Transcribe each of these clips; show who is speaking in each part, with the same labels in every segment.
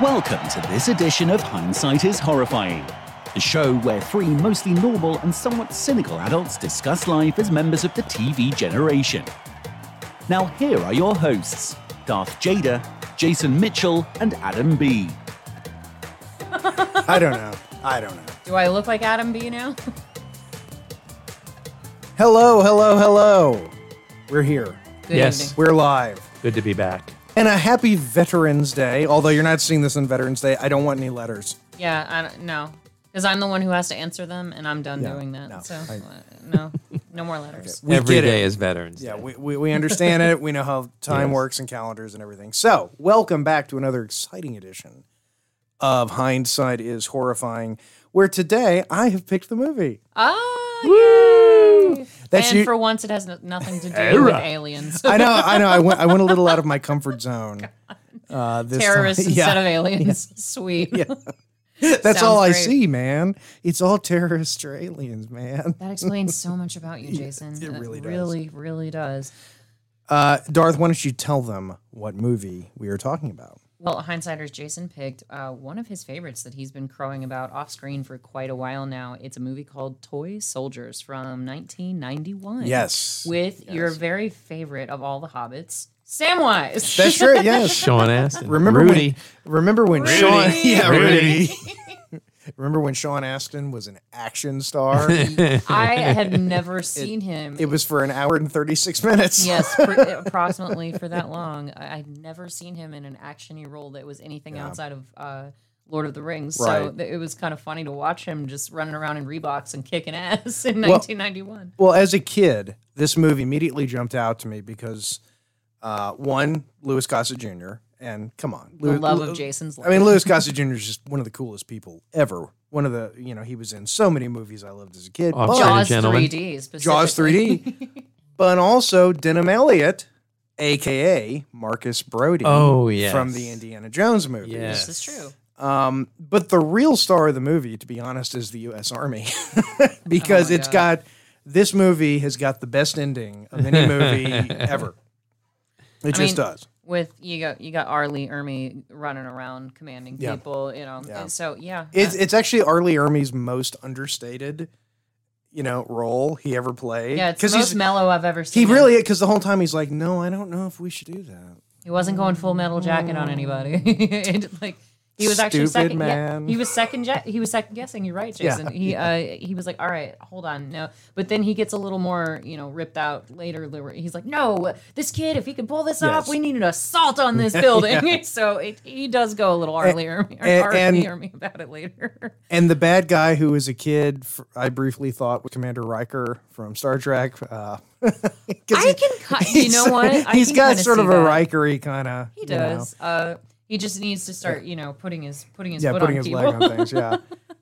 Speaker 1: Welcome to this edition of Hindsight is Horrifying, the show where three mostly normal and somewhat cynical adults discuss life as members of the TV generation. Now, here are your hosts Darth Jada, Jason Mitchell, and Adam B.
Speaker 2: I don't know. I don't know.
Speaker 3: Do I look like Adam B now?
Speaker 2: Hello, hello, hello. We're here.
Speaker 3: Good
Speaker 4: Yes.
Speaker 3: evening.
Speaker 2: We're live.
Speaker 4: Good to be back.
Speaker 2: And a happy Veterans Day. Although you're not seeing this on Veterans Day, I don't want any letters.
Speaker 3: Yeah, I don't know. Because I'm the one who has to answer them, and I'm done doing that.
Speaker 2: no,
Speaker 3: so,
Speaker 2: I-
Speaker 3: uh, no, no more letters.
Speaker 2: We
Speaker 5: Every
Speaker 2: get
Speaker 5: day
Speaker 2: it.
Speaker 5: is Veterans
Speaker 2: Yeah,
Speaker 5: Day.
Speaker 2: we, we, we understand it. We know how time works and calendars and everything. So, welcome back to another exciting edition of Hindsight is Horrifying, where today I have picked the movie.
Speaker 3: Ah, yay.
Speaker 2: That's
Speaker 3: and
Speaker 2: you-
Speaker 3: for once, it has no- nothing to do with aliens.
Speaker 2: I know, I know. I went, I went a little out of my comfort zone. Uh, this time.
Speaker 3: Terrorists
Speaker 2: Yeah.
Speaker 3: instead of aliens. Sweet.
Speaker 2: That's
Speaker 3: Sounds
Speaker 2: all I
Speaker 3: great.
Speaker 2: see, man. It's all terrorists or aliens, man.
Speaker 3: That explains so much about you, Jason.
Speaker 2: it really does.
Speaker 3: really, really does.
Speaker 2: Uh, Darth, why don't you tell them what movie we are talking about?
Speaker 3: Well, hindsighters Jason picked uh, one of his favorites that he's been crowing about off screen for quite a while now. It's a movie called Toy Soldiers from 1991.
Speaker 2: Yes.
Speaker 3: with your very favorite of all the hobbits, Samwise.
Speaker 2: That's true. Yes.
Speaker 5: Sean Astin.
Speaker 2: Remember
Speaker 5: Rudy.
Speaker 2: when? Remember when Sean? Yeah,
Speaker 5: Rudy.
Speaker 2: Remember when Sean Astin was an action star?
Speaker 3: I had never seen him.
Speaker 2: it was for an hour and thirty-six minutes.
Speaker 3: yes, pr- approximately for that long. I- I'd never seen him in an actiony role that was anything outside of uh, Lord of the Rings. So
Speaker 2: Right.
Speaker 3: th- it was kind of funny to watch him just running around in Reeboks and kicking ass in
Speaker 2: Well-
Speaker 3: 1991.
Speaker 2: Well, as a kid, this movie immediately jumped out to me because uh, one, Louis Gossett Jr. and come on, Lou-
Speaker 3: The love
Speaker 2: Lou-
Speaker 3: of Jason's life.
Speaker 2: I mean, Louis Gossett Jr. is just one of the coolest people ever. One of the, you know, he was in so many movies I loved as a kid.
Speaker 5: Oh,
Speaker 2: but-
Speaker 5: Jaws.
Speaker 3: Jaws
Speaker 5: Gentlemen.
Speaker 3: 3D specifically.
Speaker 2: Jaws 3D, but also Denham Elliott, aka Marcus Brody.
Speaker 5: Oh, yes.
Speaker 2: from the Indiana Jones movies.
Speaker 5: Yes.
Speaker 3: This is true.
Speaker 2: Um, but the real star of the movie, to be honest, is the U.S. Army, because
Speaker 3: my
Speaker 5: Oh,
Speaker 2: it's got this movie has got the best ending of any movie ever. It just
Speaker 3: mean,
Speaker 2: does.
Speaker 3: With you got you got Arlie Ermy running around commanding
Speaker 2: Yeah.
Speaker 3: people, you know.
Speaker 2: Yeah.
Speaker 3: So yeah,
Speaker 2: It's it's actually Arlie Ermey's most understated, you know, role he ever played.
Speaker 3: Yeah, it's the
Speaker 2: because
Speaker 3: most
Speaker 2: he's
Speaker 3: mellow I've ever seen.
Speaker 2: he
Speaker 3: him.
Speaker 2: really because the whole time he's like, no, I don't know if we should do that.
Speaker 3: he wasn't going full metal jacket on anybody. It, like he was actually
Speaker 2: Mm. Stupid
Speaker 3: second.
Speaker 2: man.
Speaker 3: Yeah, he was second. Ja- he was second guessing. You're right,
Speaker 2: Yeah.
Speaker 3: Jason. He uh, he was like, all right, hold on, no. But then he gets a little more, you know, ripped out later. Where He's like, no, this kid, if he can pull this off,
Speaker 2: Yes.
Speaker 3: we need an assault on this building. so it, he does go a little Arlie Ermy,
Speaker 2: and-
Speaker 3: Arlie
Speaker 2: and-
Speaker 3: Ermy about it later.
Speaker 2: And the bad guy who was a kid, f- I briefly thought was Commander Riker from Star Trek. Uh, 'cause
Speaker 3: I
Speaker 2: he-
Speaker 3: can, ki- you know what? I
Speaker 2: he's
Speaker 3: can
Speaker 2: got
Speaker 3: kinda
Speaker 2: sort
Speaker 3: see
Speaker 2: of a
Speaker 3: that.
Speaker 2: Rikery kind of.
Speaker 3: He does. Uh, he just needs to start, you know, putting his putting his
Speaker 2: yeah,
Speaker 3: foot
Speaker 2: putting
Speaker 3: on
Speaker 2: his
Speaker 3: people.
Speaker 2: leg on things. Yeah,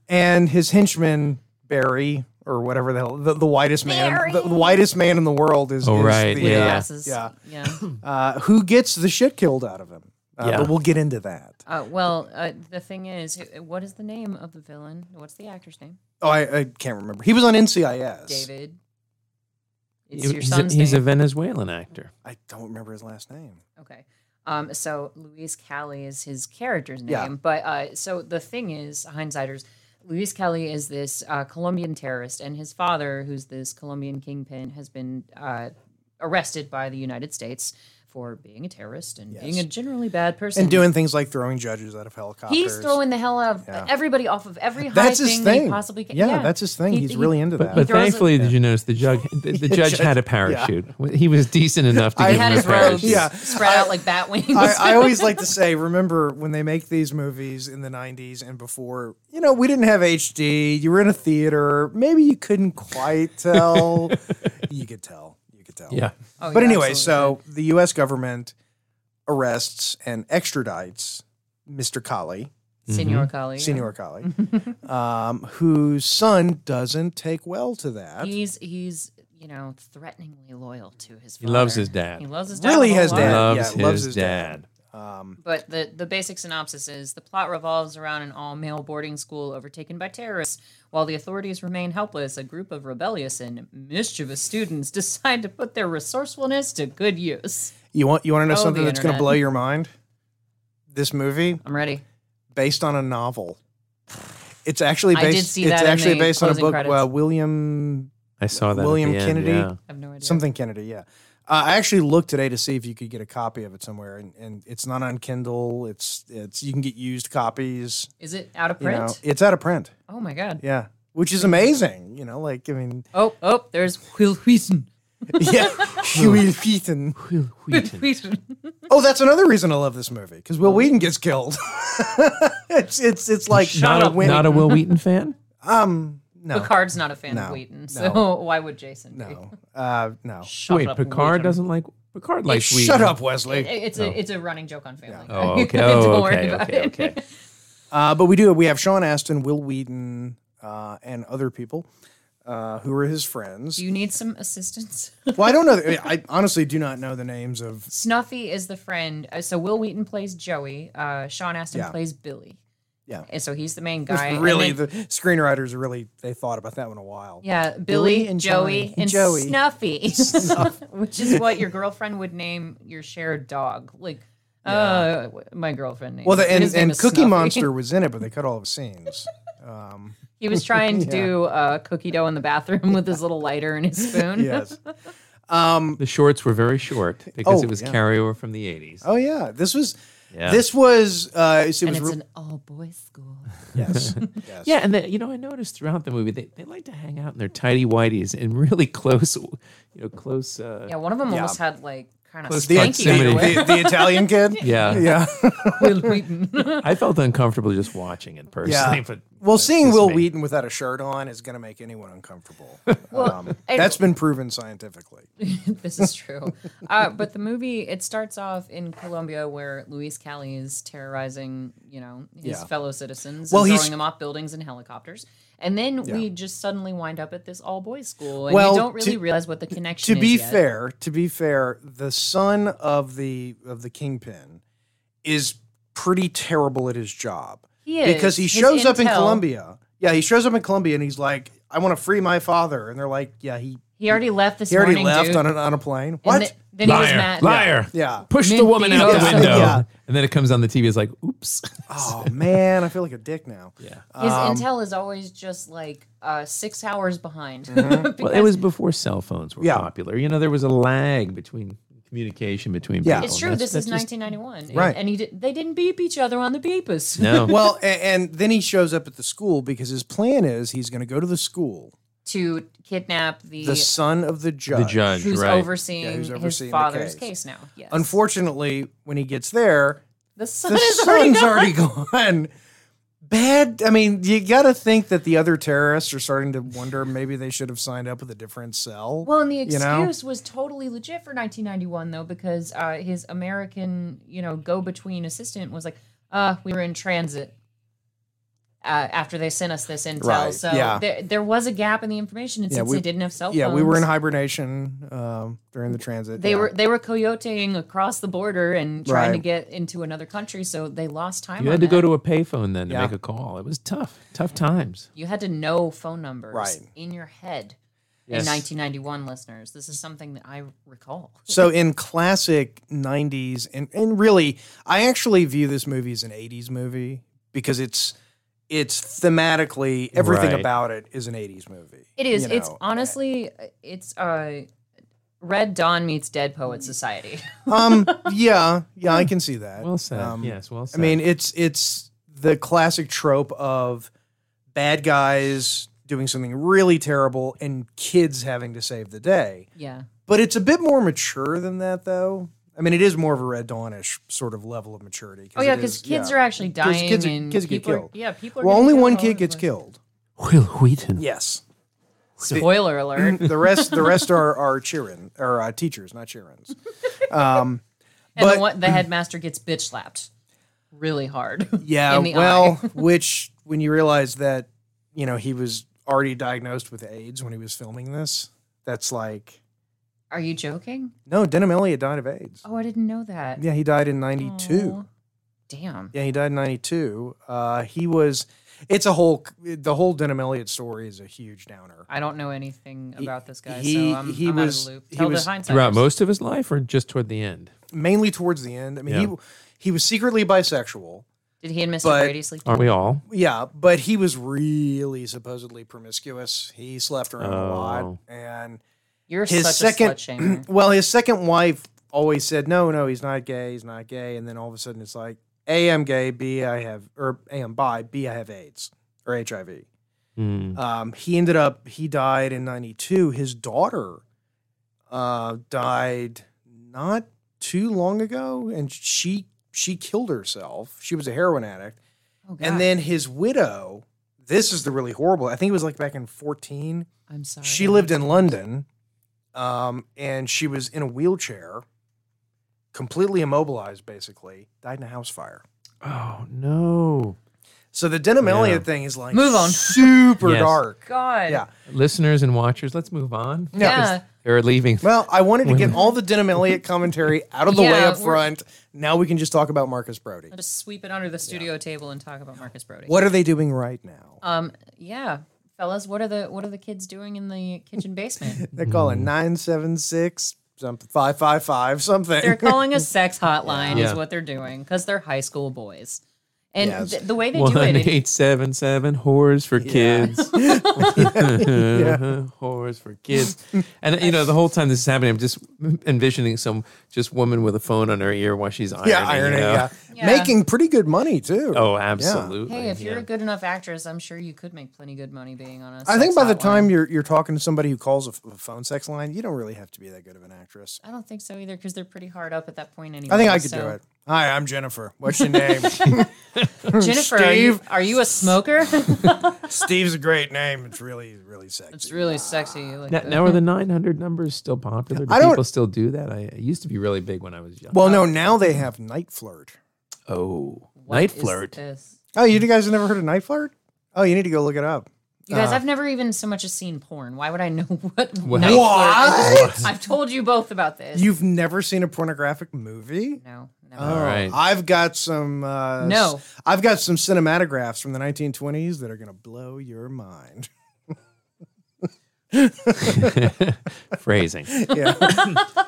Speaker 2: and his henchman Barry or whatever the hell, the, the whitest man, the, the whitest man in the world is.
Speaker 5: Oh,
Speaker 2: is
Speaker 5: right,
Speaker 2: the,
Speaker 5: yeah,
Speaker 2: uh,
Speaker 5: yeah.
Speaker 3: Glasses.
Speaker 2: Yeah.
Speaker 3: Yeah.
Speaker 2: uh, who gets the shit killed out of him? Uh,
Speaker 5: Yeah.
Speaker 2: But we'll get into that.
Speaker 3: Uh, well, uh, the thing is, who- what is the name of the villain? What's the actor's name?
Speaker 2: Oh, I, I can't remember. He was on NCIS.
Speaker 3: David. It's
Speaker 5: He-
Speaker 3: your
Speaker 5: he's, a,
Speaker 3: son's
Speaker 5: he's a
Speaker 3: name.
Speaker 5: Venezuelan actor.
Speaker 2: I don't remember his last name.
Speaker 3: okay. Um, so Luis Cali is his character's name.
Speaker 2: Yeah.
Speaker 3: But uh, so the thing is, hindsighters, Luis Cali is this uh, Colombian terrorist, and his father, who's this Colombian kingpin, has been uh, arrested by the United States for being a terrorist and being a generally bad person.
Speaker 2: And doing things like throwing judges out of helicopters.
Speaker 3: He's throwing the hell out of
Speaker 2: Yeah.
Speaker 3: everybody off of every high
Speaker 2: That's
Speaker 3: thing,
Speaker 2: his
Speaker 3: that
Speaker 2: thing.
Speaker 3: he possibly can.
Speaker 2: Yeah, that's his thing.
Speaker 3: He-
Speaker 2: He's
Speaker 3: he-
Speaker 2: really into that.
Speaker 5: But
Speaker 3: throws it-
Speaker 5: thankfully, did you notice the judge? The, the judge had a parachute. He was decent enough to
Speaker 2: I-
Speaker 3: He
Speaker 5: give him
Speaker 3: had
Speaker 5: a
Speaker 3: his robes
Speaker 5: parachute.
Speaker 2: Yeah.
Speaker 3: spread out like bat wings.
Speaker 2: I, I always like to say, remember when they make these movies in the 90s and before, you know, we didn't have HD. You were in a theater. Maybe you couldn't quite tell. you could tell. You could tell.
Speaker 5: Yeah.
Speaker 3: Oh,
Speaker 2: but
Speaker 3: yeah,
Speaker 2: anyway,
Speaker 3: absolutely.
Speaker 2: so the U.S. government arrests and extradites Mr. Collie,
Speaker 3: Senor Kali.
Speaker 2: Senior Collie, um, whose son doesn't take well to that.
Speaker 3: He's he's you know threateningly loyal to his. Father.
Speaker 5: He loves his dad.
Speaker 3: He loves his dad.
Speaker 2: really
Speaker 3: a whole
Speaker 2: has
Speaker 3: lot.
Speaker 2: dad.
Speaker 5: Loves
Speaker 2: yeah, loves
Speaker 5: his
Speaker 2: his dad.
Speaker 5: dad.
Speaker 2: Um,
Speaker 3: But the, the basic synopsis is the plot revolves around an all male boarding school overtaken by terrorists. While the authorities remain helpless, a group of rebellious and mischievous students decide to put their resourcefulness to good use.
Speaker 2: you want you want to know
Speaker 3: Oh, the
Speaker 2: something that's going to
Speaker 3: internet.
Speaker 2: blow your mind? This movie
Speaker 3: I'm ready.
Speaker 2: based on a novel. It's actually
Speaker 3: I did
Speaker 2: based.
Speaker 3: see
Speaker 2: it's
Speaker 3: that in
Speaker 2: actually
Speaker 3: the
Speaker 2: based on a
Speaker 3: closing
Speaker 2: book.
Speaker 3: credits.
Speaker 2: Uh, William
Speaker 5: I saw that. at
Speaker 2: William
Speaker 5: the end,
Speaker 2: Kennedy?
Speaker 5: yeah.
Speaker 3: I have no idea.
Speaker 2: something Kennedy. Yeah, uh, I actually looked today to see if you could get a copy of it somewhere, and, and it's not on Kindle. It's it's you can get used copies.
Speaker 3: Is it out of
Speaker 2: You
Speaker 3: print?
Speaker 2: know, it's out of print.
Speaker 3: oh my god.
Speaker 2: Yeah, which is amazing. You know, like I mean,
Speaker 3: Oh, oh, there's Will Wheaton.
Speaker 2: yeah, Huey Wheaton.
Speaker 3: Wheaton.
Speaker 2: Oh, that's another reason I love this movie because
Speaker 3: Oh.
Speaker 2: Will Wheaton gets killed. it's it's it's like
Speaker 5: Not,
Speaker 2: not
Speaker 5: a,
Speaker 2: a win.
Speaker 5: not a Will Wheaton fan.
Speaker 2: um, no,
Speaker 3: Picard's not a fan of
Speaker 2: No,
Speaker 3: Wheaton,
Speaker 2: no.
Speaker 3: so why would Jason be?
Speaker 2: no, uh, no.
Speaker 3: Shut
Speaker 5: Wait,
Speaker 3: up,
Speaker 5: Picard
Speaker 3: Wheaton.
Speaker 5: doesn't like Picard likes Wheaton.
Speaker 2: Shut up, Wesley.
Speaker 3: It- It's a it's a running joke on Family. Guy.
Speaker 5: Oh, okay.
Speaker 3: Don't
Speaker 5: Oh,
Speaker 3: worry
Speaker 5: okay.
Speaker 3: about
Speaker 5: Okay.
Speaker 3: it.
Speaker 5: Okay.
Speaker 2: Uh, but we do. We have Sean Astin, Will Wheaton, uh, and other people uh, who are his friends.
Speaker 3: Do you need some assistance?
Speaker 2: well, I don't know. I honestly do not know the names of.
Speaker 3: Snuffy is the friend. uh, So Will Wheaton plays Joey. Uh, Sean Astin
Speaker 2: Yeah.
Speaker 3: plays Billy.
Speaker 2: Yeah.
Speaker 3: And so he's the main guy. and
Speaker 2: Really,
Speaker 3: then-
Speaker 2: the screenwriters really they thought about that one a while.
Speaker 3: yeah, Billy,
Speaker 2: and
Speaker 3: Joey,
Speaker 2: Johnny.
Speaker 3: and
Speaker 2: Joey.
Speaker 3: Snuffy, which is what your girlfriend would name your shared dog. Like, uh, w- my girlfriend named.
Speaker 2: Well, the, and,
Speaker 3: his name
Speaker 2: and
Speaker 3: is
Speaker 2: Cookie
Speaker 3: Snuffy.
Speaker 2: Monster was in it, but they cut all the scenes.
Speaker 3: He was trying to do uh, cookie dough in the bathroom with his little lighter and his spoon.
Speaker 2: yes.
Speaker 5: The shorts were very short because
Speaker 2: Oh,
Speaker 5: it was
Speaker 2: yeah.
Speaker 5: carryover from the 80s.
Speaker 2: Oh yeah, this was.
Speaker 5: Yeah.
Speaker 2: This was. Uh, so it
Speaker 3: And
Speaker 2: was
Speaker 3: it's
Speaker 2: re-
Speaker 3: an all boys school.
Speaker 2: yes. yes.
Speaker 5: Yeah, and then you know I noticed throughout the movie they, they like to hang out in their tidy whities in really close, you know, close. Uh,
Speaker 3: Yeah, one of them almost had like kind of
Speaker 5: Close
Speaker 2: The,
Speaker 3: spanky
Speaker 5: proximity.
Speaker 2: the, the Italian kid.
Speaker 5: yeah.
Speaker 2: Yeah.
Speaker 3: Will Wheaton.
Speaker 5: I felt uncomfortable just watching it personally.
Speaker 2: Yeah.
Speaker 5: But
Speaker 2: Well, seeing
Speaker 5: just
Speaker 2: Will
Speaker 5: me.
Speaker 2: Wheaton without a shirt on is going to make anyone uncomfortable.
Speaker 3: Well,
Speaker 2: um,
Speaker 3: I-
Speaker 2: that's been proven scientifically.
Speaker 3: this is true. Uh, but the movie it starts off in Colombia where Luis Cali is terrorizing, you know, his
Speaker 2: Yeah.
Speaker 3: fellow citizens,
Speaker 2: Well,
Speaker 3: and
Speaker 2: he's-
Speaker 3: throwing them off buildings and helicopters. And then we just suddenly wind up at this all boys school, and
Speaker 2: Well,
Speaker 3: you don't really
Speaker 2: to-
Speaker 3: realize what the connection.
Speaker 2: to be
Speaker 3: is yet.
Speaker 2: fair, to be fair, the son of the of the kingpin is pretty terrible at his job
Speaker 3: He is.
Speaker 2: because he
Speaker 3: His
Speaker 2: shows up in
Speaker 3: intel-
Speaker 2: Colombia. Yeah, he shows up in Colombia and he's like, "I want to free my father," and they're like, "Yeah, he
Speaker 3: he already left this
Speaker 2: he already
Speaker 3: morning,
Speaker 2: left
Speaker 3: dude.
Speaker 2: on, a, on a plane."
Speaker 3: And
Speaker 2: What?
Speaker 3: th- then he was mad.
Speaker 2: yeah.
Speaker 5: Push the
Speaker 3: Mid-
Speaker 5: woman out the
Speaker 3: Yeah.
Speaker 5: window.
Speaker 2: Yeah.
Speaker 5: And then it comes on the TV. It's like, oops.
Speaker 2: Oh man, I feel like a dick now.
Speaker 5: yeah.
Speaker 3: His intel is always just like uh, six hours behind.
Speaker 5: Well, it was before cell phones were
Speaker 2: Yeah.
Speaker 5: popular. You know, there was a lag between communication between
Speaker 2: Yeah.
Speaker 5: people.
Speaker 3: It's true.
Speaker 5: That's-
Speaker 3: this
Speaker 5: that's
Speaker 3: is
Speaker 5: just-
Speaker 3: 1991,
Speaker 2: Right.
Speaker 3: And he did, they didn't beep each other on the beepers.
Speaker 5: No.
Speaker 2: Well, and, and then he shows up at the school because his plan is he's going to go to the school,
Speaker 3: to kidnap the,
Speaker 2: the son of the
Speaker 5: the
Speaker 2: judge.
Speaker 5: judge,
Speaker 3: who's
Speaker 5: right.
Speaker 3: overseeing,
Speaker 2: Yeah, who's
Speaker 3: his
Speaker 2: overseeing the
Speaker 3: father's
Speaker 2: case.
Speaker 3: case. now. Yes,
Speaker 2: Unfortunately, when he gets there,
Speaker 3: the son
Speaker 2: the
Speaker 3: is already
Speaker 2: sun's
Speaker 3: gone.
Speaker 2: already gone. Bad. I mean, you got to think that the other terrorists are starting to wonder maybe they should have signed up with a different cell.
Speaker 3: Well, and the
Speaker 2: You
Speaker 3: excuse
Speaker 2: know?
Speaker 3: was totally legit for 1991 though, because uh, his American, you know, go-between assistant was like, "Uh, we were in transit." Uh, after they sent us this intel,
Speaker 2: Right,
Speaker 3: so
Speaker 2: yeah.
Speaker 3: there, there was a gap in the information, and
Speaker 2: Yeah,
Speaker 3: since
Speaker 2: we-
Speaker 3: they didn't have cell phones,
Speaker 2: yeah, we were in hibernation um, during the transit.
Speaker 3: um, They
Speaker 2: yeah.
Speaker 3: were they were coyoting across the border and trying to
Speaker 2: Right.
Speaker 3: get into another country, so they lost time.
Speaker 5: you
Speaker 3: on
Speaker 5: had to
Speaker 3: that.
Speaker 5: go to a payphone then to
Speaker 2: Yeah.
Speaker 5: make a call. It was tough, tough times.
Speaker 3: You had to know phone numbers
Speaker 2: Right.
Speaker 3: in your head
Speaker 5: Yes.
Speaker 3: in 1991, listeners. This is something that I recall.
Speaker 2: So in classic 90s and and really I actually view this movie as an 80s movie because it's it's thematically everything
Speaker 5: Right.
Speaker 2: about it is an 80s movie.
Speaker 3: It is.
Speaker 2: you
Speaker 3: it's
Speaker 2: know.
Speaker 3: honestly, it's uh, Red Dawn meets Dead Poet
Speaker 2: Mm.
Speaker 3: Society.
Speaker 2: um yeah, yeah, I can see that.
Speaker 5: Well said.
Speaker 2: Um,
Speaker 5: yes, well
Speaker 2: I
Speaker 5: said.
Speaker 2: mean, it's it's the classic trope of bad guys doing something really terrible and kids having to save the day.
Speaker 3: yeah.
Speaker 2: But it's a bit more mature than that though. I mean, it is more of a Red Dawnish sort of level of maturity.
Speaker 3: Oh yeah,
Speaker 2: it
Speaker 3: because
Speaker 2: is-
Speaker 3: kids
Speaker 2: yeah.
Speaker 3: are actually dying.
Speaker 2: kids are-
Speaker 3: and
Speaker 2: kids get
Speaker 3: people are-
Speaker 2: killed.
Speaker 3: yeah, people. Are
Speaker 2: Well,
Speaker 3: getting
Speaker 2: only
Speaker 3: killed
Speaker 2: one
Speaker 3: all over
Speaker 2: kid
Speaker 3: the
Speaker 2: gets
Speaker 3: place.
Speaker 2: killed.
Speaker 5: Will Wheaton.
Speaker 2: Yes.
Speaker 3: Spoiler alert.
Speaker 2: The rest, the rest are are cheering or uh, teachers, not cheerins. Um,
Speaker 3: and the,
Speaker 2: but mm.
Speaker 3: one, the headmaster gets bitch slapped really hard.
Speaker 2: yeah,
Speaker 3: in the
Speaker 2: well,
Speaker 3: eye.
Speaker 2: which when you realize that you know he was already diagnosed with AIDS when he was filming this, that's like
Speaker 3: Are you joking?
Speaker 2: no, Denham Elliott died of AIDS.
Speaker 3: Oh, I didn't know that.
Speaker 2: Yeah, he died in '92.
Speaker 3: Aw. Damn.
Speaker 2: Yeah, he died in '92. Uh, he was. It's a whole. The whole Denham Elliott story is a huge downer.
Speaker 3: I don't know anything about this guy,
Speaker 2: he-
Speaker 3: so I'm,
Speaker 2: he
Speaker 3: I'm
Speaker 2: was-
Speaker 3: out of the loop.
Speaker 2: he
Speaker 3: Tell
Speaker 2: was-
Speaker 3: the hindsight.
Speaker 5: Throughout most of his life or just toward the end?
Speaker 2: mainly towards the end. I mean,
Speaker 5: Yeah.
Speaker 2: he he was secretly bisexual.
Speaker 3: Did he and Mr.
Speaker 2: But-
Speaker 3: Brady sleep?
Speaker 5: Aren't we all?
Speaker 2: Yeah, but he was really supposedly promiscuous. He slept around a lot,
Speaker 5: Oh.
Speaker 2: and
Speaker 3: You're
Speaker 2: his
Speaker 3: such a
Speaker 2: second,
Speaker 3: slut shamer.
Speaker 2: well, his second wife always said, "No, no, he's not gay. He's not gay." And then all of a sudden, it's like, "A, I'm gay. B, I have or A, I'm bi. B, I have AIDS or HIV."
Speaker 5: Hmm.
Speaker 2: Um, he ended up he died in '92. His daughter uh, died not too long ago, and she she killed herself. She was a heroin addict.
Speaker 3: Oh, God.
Speaker 2: And then his widow, this is the really horrible. I think it was like back in 14.
Speaker 3: I'm sorry.
Speaker 2: She lived in London um, and she was in a wheelchair, completely immobilized, basically, died in a house fire.
Speaker 5: Oh no,
Speaker 2: So the Denham
Speaker 5: Yeah.
Speaker 2: Elliott thing is like
Speaker 3: Move on.
Speaker 2: super
Speaker 5: Yes.
Speaker 2: dark.
Speaker 3: God.
Speaker 2: Yeah.
Speaker 5: listeners and watchers, let's move on.
Speaker 2: Mm.
Speaker 3: Yeah.
Speaker 5: They're leaving.
Speaker 2: Well, I wanted to get all the Denham Elliott commentary out of the way
Speaker 3: Yeah,
Speaker 2: up
Speaker 3: we're-
Speaker 2: front. Now we can just talk about Marcus Brody.
Speaker 3: I'll just sweep it under the studio table and talk about Marcus Brody.
Speaker 2: What are they doing right now?
Speaker 3: Um. Yeah, fellas, what are the what are the kids doing in the kitchen basement?
Speaker 2: They're calling 976 something 555 something.
Speaker 3: they're calling a sex hotline is
Speaker 5: Yeah.
Speaker 3: what they're doing because they're high school boys, and
Speaker 2: Yes.
Speaker 3: th- the way they do
Speaker 5: One
Speaker 3: it, it-
Speaker 5: eight seven seven whores for kids. whores for kids. And you know, the whole time this is happening, I'm just envisioning some just woman with a phone on her ear while she's ironing.
Speaker 2: Yeah, ironing.
Speaker 5: you know?
Speaker 2: Yeah.
Speaker 3: Yeah.
Speaker 2: making pretty good money too.
Speaker 5: Oh, absolutely.
Speaker 3: hey, if you're
Speaker 5: yeah.
Speaker 3: a good enough actress, I'm sure you could make plenty good money being on a.
Speaker 2: I think
Speaker 3: sex
Speaker 2: by the
Speaker 3: hotline.
Speaker 2: time you're you're talking to somebody who calls a, f- a phone sex line, you don't really have to be that good of an actress.
Speaker 3: I don't think so either because they're pretty hard up at that point anyway.
Speaker 2: I think I could
Speaker 3: so-
Speaker 2: do it. Hi, I'm Jennifer. What's your name?
Speaker 3: Jennifer, are you, are you a smoker?
Speaker 2: Steve's a great name. It's really really sexy.
Speaker 3: it's really sexy. Like
Speaker 5: Now,
Speaker 3: that.
Speaker 5: now are the 900 numbers still popular? Do
Speaker 2: I don't-
Speaker 5: people still do that? I it used to be really big when I was young.
Speaker 2: well, no, now they have night flirt.
Speaker 5: oh,
Speaker 3: What
Speaker 5: night
Speaker 3: is
Speaker 5: flirt.
Speaker 3: this?
Speaker 2: Oh, you guys have never heard of night flirt? Oh, you need to go look it up.
Speaker 3: You guys, I've never even so much as seen porn. Why would I know what?
Speaker 5: Well-
Speaker 3: night flirt is?
Speaker 2: What?
Speaker 3: I've told you both about this.
Speaker 2: You've never seen a pornographic movie?
Speaker 3: no, never.
Speaker 2: Oh,
Speaker 5: right.
Speaker 2: I've got some. Uh,
Speaker 3: No.
Speaker 2: s- I've got some cinematographs from the 1920s that are going to blow your mind.
Speaker 5: Phrasing.
Speaker 2: yeah.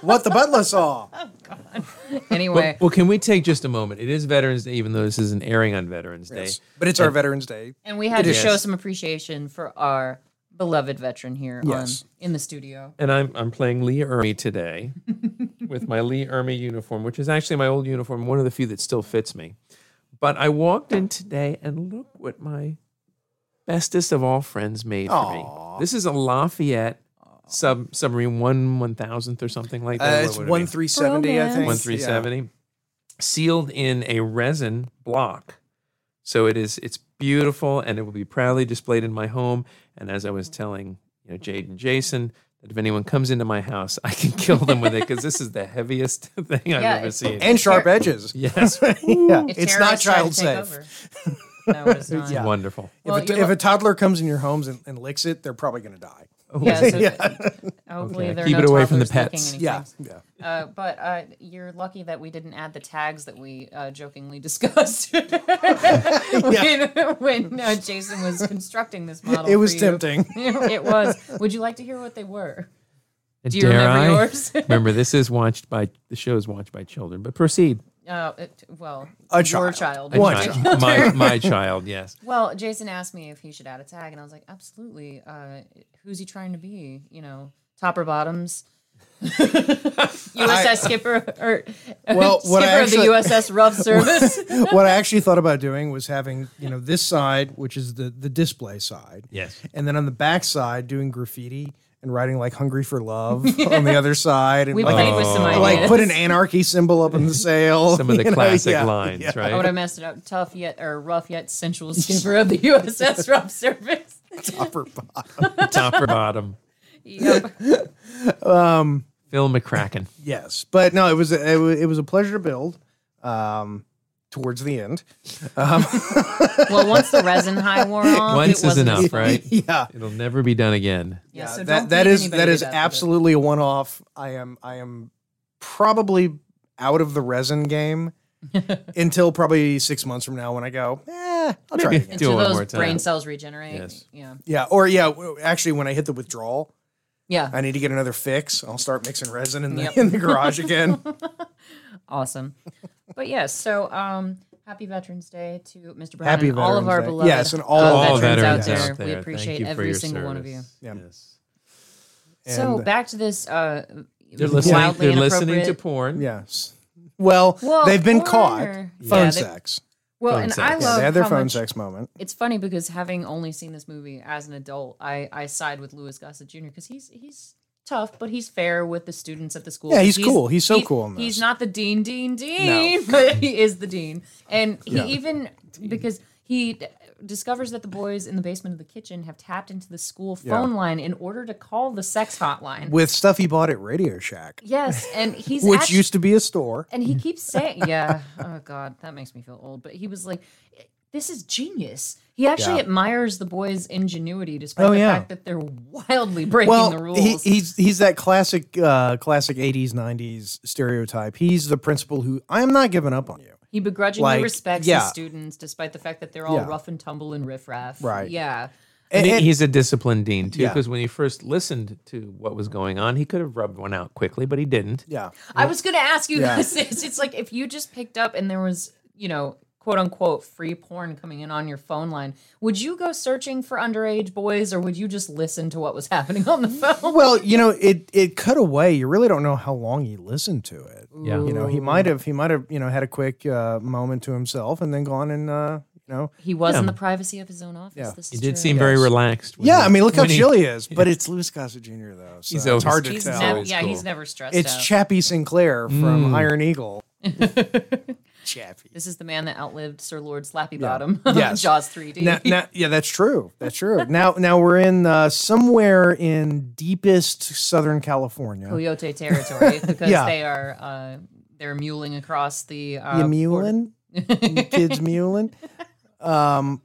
Speaker 2: what the butler saw.
Speaker 3: anyway,
Speaker 5: Well, well, can we take just a moment? It is Veterans Day, even though this isn't airing on Veterans Day.
Speaker 2: But it's our Veterans Day.
Speaker 3: and we had to
Speaker 5: is.
Speaker 3: show some appreciation for our beloved veteran here
Speaker 2: Yes.
Speaker 3: on in the studio.
Speaker 5: And I'm I'm playing Lee Ermey today with my Lee Ermey uniform, which is actually my old uniform, one of the few that still fits me. But I walked in today and look what my bestest of all friends made for me. This is a Lafayette sub submarine one one thousandth or something like that.
Speaker 2: Uh,
Speaker 5: What
Speaker 2: it's
Speaker 5: would it be?
Speaker 2: one three
Speaker 3: Oh,
Speaker 2: seventy, I think.
Speaker 5: one three seventy, sealed in a resin block. So it is it's beautiful, and it will be proudly displayed in my home. And as I was telling you know Jade and Jason, that if anyone comes into my house, I can kill them with it because this is the heaviest thing I've
Speaker 3: Yeah,
Speaker 5: ever
Speaker 3: it's-
Speaker 5: seen.
Speaker 2: Yeah. And sharp edges.
Speaker 5: yes,
Speaker 2: Yeah.
Speaker 3: If
Speaker 2: It's not
Speaker 3: terrorists try to
Speaker 2: child
Speaker 3: take
Speaker 2: safe.
Speaker 3: over. No, it's not.
Speaker 2: Yeah.
Speaker 5: wonderful.
Speaker 3: Well,
Speaker 2: if, a,
Speaker 3: you're
Speaker 2: if
Speaker 3: lo-
Speaker 2: a toddler comes in your homes and, and licks it, they're probably going to die.
Speaker 3: Yeah, so
Speaker 2: Yeah.
Speaker 3: Hopefully,
Speaker 5: Okay,
Speaker 3: there are
Speaker 5: keep
Speaker 3: no
Speaker 5: it away from the
Speaker 3: toddlers licking
Speaker 5: pets.
Speaker 3: anything.
Speaker 2: Yeah. Yeah.
Speaker 3: Uh, but uh, you're lucky that we didn't add the tags that we uh, jokingly discussed when, when uh, Jason was constructing this model.
Speaker 2: It was
Speaker 3: for you.
Speaker 2: tempting.
Speaker 3: it was. Would you like to hear what they were?
Speaker 5: Do
Speaker 3: you remember yours?
Speaker 5: remember, this is watched by the show is watched by children. But proceed.
Speaker 3: Uh, it, well,
Speaker 2: A
Speaker 3: your
Speaker 2: child.
Speaker 3: child.
Speaker 5: A
Speaker 2: One
Speaker 5: child. my my child. Yes.
Speaker 3: Well, Jason asked me if he should add a tag, and I was like, absolutely. Uh, who's he trying to be? You know, top or bottoms? USS skipper or
Speaker 2: Well,
Speaker 3: skipper
Speaker 2: what I actually-
Speaker 3: of the USS rough service?
Speaker 2: what I actually thought about doing was having, you know, this side, which is the, the display side.
Speaker 5: Yes.
Speaker 2: And then on the back side, doing graffiti and writing like Hungry for Love on the other side. And
Speaker 3: we
Speaker 2: like,
Speaker 3: played with some ideas.
Speaker 2: like put an anarchy symbol up in the sail.
Speaker 5: Oh. Some of the
Speaker 2: you know,
Speaker 5: classic
Speaker 2: yeah,
Speaker 5: lines,
Speaker 2: yeah.
Speaker 3: I would
Speaker 5: right?
Speaker 3: have messed it up. Tough yet or rough yet sensual skipper of the USS rough service.
Speaker 2: Upper bottom.
Speaker 5: Top or bottom.
Speaker 3: Yep.
Speaker 5: Phil McCracken.
Speaker 2: Yes, but no, it was a, it was, it was a pleasure to build. Um, towards the end,
Speaker 3: Well, once the resin high wore off,
Speaker 5: Once
Speaker 3: it
Speaker 5: is
Speaker 3: wasn't as
Speaker 5: enough,
Speaker 3: fun.
Speaker 5: right?
Speaker 2: yeah,
Speaker 5: It'll never be done again.
Speaker 3: Yeah, so
Speaker 2: that
Speaker 3: don't
Speaker 2: that
Speaker 3: beat
Speaker 2: is
Speaker 3: anybody
Speaker 2: that
Speaker 3: to
Speaker 2: is
Speaker 3: death with it.
Speaker 2: absolutely a one off. I am I am probably out of the resin game until probably six months from now when I go. Eh, I'll try it again.
Speaker 5: Do it
Speaker 3: Until
Speaker 5: one
Speaker 3: those
Speaker 5: more time.
Speaker 3: brain cells regenerate.
Speaker 5: Yes.
Speaker 3: Yeah.
Speaker 2: Yeah, or yeah, w- actually, when I hit the withdrawal,
Speaker 3: Yeah.
Speaker 2: I need to get another fix. I'll start mixing resin in the
Speaker 3: Yep.
Speaker 2: in the garage again.
Speaker 3: Awesome. But yes, so um, Happy Veterans Day to Mr. Brown
Speaker 2: Happy
Speaker 3: and all of
Speaker 2: Veterans
Speaker 3: our
Speaker 2: Day.
Speaker 3: beloved
Speaker 2: Yes, and all
Speaker 3: uh,
Speaker 2: of our
Speaker 3: veterans,
Speaker 2: veterans
Speaker 3: out
Speaker 2: out
Speaker 3: there. We
Speaker 5: Thank
Speaker 3: appreciate
Speaker 5: you for
Speaker 3: every
Speaker 5: your
Speaker 3: single one of you.
Speaker 5: service.
Speaker 2: Yeah.
Speaker 5: Yes.
Speaker 3: So
Speaker 2: And-
Speaker 3: back to this uh,
Speaker 5: They're listening,
Speaker 3: wildly
Speaker 5: they're listening to
Speaker 3: inappropriate-
Speaker 5: porn.
Speaker 2: Yes. Well,
Speaker 3: Well,
Speaker 2: they've been
Speaker 3: porn
Speaker 2: caught.
Speaker 3: or- Yeah,
Speaker 2: Phone
Speaker 3: they-
Speaker 2: sex.
Speaker 3: Well,
Speaker 5: Phone
Speaker 3: and
Speaker 5: sex.
Speaker 3: I
Speaker 5: Yeah,
Speaker 3: love
Speaker 5: they
Speaker 2: Yeah, they had their
Speaker 3: how
Speaker 2: phone
Speaker 3: much-
Speaker 2: sex moment.
Speaker 3: It's funny because having only seen this movie as an adult, I I side with Louis Gossett Jr. because he's he's tough, but he's fair with the students at the school.
Speaker 2: Yeah, he's cool. He's so cool in
Speaker 3: He's
Speaker 2: this.
Speaker 3: not the dean, dean, dean, but he is the dean, and he even because he d- discovers that the boys in the basement of the kitchen have tapped into the school phone line in order to call the sex hotline.
Speaker 2: With stuff he bought at Radio Shack,
Speaker 3: yes, and he's
Speaker 2: which
Speaker 3: actually-
Speaker 2: used to be a store.
Speaker 3: and he keeps saying, "Yeah, oh god, that makes me feel old." But he was like, "This is genius." He actually
Speaker 2: Yeah.
Speaker 3: admires the boys' ingenuity, despite
Speaker 2: Oh,
Speaker 3: the
Speaker 2: yeah.
Speaker 3: fact that they're wildly breaking
Speaker 2: well,
Speaker 3: the
Speaker 2: He,
Speaker 3: rules.
Speaker 2: he's he's that classic uh, classic eighties nineties stereotype. He's the principal who I am not giving up on you.
Speaker 3: He begrudgingly
Speaker 2: like,
Speaker 3: respects
Speaker 2: yeah.
Speaker 3: his students, despite the fact that they're all
Speaker 2: Yeah.
Speaker 3: rough and tumble and riffraff.
Speaker 2: Right.
Speaker 3: Yeah.
Speaker 5: I
Speaker 2: And-
Speaker 5: think
Speaker 2: and-
Speaker 5: he's a disciplined dean too,
Speaker 2: Yeah.
Speaker 5: because when he first listened to what was going on, he could have rubbed one out quickly, but he didn't.
Speaker 2: yeah,
Speaker 3: I was going to ask you
Speaker 2: Yeah.
Speaker 3: this. It's, it's like if you just picked up and there was, you know, quote unquote free porn coming in on your phone line, would you go searching for underage boys or would you just listen to what was happening on the phone?
Speaker 2: Well, you know, it it cut away. You really don't know how long he listened to it.
Speaker 5: Yeah.
Speaker 2: You know, he might have he might have you know had a quick uh, moment to himself and then gone and uh, you know.
Speaker 3: He was
Speaker 5: Yeah.
Speaker 3: in the privacy of his own office.
Speaker 2: Yeah.
Speaker 3: This
Speaker 5: He
Speaker 3: is
Speaker 5: did
Speaker 3: true.
Speaker 5: seem very relaxed. when
Speaker 2: Yeah,
Speaker 5: he-
Speaker 2: I mean, look how
Speaker 5: when he-
Speaker 2: chill he is, but it's Louis Gossett Jr. though. So it's
Speaker 5: He's always
Speaker 2: hard to
Speaker 3: He's
Speaker 5: chill.
Speaker 2: tell.
Speaker 3: nev-
Speaker 5: always
Speaker 3: yeah,
Speaker 5: cool.
Speaker 3: he's never stressed
Speaker 2: it's
Speaker 3: out.
Speaker 2: Chappie Sinclair from Iron Eagle. Chappie.
Speaker 3: this is the man that outlived Sir Lord Slappy Bottom on
Speaker 2: Yes.
Speaker 3: Jaws 3D.
Speaker 2: now, now, yeah, that's true. That's true. now, now we're in uh, somewhere in deepest Southern California.
Speaker 3: Coyote territory because
Speaker 2: Yeah.
Speaker 3: they are uh, they're muling across the uh,
Speaker 2: you
Speaker 3: border.
Speaker 2: mulin, You kids mulin. Um,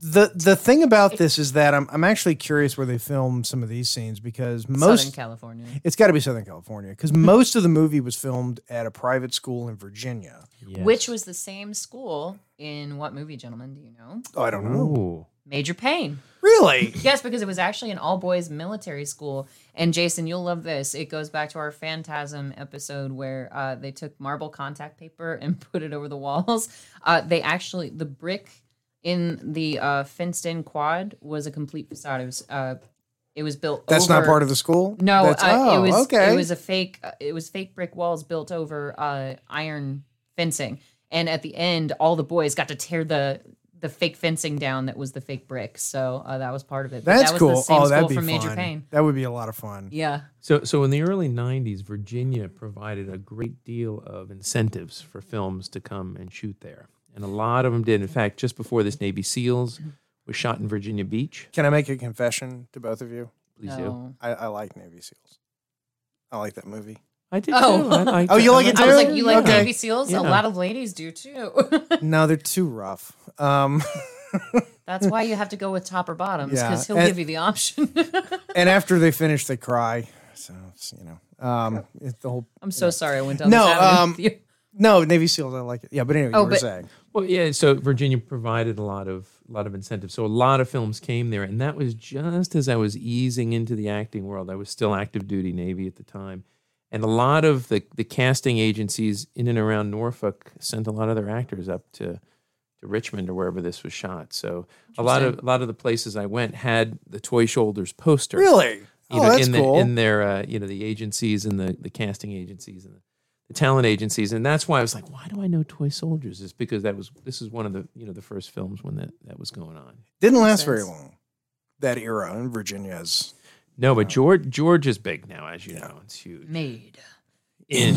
Speaker 2: the the thing about this is that I'm I'm actually curious where they filmed some of these scenes because
Speaker 3: Southern
Speaker 2: most
Speaker 3: California.
Speaker 2: it's got to be Southern California because most of the movie was filmed at a private school in Virginia.
Speaker 5: Yes.
Speaker 3: Which was the same school in what movie, gentlemen? Do you know?
Speaker 2: Oh, I don't know.
Speaker 5: Ooh.
Speaker 3: Major Pain.
Speaker 2: Really?
Speaker 3: Yes, because it was actually an all boys military school. And Jason, you'll love this. It goes back to our Phantasm episode where uh, they took marble contact paper and put it over the walls. Uh, they actually, the brick in the uh, fenced in quad was a complete facade. It was, uh, it was built
Speaker 2: That's not
Speaker 3: over-
Speaker 2: part of the school.
Speaker 3: No,
Speaker 2: That's,
Speaker 3: uh, it
Speaker 2: oh,
Speaker 3: was
Speaker 2: okay.
Speaker 3: it was a fake uh, it was fake brick walls built over uh, iron fencing, and at the end, all the boys got to tear the the fake fencing down that was the fake brick. So uh, that was part of it. But
Speaker 2: that's
Speaker 3: that was
Speaker 2: cool.
Speaker 3: The same
Speaker 2: oh,
Speaker 3: school
Speaker 2: that'd be
Speaker 3: from Major
Speaker 2: fun.
Speaker 3: Payne.
Speaker 2: That would be a lot of fun.
Speaker 3: Yeah,
Speaker 5: So, so in the early '90s, Virginia provided a great deal of incentives for films to come and shoot there, and a lot of them did. In fact, just before this, Navy SEALs was shot in Virginia Beach.
Speaker 2: Can I make a confession to both of you?
Speaker 5: Please do.
Speaker 3: no.
Speaker 2: I, I like Navy SEAls. I like that movie.
Speaker 5: I did
Speaker 3: Oh.
Speaker 5: too. I liked
Speaker 2: Oh, you like it
Speaker 3: I was
Speaker 2: too?
Speaker 3: like, you like
Speaker 2: Okay.
Speaker 3: Navy SEALs?
Speaker 5: Yeah.
Speaker 3: A lot of ladies do too.
Speaker 2: No, they're too rough. Um,
Speaker 3: That's why you have to go with top or bottoms
Speaker 2: Yeah.
Speaker 3: because he'll
Speaker 2: And-
Speaker 3: give you the option.
Speaker 2: and after they finish, they cry. So it's, you know, um, it's the whole
Speaker 3: I'm so sorry I went down.
Speaker 2: No,
Speaker 3: this avenue with
Speaker 2: um,
Speaker 3: you.
Speaker 2: no Navy SEALs. I like it. Yeah, but anyway,
Speaker 3: Oh,
Speaker 2: you were
Speaker 3: but-
Speaker 2: saying
Speaker 5: Well, yeah. So Virginia provided a lot of a lot of incentives. So a lot of films came there, and that was just as I was easing into the acting world. I was still active duty Navy at the time, and a lot of the the casting agencies in and around Norfolk sent a lot of their actors up to to Richmond or wherever this was shot. So a lot of a lot of the places I went had the Toy Shoulders poster.
Speaker 2: really.
Speaker 5: You
Speaker 2: oh,
Speaker 5: know,
Speaker 2: that's
Speaker 5: in,
Speaker 2: cool.
Speaker 5: the, in their, uh, you know, the agencies and the, the casting agencies and the, the talent agencies, and that's why I was like, why do I know Toy Soldiers? Is because that was this is one of the you know the first films when that that was going on.
Speaker 2: Didn't
Speaker 3: Makes
Speaker 2: last very
Speaker 3: sense.
Speaker 2: long. That era in Virginia's.
Speaker 5: No, but George George is big now, as you know, it's huge
Speaker 3: Made
Speaker 5: in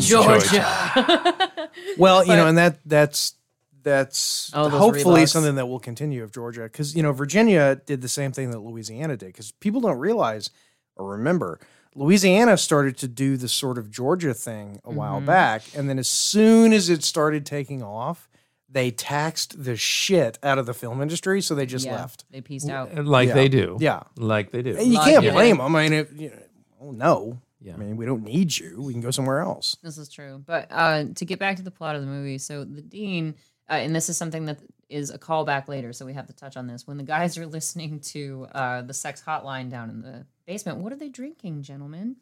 Speaker 3: Georgia.
Speaker 2: Well, you know,
Speaker 3: But-
Speaker 2: and that that's that's
Speaker 3: Oh, those
Speaker 2: hopefully
Speaker 3: Reeboks.
Speaker 2: something that will continue of Georgia because you know Virginia did the same thing that Louisiana did because people don't realize or remember Louisiana started to do the sort of Georgia thing a while
Speaker 3: Mm-hmm.
Speaker 2: back, and then as soon as it started taking off, they taxed the shit out of the film industry, so they just
Speaker 3: Yeah,
Speaker 2: left.
Speaker 3: They pieced out.
Speaker 5: Uh, like
Speaker 2: Yeah.
Speaker 5: they do,
Speaker 2: Yeah,
Speaker 5: like they do.
Speaker 2: and you
Speaker 3: Like
Speaker 2: can't
Speaker 3: it.
Speaker 2: blame them. I mean, it, you know, oh no,
Speaker 5: Yeah.
Speaker 2: I mean we don't need you. We can go somewhere else.
Speaker 3: This is true. But uh, to get back to the plot of the movie, so the dean, uh, and this is something that is a callback later, so we have to touch on this. When the guys are listening to uh, the sex hotline down in the basement, what are they drinking, gentlemen?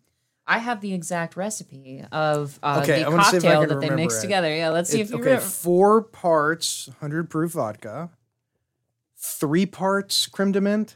Speaker 3: I have the exact recipe of uh,
Speaker 2: Okay, I
Speaker 3: the
Speaker 2: wanna see if I
Speaker 3: cocktail
Speaker 2: can
Speaker 3: that they
Speaker 2: remember
Speaker 3: mix
Speaker 2: it.
Speaker 3: together. Yeah, let's see
Speaker 2: It-
Speaker 3: if you
Speaker 2: okay,
Speaker 3: remember.
Speaker 2: four parts 100 proof vodka, three parts creme de menthe,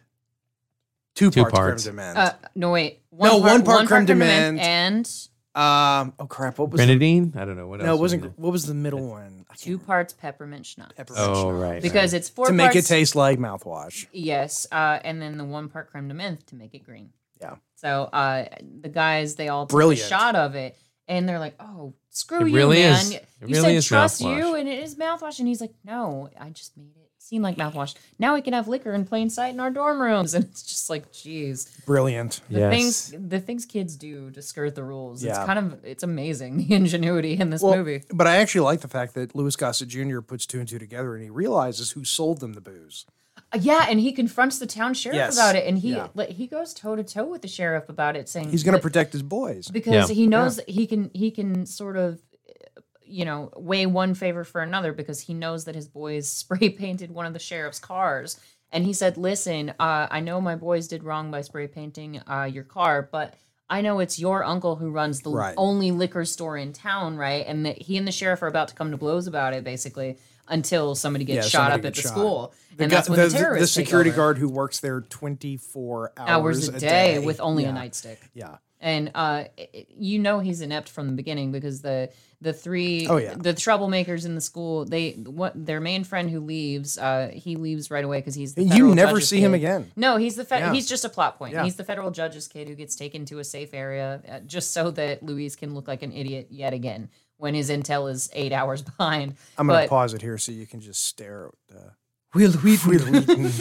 Speaker 2: two,
Speaker 5: Two
Speaker 2: parts,
Speaker 5: parts.
Speaker 2: creme de menthe.
Speaker 3: Uh, no, wait. One
Speaker 2: No,
Speaker 3: part,
Speaker 2: one part creme de
Speaker 3: menthe
Speaker 2: menthe.
Speaker 3: and
Speaker 2: um, oh crap, what was the-
Speaker 5: Grenadine? I don't know what else.
Speaker 2: No, it
Speaker 5: was in
Speaker 2: wasn't. What was the middle one? I
Speaker 3: two
Speaker 2: can't
Speaker 3: parts peppermint schnapps.
Speaker 2: remember.
Speaker 5: Oh, right.
Speaker 3: Because it's four
Speaker 2: to
Speaker 3: parts.
Speaker 2: make it taste like mouthwash.
Speaker 3: Yes, uh, and then the one part creme de menthe to make it green.
Speaker 2: Yeah.
Speaker 3: So uh, the guys they all
Speaker 2: Brilliant.
Speaker 3: took a shot of it, and they're like, "Oh, screw
Speaker 5: It
Speaker 3: you,
Speaker 5: really
Speaker 3: man!
Speaker 5: is-
Speaker 3: you
Speaker 5: it really
Speaker 3: said
Speaker 5: is
Speaker 3: trust you,
Speaker 5: mouthwash."
Speaker 3: and it is mouthwash." And he's like, "No, I just made it seem like mouthwash. Now we can have liquor in plain sight in our dorm rooms." And it's just like, "Jeez,
Speaker 2: Brilliant.
Speaker 3: the
Speaker 5: Yes.
Speaker 3: things the things kids do to skirt the rules.
Speaker 2: Yeah.
Speaker 3: It's kind of it's amazing the ingenuity in this
Speaker 2: Well,
Speaker 3: movie.
Speaker 2: But I actually like the fact that Louis Gossett Jr. puts two and two together and he realizes who sold them the booze.
Speaker 3: Uh, Yeah, and he confronts the town sheriff
Speaker 2: Yes.
Speaker 3: about it, and he
Speaker 2: Yeah.
Speaker 3: like, he goes toe to toe with the sheriff about it, saying
Speaker 2: He's going to
Speaker 3: "But-
Speaker 2: protect his boys.
Speaker 3: because
Speaker 5: Yeah.
Speaker 3: he knows that he can he can sort of you know weigh one favor for another because he knows that his boys spray painted one of the sheriff's cars and he said listen uh, i know my boys did wrong by spray painting uh, your car but i know it's your uncle who runs the
Speaker 2: Right.
Speaker 3: only liquor store in town right and that he and the sheriff are about to come to blows about it basically until somebody gets
Speaker 2: Yeah,
Speaker 3: shot
Speaker 2: somebody
Speaker 3: up at
Speaker 2: gets
Speaker 3: the
Speaker 2: shot.
Speaker 3: school and
Speaker 2: Got-
Speaker 3: that's when the,
Speaker 2: the-
Speaker 3: terrorists
Speaker 2: the
Speaker 3: take
Speaker 2: security
Speaker 3: over.
Speaker 2: guard who works there 24 hours,
Speaker 3: hours a day, with only a nightstick
Speaker 2: Yeah.
Speaker 3: and uh, i- i- you know he's inept from the beginning because the the three
Speaker 2: Oh, yeah.
Speaker 3: the troublemakers in the school they what their main friend who leaves uh, he leaves right away because he's the
Speaker 2: You
Speaker 3: federal
Speaker 2: never
Speaker 3: judge's
Speaker 2: see him
Speaker 3: kid.
Speaker 2: again.
Speaker 3: No, he's the fe-
Speaker 2: Yeah.
Speaker 3: he's just a plot point.
Speaker 2: Yeah.
Speaker 3: He's the federal judge's kid who gets taken to a safe area uh, just so that Louise can look like an idiot yet again when his intel is eight hours behind.
Speaker 2: I'm going to
Speaker 3: But-
Speaker 2: pause it here so you can just stare at uh, Will Wheaton. Will Wheaton.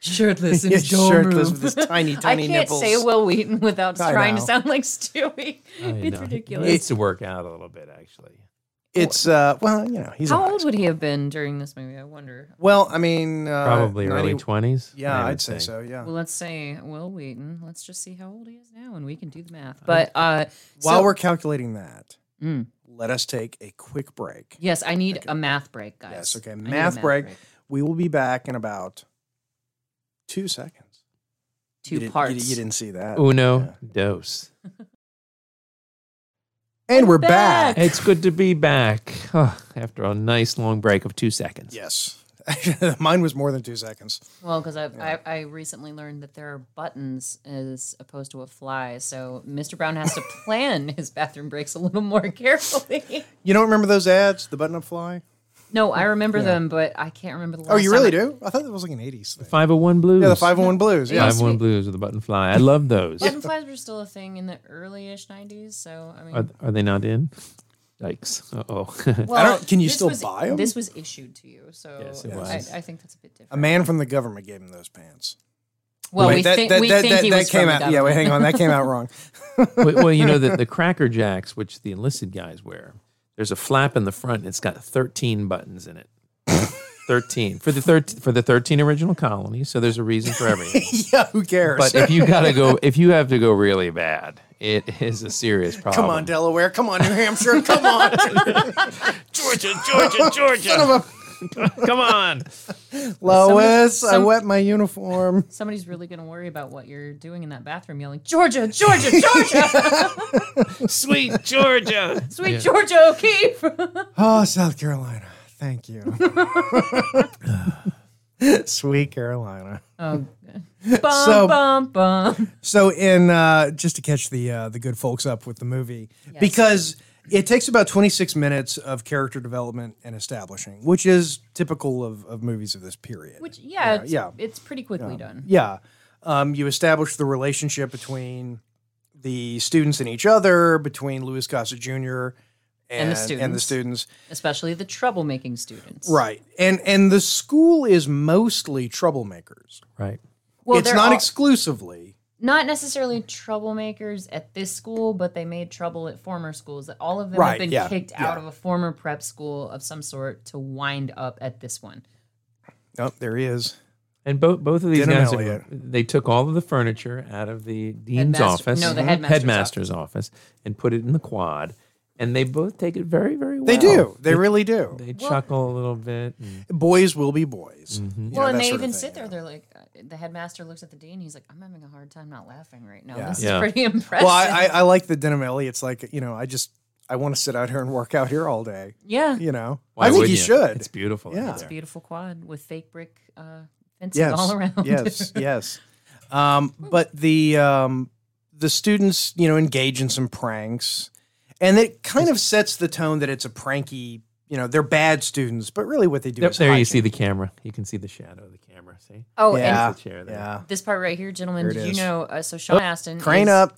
Speaker 3: shirtless in
Speaker 2: Yeah,
Speaker 3: his dorm
Speaker 2: shirtless
Speaker 3: room.
Speaker 2: with his tiny,
Speaker 3: I
Speaker 2: tiny
Speaker 3: can't
Speaker 2: nipples.
Speaker 3: say Will Wheaton without
Speaker 2: I
Speaker 3: trying
Speaker 2: know.
Speaker 3: to sound like Stewie.
Speaker 5: I
Speaker 3: It's
Speaker 5: know.
Speaker 3: ridiculous.
Speaker 5: He needs to work out a little bit, actually.
Speaker 2: it's, uh, well, you know, he's
Speaker 3: How
Speaker 2: a-
Speaker 3: old would he have been during this movie? I wonder.
Speaker 2: Well, I mean, uh,
Speaker 5: Probably
Speaker 2: 90
Speaker 5: early 20s. I
Speaker 2: Yeah,
Speaker 5: would
Speaker 2: I'd say so. Yeah.
Speaker 3: Well, let's say Will Wheaton. Let's just see how old he is now, and we can do the math. But uh,
Speaker 2: While
Speaker 3: so-
Speaker 2: we're calculating that,
Speaker 3: Mm.
Speaker 2: let us take a quick break.
Speaker 3: yes, I need a math break, guys.
Speaker 2: Yes, okay.
Speaker 3: I need a
Speaker 2: Math break. We will be back in about two seconds.
Speaker 3: Two
Speaker 2: You didn't- you
Speaker 3: parts.
Speaker 2: didn't- You, didn't see that.
Speaker 5: Uno
Speaker 2: Yeah.
Speaker 5: dos.
Speaker 2: And we're
Speaker 3: We're back.
Speaker 2: back.
Speaker 5: It's good to be back Huh, after a nice long break of two seconds.
Speaker 2: Yes. Mine was more than two seconds.
Speaker 3: Well, because I, I I recently learned that there are buttons as opposed to a fly, so Mr. Brown has to plan his bathroom breaks a little more carefully.
Speaker 2: You don't remember those ads, the button up fly?
Speaker 3: no, I remember them, but I can't remember the last.
Speaker 2: Oh, you
Speaker 3: time
Speaker 2: really
Speaker 3: I-
Speaker 2: do? I thought that was like an 80s thing.
Speaker 5: 501 Blues.
Speaker 2: Yeah, the 501 Blues. Yeah.
Speaker 5: 501 Blues with the button fly. I love those.
Speaker 3: Button flies were still a thing in the early-ish '90s, so I mean,
Speaker 5: Are, are they not in? Yikes. Uh oh.
Speaker 3: well,
Speaker 2: don't- can you
Speaker 3: this
Speaker 2: still
Speaker 3: was-
Speaker 2: buy 'em?
Speaker 3: This was issued to you, so
Speaker 5: Yes, it
Speaker 3: I,
Speaker 5: was.
Speaker 3: I think that's a bit different.
Speaker 2: A man from the government gave him those pants.
Speaker 3: Well,
Speaker 2: Wait,
Speaker 3: we think we think he was
Speaker 2: came
Speaker 3: from
Speaker 2: out.
Speaker 3: The
Speaker 2: Yeah, wait,
Speaker 3: government.
Speaker 2: hang on. That came out wrong.
Speaker 5: well, well, you know that the Cracker Jacks, which the enlisted guys wear, there's a flap in the front and it's got 13 buttons in it. 13 for the thir- for the 13 original colonies. So there's a reason for everything.
Speaker 2: yeah, who cares?
Speaker 5: But if you gotta go, if you have to go really bad, it is a serious problem.
Speaker 2: Come on, Delaware. Come on, New Hampshire. Come on.
Speaker 5: Georgia, Georgia, Georgia. Come on.
Speaker 2: Lois, I
Speaker 3: some-
Speaker 2: wet my uniform.
Speaker 3: Somebody's really going to worry about what you're doing in that bathroom, yelling Georgia, Georgia, Georgia,
Speaker 5: Sweet Georgia.
Speaker 3: sweet Georgia O'Keefe.
Speaker 2: Oh, South Carolina. Thank you. Sweet Carolina.
Speaker 3: oh, good. bum
Speaker 2: So-
Speaker 3: bum bum.
Speaker 2: So, in uh, just to catch the uh, the good folks up with the movie, because it takes about 26 minutes of character development and establishing, which is typical of, of movies of this period.
Speaker 3: Which yeah, it's,
Speaker 2: yeah.
Speaker 3: it's pretty quickly done.
Speaker 2: Yeah. Um, you establish the relationship between the students and each other, between Louis Gossett Jr. and,
Speaker 3: And the
Speaker 2: And the
Speaker 3: students.
Speaker 2: students.
Speaker 3: Especially the troublemaking students.
Speaker 2: Right. And and the school is mostly troublemakers.
Speaker 5: Right.
Speaker 3: Well,
Speaker 2: it's
Speaker 3: they're
Speaker 2: not
Speaker 3: all-
Speaker 2: exclusively.
Speaker 3: not necessarily troublemakers at this school, but they made trouble at former schools. All of them
Speaker 2: Right,
Speaker 3: have been
Speaker 2: yeah,
Speaker 3: kicked
Speaker 2: yeah.
Speaker 3: out of a former prep school of some sort to wind up at this one.
Speaker 2: Oh, there he is.
Speaker 5: And both both of these
Speaker 2: Denham
Speaker 5: guys,
Speaker 2: Elliott.
Speaker 5: they took all of the furniture out of the dean's
Speaker 3: Headmaster-
Speaker 5: office,
Speaker 3: no, the headmaster's
Speaker 5: office. and put it in the quad. and they both take it very, very well.
Speaker 2: They do. They really do.
Speaker 5: They chuckle a little bit. and-
Speaker 2: boys will be boys.
Speaker 5: Mm-hmm.
Speaker 2: You know,
Speaker 3: well, and
Speaker 2: that
Speaker 3: they
Speaker 2: sort of
Speaker 3: even
Speaker 2: thing,
Speaker 3: sit there.
Speaker 2: yeah.
Speaker 3: They're like, uh, the headmaster looks at the dean. He's like, I'm having a hard time not laughing right now.
Speaker 2: Yeah.
Speaker 3: This
Speaker 5: Yeah.
Speaker 3: is pretty impressive.
Speaker 2: Well, I, I, I like the denim Ellie. It's like you know, I just I want to sit out here and work out here all day.
Speaker 3: yeah.
Speaker 2: You know,
Speaker 5: Why
Speaker 2: I think
Speaker 5: wouldn't
Speaker 2: you should.
Speaker 5: It's beautiful. out
Speaker 2: Yeah.
Speaker 5: there.
Speaker 3: Beautiful quad with fake brick uh, fences
Speaker 2: yes,
Speaker 3: all around.
Speaker 2: yes, yes. Um, but the um, the students, you know, engage in some pranks, and it kind of sets the tone that it's a pranky. You know, they're bad students, but really what they do
Speaker 5: Yep,
Speaker 2: is
Speaker 5: there you
Speaker 2: hijink.
Speaker 5: see the camera. You can see the shadow of the camera. See?
Speaker 3: oh,
Speaker 2: Yeah,
Speaker 5: the chair there.
Speaker 2: yeah.
Speaker 3: and this part right here, gentlemen,
Speaker 2: Here it
Speaker 3: did
Speaker 2: is. Oh,
Speaker 3: you know? Uh, so Sean Aston.
Speaker 2: Crane
Speaker 3: is-
Speaker 2: up.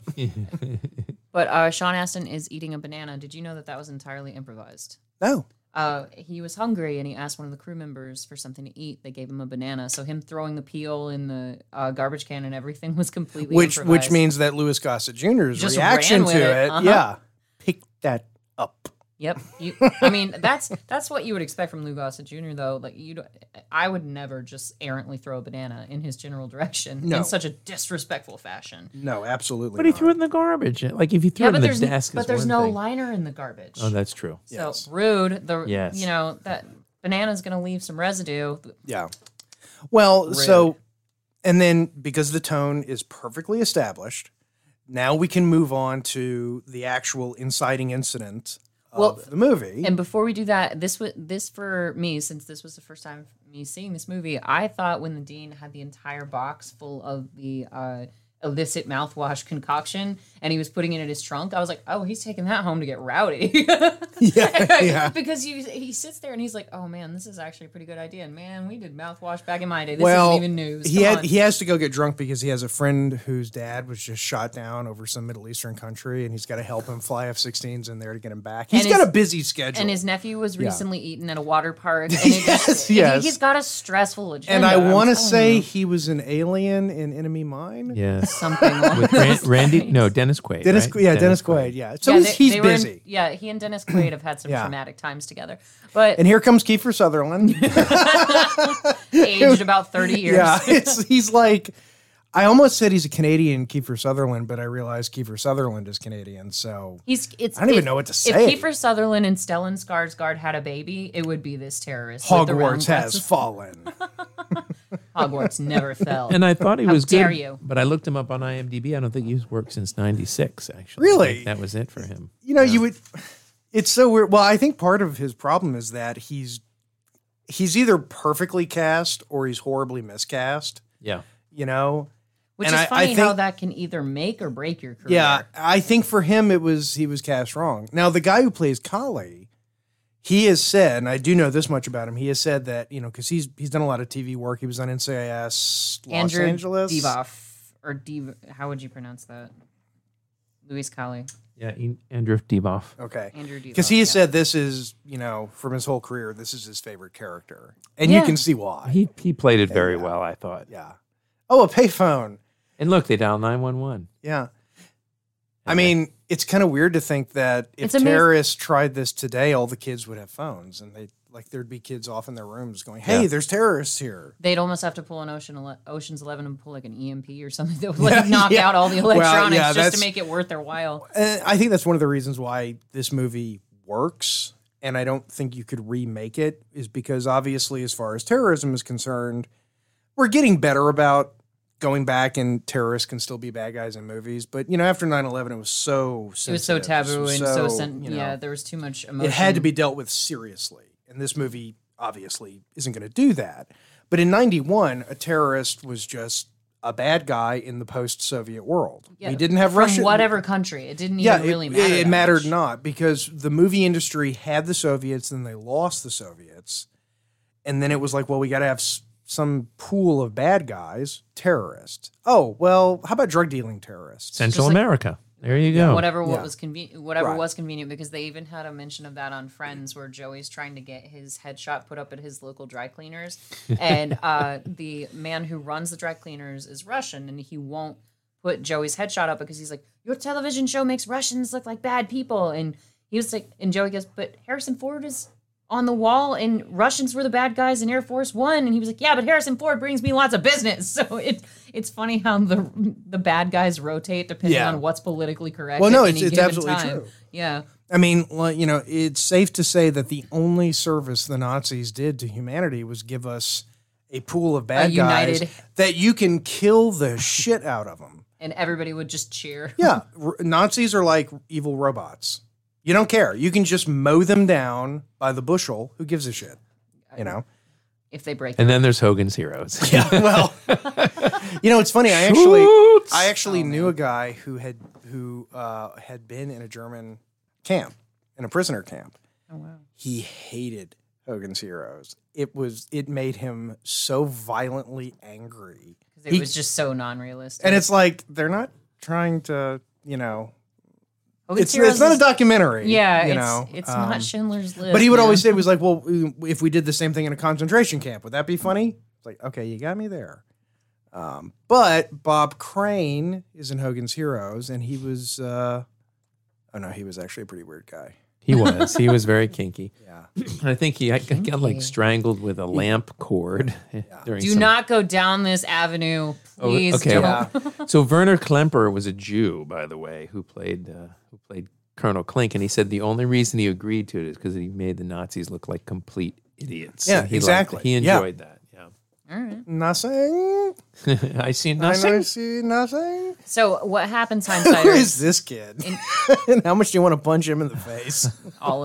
Speaker 3: But uh, Sean Aston is eating a banana. Did you know that that was entirely improvised?
Speaker 2: No.
Speaker 3: Uh, he was hungry and he asked one of the crew members for something to eat. They gave him a banana. So him throwing the peel in the uh, garbage can and everything was completely
Speaker 2: which which
Speaker 3: improvised.
Speaker 2: means that Louis Gossett Jr.'s
Speaker 3: Just
Speaker 2: reaction
Speaker 3: ran with
Speaker 2: to it,
Speaker 3: it, uh-huh.
Speaker 2: yeah, pick that up.
Speaker 3: Yep. You, I mean, that's that's what you would expect from Lou Gossett Jr. Though, like you, don't- I would never just errantly throw a banana in his general direction
Speaker 2: No.
Speaker 3: in such a disrespectful fashion.
Speaker 2: No, absolutely.
Speaker 5: But he
Speaker 2: not.
Speaker 5: threw it in the garbage. Like if you threw
Speaker 3: yeah,
Speaker 5: it in
Speaker 3: but
Speaker 5: the
Speaker 3: there's
Speaker 5: desk,
Speaker 3: but
Speaker 5: is
Speaker 3: there's
Speaker 5: one
Speaker 3: no
Speaker 5: thing.
Speaker 3: liner in the garbage.
Speaker 5: Oh, that's true.
Speaker 3: so rude. The
Speaker 5: Yes.
Speaker 3: you know that banana's gonna leave some residue.
Speaker 2: Yeah. Well, so, and then because the tone is perfectly established, now we can move on to the actual inciting incident of
Speaker 3: Well,
Speaker 2: the movie.
Speaker 3: And before we do that, this was this for me since this was the first time me seeing this movie. I thought when the dean had the entire box full of the uh, illicit mouthwash concoction and he was putting it in his trunk, I was like, oh, he's taking that home to get rowdy.
Speaker 2: yeah, yeah.
Speaker 3: because you, he sits there and he's like, oh man, this is actually a pretty good idea. And man, we did mouthwash back in my day. This
Speaker 2: well,
Speaker 3: isn't even news.
Speaker 2: he
Speaker 3: Come
Speaker 2: had
Speaker 3: on.
Speaker 2: he has to go get drunk because he has a friend whose dad was just shot down over some Middle Eastern country, and he's got to help him fly F-16s in there to get him back. He's
Speaker 3: And
Speaker 2: got
Speaker 3: his-
Speaker 2: a busy schedule.
Speaker 3: and his nephew was recently eaten at a water park. And it just,
Speaker 2: yes.
Speaker 3: He's got a stressful agenda.
Speaker 2: and I
Speaker 3: I'm
Speaker 2: want to
Speaker 3: telling
Speaker 2: say
Speaker 3: you.
Speaker 2: he was an alien in Enemy Mine.
Speaker 5: Yes.
Speaker 3: something. along
Speaker 5: With Ran- Randy, no, Dennis Quaid.
Speaker 2: Dennis,
Speaker 5: right?
Speaker 2: yeah, Dennis, Quaid, yeah. So
Speaker 3: yeah,
Speaker 2: he's,
Speaker 3: they-
Speaker 2: he's
Speaker 3: they were in-
Speaker 2: busy.
Speaker 3: yeah, he and Dennis Quaid have had some
Speaker 2: Yeah.
Speaker 3: traumatic times together, but
Speaker 2: And here comes Kiefer Sutherland.
Speaker 3: aged about thirty years.
Speaker 2: yeah, it's he's like I almost said he's a Canadian Kiefer Sutherland, but I realized Kiefer Sutherland is Canadian, so
Speaker 3: He's it's.
Speaker 2: I don't even know what to say.
Speaker 3: If Kiefer Sutherland and Stellan Skarsgård had a baby, it would be this terrorist. with the round
Speaker 2: Hogwarts has
Speaker 3: glasses.
Speaker 2: fallen.
Speaker 3: Hogwarts never fell.
Speaker 5: And I thought he
Speaker 3: How
Speaker 5: was
Speaker 3: dare
Speaker 5: good,
Speaker 3: you.
Speaker 5: but I looked him up on IMDb. I don't think he's worked since '96. Actually, I
Speaker 2: Really?
Speaker 5: think that was it for him.
Speaker 2: You know, you would it's so weird. Well, I think part of his problem is that he's he's either perfectly cast or he's horribly miscast,
Speaker 5: Yeah,
Speaker 2: you know?
Speaker 3: Which
Speaker 2: and
Speaker 3: is
Speaker 2: I- I
Speaker 3: funny how
Speaker 2: think-
Speaker 3: that can either make or break your career.
Speaker 2: Yeah, I think for him it was he was cast wrong. Now the guy who plays Kali, he has said, and I do know this much about him. He has said that you know because he's he's done a lot of TV work. He was on NCIS Los
Speaker 3: Andrew
Speaker 2: Angeles.
Speaker 3: Devoff or Div. How would you pronounce that? Luis Colley.
Speaker 5: yeah. Ian- Andrew Deboff.
Speaker 2: Okay,
Speaker 3: Andrew Devoff.
Speaker 2: because he has
Speaker 3: yeah.
Speaker 2: said this is you know from his whole career this is his favorite character, and you
Speaker 3: Yeah.
Speaker 2: can see why.
Speaker 5: Uh, He he played it very well, I thought.
Speaker 2: yeah. Oh, a payphone.
Speaker 5: And look, they dialed nine one one.
Speaker 2: Yeah. I mean, it's kind of weird to think that if
Speaker 3: It's amaz-
Speaker 2: terrorists tried this today, all the kids would have phones and they like there'd be kids off in their rooms going, "Hey, there's terrorists here."
Speaker 3: They'd almost have to pull an Ocean Ele- Ocean's Eleven and pull like an EMP or something that would like knock
Speaker 2: yeah.
Speaker 3: out all the
Speaker 2: Well, yeah,
Speaker 3: electronics just
Speaker 2: that's-
Speaker 3: to make it worth their while.
Speaker 2: And Uh, I think that's one of the reasons why this movie works and I don't think you could remake it is because obviously as far as terrorism is concerned, we're getting better about going back and terrorists can still be bad guys in movies, but you know, after 9/11 it was so
Speaker 3: It was so
Speaker 2: sensitive.
Speaker 3: taboo and so, sen-
Speaker 2: you know,
Speaker 3: yeah, there was too much emotion.
Speaker 2: it had to be dealt with seriously. And this movie obviously isn't going to do that. But in 91, a terrorist was just a bad guy in the post Soviet world.
Speaker 3: Yeah,
Speaker 2: we didn't have
Speaker 3: from
Speaker 2: Russia.
Speaker 3: whatever country. It didn't
Speaker 2: Yeah,
Speaker 3: even really
Speaker 2: it,
Speaker 3: matter.
Speaker 2: it
Speaker 3: that
Speaker 2: mattered
Speaker 3: much.
Speaker 2: not because the movie industry had the Soviets, then they lost the Soviets. And then it was like, well, we got to have s- some pool of bad guys, terrorists. Oh, well, how about drug dealing terrorists?
Speaker 5: Central
Speaker 3: like-
Speaker 5: America. There you go.
Speaker 3: Whatever what
Speaker 2: Yeah.
Speaker 3: was convenient, whatever
Speaker 2: Right.
Speaker 3: was convenient, because they even had a mention of that on Friends, where Joey's trying to get his headshot put up at his local dry cleaners, and uh, the man who runs the dry cleaners is Russian, and he won't put Joey's headshot up because he's like, "Your television show makes Russians look like bad people," and he was like, and Joey goes, "But Harrison Ford is." On the wall, and Russians were the bad guys in Air Force One, and he was like, "Yeah, but Harrison Ford brings me lots of business." So it it's funny how the the bad guys rotate depending
Speaker 2: Yeah.
Speaker 3: on what's politically correct
Speaker 2: Well, no,
Speaker 3: at
Speaker 2: it's-
Speaker 3: any
Speaker 2: it's
Speaker 3: given
Speaker 2: absolutely
Speaker 3: time.
Speaker 2: true.
Speaker 3: Yeah,
Speaker 2: I mean, like, you know, it's safe to say that the only service the Nazis did to humanity was give us a pool of bad guys
Speaker 3: united-
Speaker 2: that you can kill the shit out of them.
Speaker 3: and everybody would just cheer.
Speaker 2: Yeah, r- Nazis are like evil robots. You don't care. You can just mow them down by the bushel. Who gives a shit? You know.
Speaker 3: if they break.
Speaker 5: And then there's Hogan's Heroes. Yeah.
Speaker 2: well, you know, it's funny. I actually, I actually knew a guy who had who uh, had been in a German camp, in a prisoner camp.
Speaker 3: Oh wow!
Speaker 2: He hated Hogan's Heroes. It was it made him so violently angry,
Speaker 3: Because it
Speaker 2: He-
Speaker 3: was just so non-realistic.
Speaker 2: and it's like they're not trying to, you know,
Speaker 3: Hogan's
Speaker 2: it's
Speaker 3: Oh, Heroes
Speaker 2: it's not a
Speaker 3: is-
Speaker 2: documentary.
Speaker 3: Yeah,
Speaker 2: you
Speaker 3: it's,
Speaker 2: know,
Speaker 3: it's
Speaker 2: um,
Speaker 3: not Schindler's List.
Speaker 2: But he would
Speaker 3: man.
Speaker 2: always say, it was like, well, if we did the same thing in a concentration camp, would that be funny? It's like, okay, you got me there. Um, but Bob Crane is in Hogan's Heroes, and he was, uh, oh no, he was actually a pretty weird guy.
Speaker 5: He was. He was very kinky.
Speaker 2: Yeah.
Speaker 5: I think he I got, got,
Speaker 3: Kinky.
Speaker 5: like strangled with a lamp cord during
Speaker 3: "Do
Speaker 5: some-
Speaker 3: not go down this avenue,
Speaker 5: Oh,
Speaker 3: please."
Speaker 5: okay.
Speaker 3: Don't.
Speaker 2: Yeah.
Speaker 5: So Werner Klemperer was a Jew, by the way, who played uh, who played Colonel Klink, and he said the only reason he agreed to it is because he made the Nazis look like complete idiots.
Speaker 2: Yeah,
Speaker 5: And he liked-
Speaker 2: exactly.
Speaker 5: he
Speaker 2: Yeah.
Speaker 5: enjoyed
Speaker 3: All right.
Speaker 2: Nothing.
Speaker 5: that. Yeah, I see
Speaker 2: I know
Speaker 5: nothing.
Speaker 2: see nothing.
Speaker 3: So what happens,
Speaker 2: Who
Speaker 3: hindsight?
Speaker 2: is this kid? and how much do you want to punch him in the face?
Speaker 3: all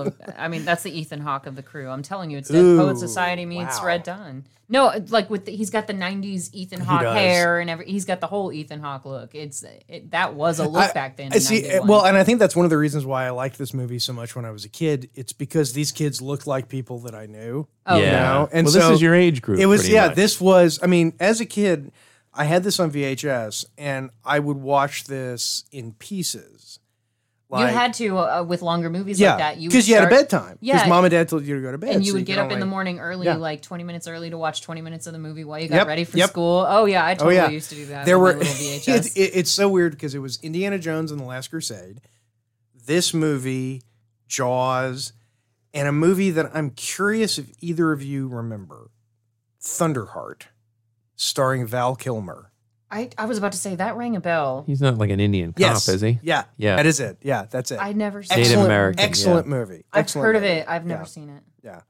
Speaker 3: of I mean that's the Ethan Hawke of the crew. I'm telling you, it's
Speaker 2: Ooh,
Speaker 3: Dead Poet Society meets
Speaker 2: wow.
Speaker 3: Red Dawn. No, like with the, he's got the '90s Ethan Hawke
Speaker 2: does.
Speaker 3: hair and every he's got the whole Ethan Hawke look. It's it, that was a look
Speaker 2: I-
Speaker 3: back then.
Speaker 2: I
Speaker 3: in
Speaker 2: see. eh,
Speaker 3: 91.
Speaker 2: Well, and I think that's one of the reasons why I liked this movie so much when I was a kid. It's because these kids looked like people that I knew.
Speaker 3: Oh,
Speaker 5: yeah.
Speaker 2: know, and
Speaker 5: well,
Speaker 2: so
Speaker 5: this is your age group.
Speaker 2: It was
Speaker 5: pretty
Speaker 2: yeah.
Speaker 5: much.
Speaker 2: This was. I mean, as a kid, I had this on VHS, and I would watch this in pieces.
Speaker 3: you had to uh, with longer movies
Speaker 2: yeah,
Speaker 3: like that. You would
Speaker 2: because you, had a
Speaker 3: start-
Speaker 2: bedtime.
Speaker 3: Yeah.
Speaker 2: because mom and dad told you to go to bed,
Speaker 3: and you
Speaker 2: so
Speaker 3: would get
Speaker 2: could
Speaker 3: up in the
Speaker 2: only-
Speaker 3: morning early,
Speaker 2: Yeah.
Speaker 3: like 20 minutes early to watch 20 minutes of the movie while you got
Speaker 2: Yep,
Speaker 3: ready for
Speaker 2: yep.
Speaker 3: school. Oh yeah, I
Speaker 2: Oh
Speaker 3: totally
Speaker 2: yeah,
Speaker 3: used to do that.
Speaker 2: There
Speaker 3: with
Speaker 2: were
Speaker 3: my little VHS.
Speaker 2: It, it, it's so weird because it was Indiana Jones and the Last Crusade, this movie, Jaws, and a movie that I'm curious if either of you remember, Thunderheart, starring Val Kilmer.
Speaker 3: I, I was about to say that rang a bell.
Speaker 5: He's not like an Indian cop,
Speaker 2: Yes,
Speaker 5: is he?
Speaker 2: Yeah,
Speaker 5: Yeah.
Speaker 2: that is it. Yeah, that's it.
Speaker 3: I never seen it.
Speaker 5: Native
Speaker 2: excellent,
Speaker 5: American, yeah.
Speaker 2: Excellent movie.
Speaker 3: I've
Speaker 2: Excellent
Speaker 3: heard of
Speaker 2: movie.
Speaker 3: it. I've never
Speaker 2: Yeah.
Speaker 3: seen it.
Speaker 2: Yeah.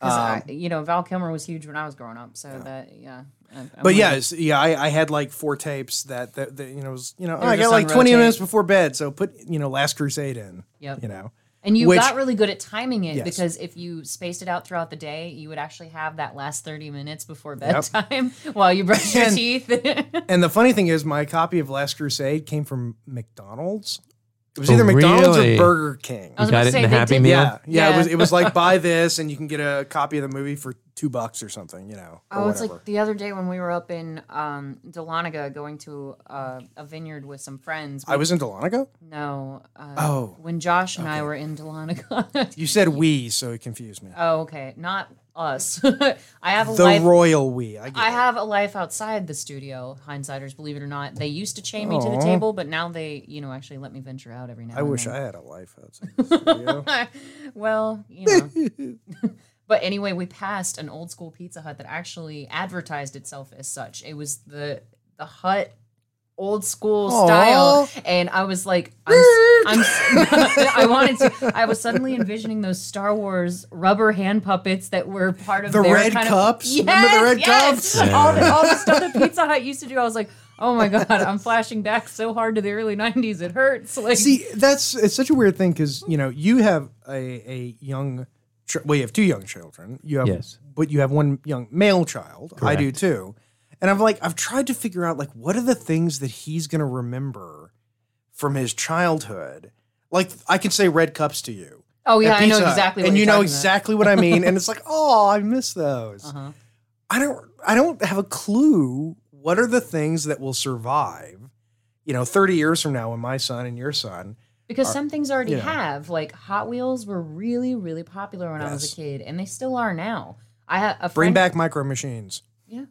Speaker 3: 'Cause I-
Speaker 2: Um,
Speaker 3: you know, Val Kilmer was huge when I was growing up. So that, yeah. I- I'm
Speaker 2: but
Speaker 3: with
Speaker 2: yeah,
Speaker 3: you.
Speaker 2: it's- yeah, I, I had like four tapes that, that, that you know was you know "Oh,
Speaker 3: They
Speaker 2: I
Speaker 3: were
Speaker 2: got
Speaker 3: just
Speaker 2: like
Speaker 3: on
Speaker 2: twenty
Speaker 3: rotate.
Speaker 2: minutes before bed, so put you know Last Crusade in,
Speaker 3: Yep.
Speaker 2: you know.
Speaker 3: and you
Speaker 2: which-
Speaker 3: got really good at timing it
Speaker 2: Yes.
Speaker 3: because if you spaced it out throughout the day, you would actually have that last 30 minutes before bedtime while you brush your
Speaker 2: And-
Speaker 3: teeth.
Speaker 2: And the funny thing is, my copy of Last Crusade came from McDonald's. It was
Speaker 5: Oh,
Speaker 2: either McDonald's
Speaker 5: really?
Speaker 2: or Burger King.
Speaker 3: I was about
Speaker 5: Got
Speaker 3: to
Speaker 5: it
Speaker 3: say
Speaker 5: in the
Speaker 3: they
Speaker 5: Happy
Speaker 3: did-
Speaker 5: Meal.
Speaker 2: yeah, yeah,
Speaker 3: Yeah.
Speaker 2: It was it was like buy this and you can get a copy of the movie for two bucks or something, you know. Or
Speaker 3: Oh, it's
Speaker 2: whatever.
Speaker 3: like the other day when we were up in um, Dahlonega going to uh, a vineyard with some friends.
Speaker 2: I was in Dahlonega.
Speaker 3: no. Uh,
Speaker 2: Oh.
Speaker 3: When Josh and I were in Dahlonega.
Speaker 2: You said we, so it confused me.
Speaker 3: oh, okay. Not us. I have a
Speaker 2: the
Speaker 3: life.
Speaker 2: royal we. I, get
Speaker 3: I
Speaker 2: it.
Speaker 3: have a life outside the studio, hindsiders, believe it or not. They used to chain me to the table, but now they, you know, actually let me venture out every now
Speaker 2: I
Speaker 3: and
Speaker 2: wish
Speaker 3: then.
Speaker 2: I had a life outside the studio.
Speaker 3: Well, you know. but anyway, we passed an old school Pizza Hut that actually advertised itself as such. It was the the hut old school style and i was like I'm, I'm, i wanted to i was suddenly envisioning those star wars rubber hand puppets that were part of
Speaker 2: The
Speaker 3: their
Speaker 2: red
Speaker 3: kind
Speaker 2: cups?
Speaker 3: of,
Speaker 2: Remember the
Speaker 3: Yes,
Speaker 2: red
Speaker 3: yes.
Speaker 2: cups?
Speaker 3: all, the, all the stuff that pizza hut used to do i was like oh my god i'm flashing back so hard to the early 90s it hurts like
Speaker 2: See, that's it's such a weird thing because you know you have a a young, ch- well, you have two young children. You have,
Speaker 5: Yes.
Speaker 2: but you have one young male child. I do too, and I'm like, I've tried to figure out like what are the things that he's gonna remember from his childhood. Like I can say red cups to you.
Speaker 3: oh yeah
Speaker 2: at
Speaker 3: i know
Speaker 2: Pizza Hut,
Speaker 3: exactly what
Speaker 2: and
Speaker 3: you're
Speaker 2: you know
Speaker 3: talking about.
Speaker 2: exactly what I mean. And it's like, oh, I miss those.
Speaker 3: Uh-huh.
Speaker 2: I don't I don't have a clue what are the things that will survive, you know, 30 years from now when my son and your son.
Speaker 3: Because some things already
Speaker 2: you know.
Speaker 3: have, like Hot Wheels were really, really popular when I was
Speaker 2: Yes.
Speaker 3: a kid, and they still are now. I have a
Speaker 2: Bring
Speaker 3: friend,
Speaker 2: back micro machines.
Speaker 3: yeah,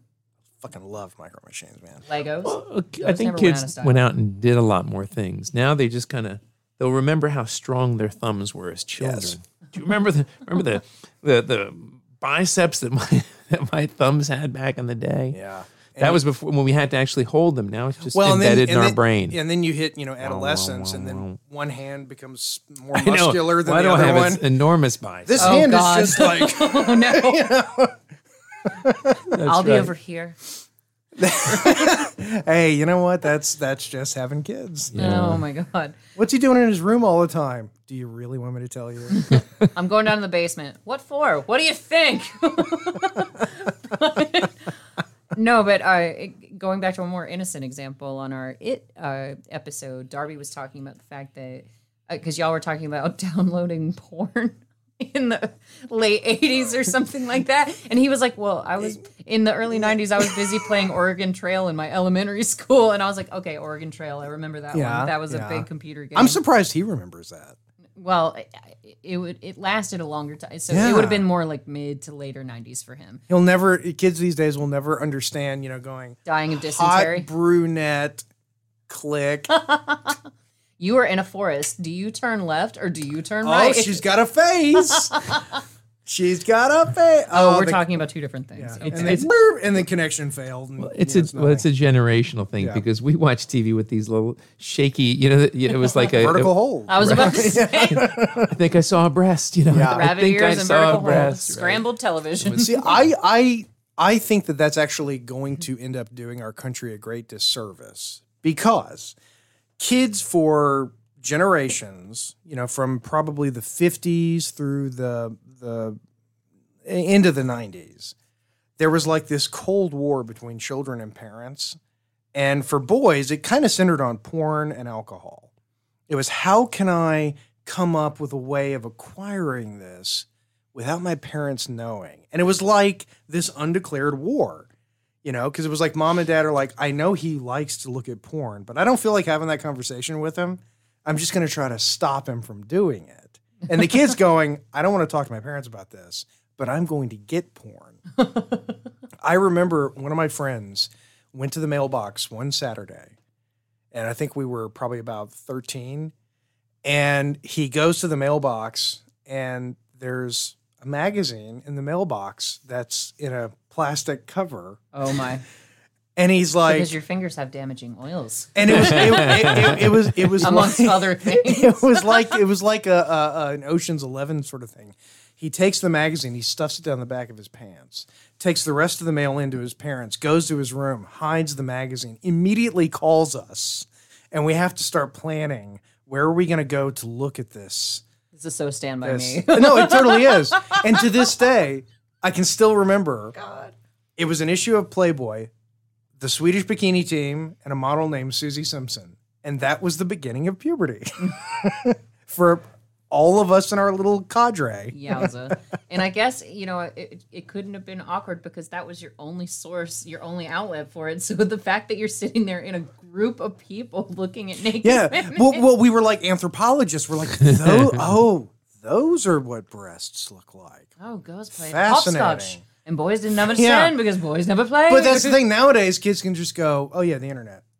Speaker 2: Fucking love micro machines, man.
Speaker 3: Legos.
Speaker 5: Okay, I
Speaker 3: Those
Speaker 5: think
Speaker 3: never went out
Speaker 5: kids
Speaker 3: of
Speaker 5: went
Speaker 3: style.
Speaker 5: out, and did a lot more things. Now they just kind of they'll remember how strong their thumbs were as children.
Speaker 2: Yes.
Speaker 5: Do you remember the remember the the the biceps that my that my thumbs had back in the day?
Speaker 2: Yeah.
Speaker 5: That was before when we had to actually hold them. Now it's just embedded in our brain.
Speaker 2: And then you hit, you know, adolescence, and then one hand becomes more
Speaker 5: I know.
Speaker 2: muscular than
Speaker 5: Why
Speaker 2: the
Speaker 5: do I
Speaker 2: other
Speaker 5: have
Speaker 2: one.
Speaker 5: It's enormous biceps.
Speaker 2: This
Speaker 5: Uh,
Speaker 3: Oh,
Speaker 2: hand
Speaker 3: God.
Speaker 2: is just like
Speaker 3: Oh no!
Speaker 5: That's
Speaker 3: I'll be
Speaker 5: right.
Speaker 3: over here.
Speaker 2: hey, you know what? That's that's just having kids.
Speaker 3: Oh my god!
Speaker 2: What's he doing in his room all the time? Do you really want me to tell you?
Speaker 3: I'm going down to the basement. What for? What do you think? no, but uh, going back to a more innocent example on our it uh, episode, Darby was talking about the fact that because y'all were talking about downloading porn. In the late 80s or something like that. And he was like, Well, I was in the early 90s, I was busy playing Oregon Trail in my elementary school. And I was like, Okay, Oregon Trail. I remember that
Speaker 2: Yeah,
Speaker 3: one. That was
Speaker 2: yeah.
Speaker 3: a big computer game.
Speaker 2: I'm surprised he remembers that.
Speaker 3: Well, I- I- it would it lasted a longer time, so
Speaker 2: Yeah.
Speaker 3: it would have been more like mid to later '90s for him.
Speaker 2: He'll never. Kids these days will never understand. You know, going
Speaker 3: Dying of dysentery.
Speaker 2: hot brunette, click.
Speaker 3: you are in a forest. Do you turn left or do you turn
Speaker 2: Oh,
Speaker 3: right?
Speaker 2: she's got a face. she's got a face.
Speaker 3: oh, we're
Speaker 2: the-
Speaker 3: talking about two different things.
Speaker 2: And,
Speaker 3: Okay.
Speaker 2: then,
Speaker 5: it's-
Speaker 2: burp, and the connection failed. and,
Speaker 5: It's
Speaker 2: you
Speaker 5: a
Speaker 2: know, not
Speaker 5: well, it's a generational thing
Speaker 2: Yeah.
Speaker 5: because we watch TV with these little shaky, you know, you know, it was like a,
Speaker 2: like- vertical hole.
Speaker 3: I was about to say
Speaker 5: I think I saw a breast, you know,
Speaker 2: Yeah.
Speaker 5: I
Speaker 3: rabbit
Speaker 5: think I
Speaker 3: ears and
Speaker 5: saw a
Speaker 3: vertical holes,
Speaker 5: breast. right.
Speaker 3: scrambled television.
Speaker 2: See, I, I, I think that that's actually going to end up doing our country a great disservice because kids for generations, you know, from probably the '50s through the the end of the '90s, there was like this cold war between children and parents, and for boys, it kind of centered on porn and alcohol. It was how can I come up with a way of acquiring this without my parents knowing. And it was like this undeclared war, you know, because it was like mom and dad are like, I know he likes to look at porn, but I don't feel like having that conversation with him. I'm just going to try to stop him from doing it. And the kid's going, I don't want to talk to my parents about this, but I'm going to get porn. I remember one of my friends went to the mailbox one Saturday, and I think we were probably about 13 and he goes to the mailbox and there's a magazine in the mailbox that's in a plastic cover
Speaker 3: Oh my!
Speaker 2: and he's like
Speaker 3: Because your fingers have damaging oils,
Speaker 2: and it was it, it, it- it was it was
Speaker 3: amongst
Speaker 2: like-
Speaker 3: other things.
Speaker 2: it was like it was like a, a, a an Ocean's Eleven sort of thing. He takes the magazine, he stuffs it down the back of his pants, takes the rest of the mail into his parents, goes to his room, hides the magazine, immediately calls us, and we have to start planning where are we going to go to look at this
Speaker 3: This is so stand by
Speaker 2: Yes.
Speaker 3: me.
Speaker 2: no, it totally is. And to this day, I can still remember. It was an issue of Playboy, the Swedish bikini team, and a model named Susie Simpson. And that was the beginning of puberty for all of us in our little cadre.
Speaker 3: Yowza. and I guess, you know, it, it couldn't have been awkward because that was your only source, your only outlet for it. So the fact that you're sitting there in a group of people looking at naked
Speaker 2: Yeah.
Speaker 3: women.
Speaker 2: Well, well, we were like anthropologists. We're like, "Tho- oh, those are what breasts look like.
Speaker 3: oh, girls played
Speaker 2: Fascinating.
Speaker 3: hopscotch. And boys didn't understand because boys never played.
Speaker 2: But that's the thing nowadays, kids can just go, oh, yeah, the internet.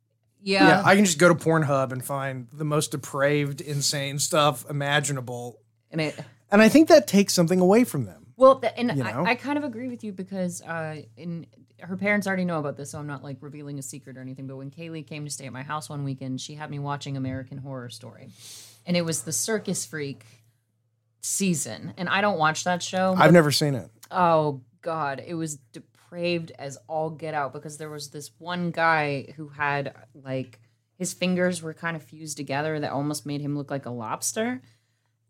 Speaker 3: Yeah.
Speaker 2: yeah, I can just go to Pornhub and find the most depraved, insane stuff imaginable.
Speaker 3: and it,
Speaker 2: And I think that takes something away from them.
Speaker 3: well, th- and
Speaker 2: You know?
Speaker 3: I, I kind of agree with you because uh, in her parents already know about this, so I'm not like revealing a secret or anything. But when Kaylee came to stay at my house one weekend, she had me watching American Horror Story. And it was the circus freak season. And I don't watch that show.
Speaker 2: I've never seen it.
Speaker 3: Oh God, it was depraved as all get out because there was this one guy who had like his fingers were kind of fused together that almost made him look like a lobster,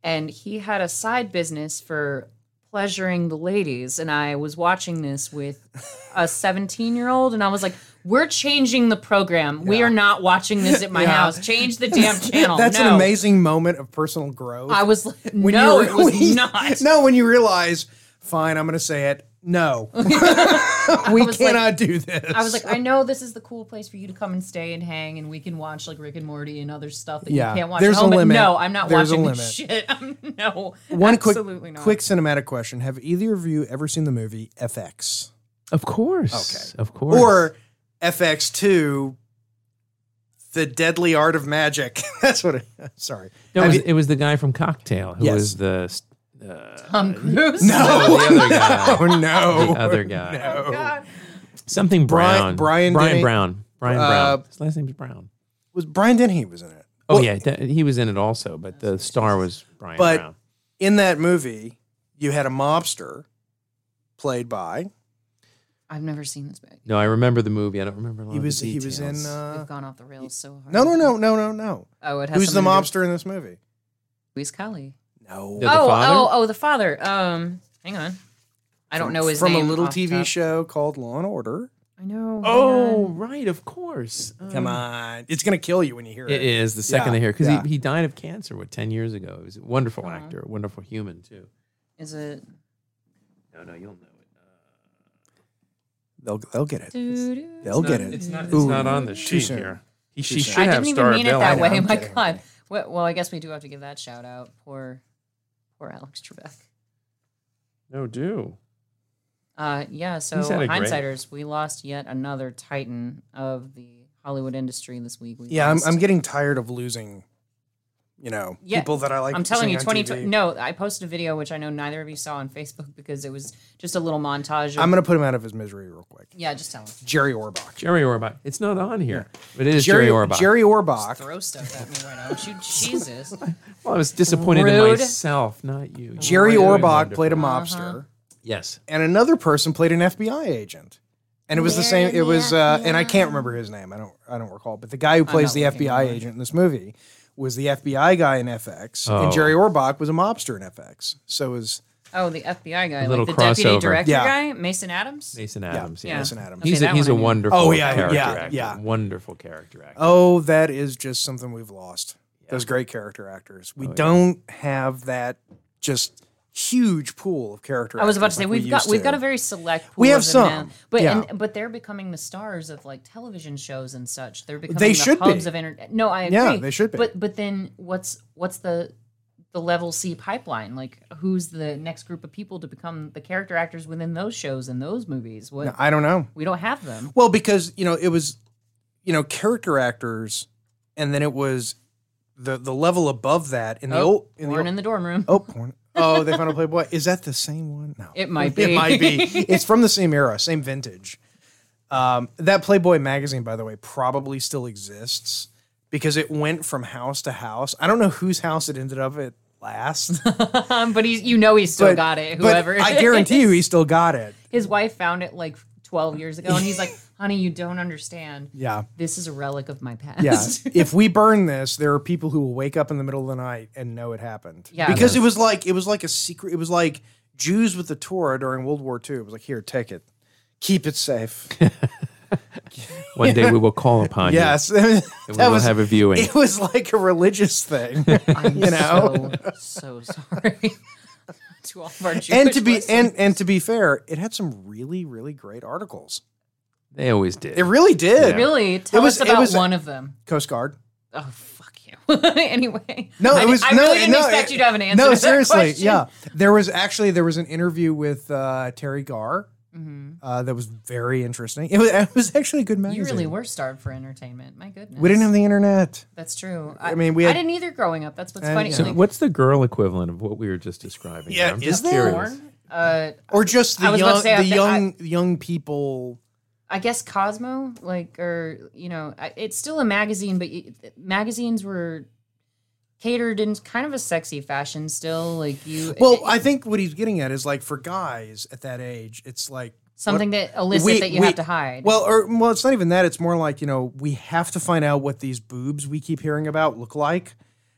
Speaker 3: and he had a side business for pleasuring the ladies. And I was watching this with a seventeen-year-old, and I was like. We're changing the program. We are not watching this at my house. Change the damn channel.
Speaker 2: That's
Speaker 3: Oh, no.
Speaker 2: an amazing moment of personal growth.
Speaker 3: I was like, no,
Speaker 2: you-
Speaker 3: it was
Speaker 2: when you-
Speaker 3: not.
Speaker 2: No, when you realize, fine, I'm going to say it. No, we
Speaker 3: was like-
Speaker 2: cannot do this.
Speaker 3: I was like, I know this is the cool place for you to come and stay and hang, and we can watch like Rick and Morty and other stuff that
Speaker 2: Yeah,
Speaker 3: you can't watch
Speaker 2: there's
Speaker 3: at home.
Speaker 2: a
Speaker 3: but
Speaker 2: limit.
Speaker 3: no, I'm not
Speaker 2: There's a
Speaker 3: watching
Speaker 2: limit.
Speaker 3: this shit. I'm, no,
Speaker 2: one quick,
Speaker 3: absolutely not.
Speaker 2: quick cinematic question: Have either of you ever seen the movie FX
Speaker 5: Of course,
Speaker 2: Okay.
Speaker 5: of course.
Speaker 2: or FX Two? The Deadly Art of Magic. That's what. It, sorry.
Speaker 5: no, it
Speaker 2: Have
Speaker 5: was,
Speaker 2: you-
Speaker 5: it was the guy from Cocktail who
Speaker 2: Yes.
Speaker 5: was the uh,
Speaker 3: Tom Cruise.
Speaker 5: the other guy.
Speaker 2: oh no.
Speaker 5: The other guy.
Speaker 3: Oh, God.
Speaker 5: Something Brown.
Speaker 2: Brian- Brian Denny?
Speaker 5: Brown. Brian
Speaker 2: Uh,
Speaker 5: Brown. His last name's Brown.
Speaker 2: Was Brian Dennehy was in it?
Speaker 5: Oh
Speaker 2: Well,
Speaker 5: yeah, that- he was in it also, but the star was Brian
Speaker 2: But-
Speaker 5: Brown.
Speaker 2: In that movie, you had a mobster played by
Speaker 3: I've never seen this movie.
Speaker 5: No, I remember the movie. I don't remember a lot
Speaker 2: he
Speaker 5: of Oh, the
Speaker 2: was he was in
Speaker 5: details.
Speaker 2: uh,
Speaker 3: We've gone off the rails so hard.
Speaker 2: no no no no no no.
Speaker 3: Oh, it has
Speaker 2: Who's the
Speaker 3: something to do
Speaker 2: mobster in this movie?
Speaker 3: with Luis Kelly.
Speaker 2: No,
Speaker 5: The
Speaker 3: oh,
Speaker 5: father?
Speaker 3: oh, oh, the father. Um, hang on. I don't know his
Speaker 2: from
Speaker 3: name
Speaker 2: a little
Speaker 3: off
Speaker 2: TV
Speaker 3: the top.
Speaker 2: show called Law and Order.
Speaker 3: I know. hang
Speaker 5: oh,
Speaker 3: on.
Speaker 5: right, of course.
Speaker 3: Mm.
Speaker 2: Come
Speaker 5: Um,
Speaker 2: on, it's gonna kill you when you hear
Speaker 5: It
Speaker 2: it.
Speaker 5: is the second
Speaker 2: Yeah,
Speaker 5: I hear because
Speaker 2: yeah.
Speaker 5: he, he died of cancer what ten years ago. He was a wonderful
Speaker 3: Aw.
Speaker 5: actor, a wonderful human too.
Speaker 3: Is it?
Speaker 5: No, no, you'll know it.
Speaker 2: They'll they'll get it.
Speaker 3: Doo-doo.
Speaker 2: They'll get it.
Speaker 5: It's not. It's
Speaker 2: Ooh,
Speaker 5: not on the
Speaker 2: too
Speaker 5: sheet
Speaker 2: soon.
Speaker 5: here. He,
Speaker 2: Too
Speaker 5: she
Speaker 2: soon.
Speaker 5: should
Speaker 3: I
Speaker 5: have
Speaker 3: didn't even
Speaker 5: starred
Speaker 3: mean it
Speaker 5: Bill.
Speaker 3: that way.
Speaker 2: I'm
Speaker 3: My
Speaker 2: kidding, I'm
Speaker 3: God. Well, well, I guess we do have to give that shout out. Poor, poor Alex Trebek.
Speaker 5: No, do.
Speaker 3: Uh, yeah. So
Speaker 5: He's had a great-
Speaker 3: hindsighters, we lost yet another titan of the Hollywood industry this week. We
Speaker 2: Yeah, I'm,
Speaker 3: lost-
Speaker 2: I'm getting tired of losing, you know,
Speaker 3: Yeah,
Speaker 2: people that I like.
Speaker 3: I'm telling
Speaker 2: seeing
Speaker 3: you,
Speaker 2: on
Speaker 3: 2020.
Speaker 2: TV.
Speaker 3: No, I posted a video which I know neither of you saw on Facebook because it was just a little montage. Of,
Speaker 2: I'm gonna put him out of his misery real quick.
Speaker 3: yeah, just tell him.
Speaker 2: Jerry Orbach.
Speaker 5: Jerry Orbach. It's not on here. But it is Jerry, Orbach.
Speaker 2: Jerry Orbach.
Speaker 3: Throw stuff at me right now. Shoot, Jesus.
Speaker 5: Well, I was disappointed in
Speaker 3: Rude.
Speaker 5: myself, not you.
Speaker 2: Jerry
Speaker 5: You were doing
Speaker 2: Orbach played a
Speaker 3: Uh-huh.
Speaker 5: wonderful.
Speaker 2: mobster,
Speaker 5: Yes.
Speaker 2: and another person played an FBI agent. And it was the same. It was, uh, and I can't remember his name. I don't. I don't recall. But the guy who plays
Speaker 3: not
Speaker 2: the
Speaker 3: looking
Speaker 2: FBI agent in this movie was the FBI guy in FX,
Speaker 5: Oh.
Speaker 2: and Jerry Orbach was a mobster in FX. So was
Speaker 3: Oh, the FBI guy,
Speaker 5: A little
Speaker 3: like the deputy
Speaker 5: crossover.
Speaker 3: director
Speaker 2: Yeah.
Speaker 3: guy, Mason Adams.
Speaker 5: Mason Adams.
Speaker 3: Yeah.
Speaker 5: yes.
Speaker 2: Mason Adams.
Speaker 5: He's
Speaker 3: Okay,
Speaker 5: a,
Speaker 3: that
Speaker 5: he's
Speaker 3: one
Speaker 5: a
Speaker 3: I knew.
Speaker 5: wonderful
Speaker 2: Oh, yeah,
Speaker 5: character
Speaker 2: yeah,
Speaker 5: actor.
Speaker 2: yeah.
Speaker 5: Wonderful character actor.
Speaker 2: Oh, that is just something we've lost. Those great character actors.
Speaker 5: Oh,
Speaker 2: We don't have that just huge pool of character.
Speaker 3: I was about to
Speaker 2: actors
Speaker 3: say
Speaker 2: like
Speaker 3: we've
Speaker 2: we
Speaker 3: got
Speaker 2: used
Speaker 3: we've
Speaker 2: to.
Speaker 3: got a very select. Pool
Speaker 2: We have
Speaker 3: of them now.
Speaker 2: some,
Speaker 3: but
Speaker 2: yeah.
Speaker 3: and, but they're becoming the stars of like television shows and such. They're becoming
Speaker 2: They
Speaker 3: the
Speaker 2: should
Speaker 3: hubs
Speaker 2: be.
Speaker 3: of internet. No, I agree.
Speaker 2: Yeah, they should be.
Speaker 3: But but then what's what's the the level C pipeline? Like who's the next group of people to become the character actors within those shows and those movies? What
Speaker 2: I don't know.
Speaker 3: we don't have them.
Speaker 2: Well, because you know it was, you know, character actors, and then it was the the level above that in the old in the
Speaker 3: Born
Speaker 2: old,
Speaker 3: Oh, in the dorm room.
Speaker 2: oh porn. Oh, they found a Playboy. Is that the same one? No,
Speaker 3: It might
Speaker 2: It
Speaker 3: be.
Speaker 2: might be. It's from the same era, same vintage. Um, that Playboy magazine, by the way, probably still exists because it went from house to house. I don't know whose house it ended up at last.
Speaker 3: Um, but he's you know he's still
Speaker 2: but-
Speaker 3: got it.
Speaker 2: but
Speaker 3: Whoever
Speaker 2: I guarantee you, he still got it.
Speaker 3: his wife found it like 12 years ago, and he's like, "Honey, you don't understand.
Speaker 2: Yeah.
Speaker 3: This is a relic of my
Speaker 2: Yeah.
Speaker 3: past."
Speaker 2: if we burn this, there are people who will wake up in the middle of the night and know it happened.
Speaker 3: Yeah.
Speaker 2: Because it was like it was like a secret. It was like Jews with the Torah during World War II. It was like here, take it, keep it safe.
Speaker 5: One day we will call upon
Speaker 2: yes,
Speaker 5: you. and We will have a viewing.
Speaker 2: It was like a religious thing,
Speaker 3: I'm
Speaker 2: you know.
Speaker 3: so, so sorry to all of our Jewish
Speaker 2: and to be
Speaker 3: listeners.
Speaker 2: and and to be fair, it had some really really great articles.
Speaker 5: they always did.
Speaker 2: It really did.
Speaker 5: Yeah.
Speaker 3: really tell
Speaker 2: was-
Speaker 3: us
Speaker 2: it
Speaker 3: about
Speaker 2: was-
Speaker 3: one of them.
Speaker 2: Coast Guard.
Speaker 3: Oh fuck you. anyway,
Speaker 2: No,
Speaker 3: I,
Speaker 2: it
Speaker 3: di-
Speaker 2: was
Speaker 3: I
Speaker 2: no,
Speaker 3: really didn't
Speaker 2: no,
Speaker 3: expect
Speaker 2: it-
Speaker 3: you to have an answer.
Speaker 2: No,
Speaker 3: to that
Speaker 2: seriously,
Speaker 3: question.
Speaker 2: yeah. There was actually there was an interview with uh, Terry Garr uh, that was very interesting. It was, it was actually a good
Speaker 3: Mm-hmm. You
Speaker 2: magazine.
Speaker 3: really were starved for entertainment. My goodness,
Speaker 2: We didn't have the internet.
Speaker 3: That's true.
Speaker 2: I mean, we had-
Speaker 3: I didn't either growing up. That's what's
Speaker 2: Uh,
Speaker 3: funny.
Speaker 2: yeah.
Speaker 5: So,
Speaker 3: Like,
Speaker 5: what's the girl equivalent of what we were just describing?
Speaker 2: Yeah,
Speaker 5: I'm
Speaker 2: is
Speaker 5: just
Speaker 2: there?
Speaker 5: curious.
Speaker 3: porn? Uh,
Speaker 2: Or just
Speaker 3: I
Speaker 2: the
Speaker 3: was
Speaker 2: young,
Speaker 3: about to say, I
Speaker 2: the
Speaker 3: thi-
Speaker 2: young, young people.
Speaker 3: I guess Cosmo, like, or you know, I- it's still a magazine, but y- magazines were catered in kind of a sexy fashion. Still, like you,
Speaker 2: Well, I think what he's getting at is like for guys at that age, it's like
Speaker 3: something that illicit
Speaker 2: we-
Speaker 3: that you
Speaker 2: we-
Speaker 3: have to hide.
Speaker 2: Well, or well, it's not even that. It's more like you know we have to find out what these boobs we keep hearing about look like.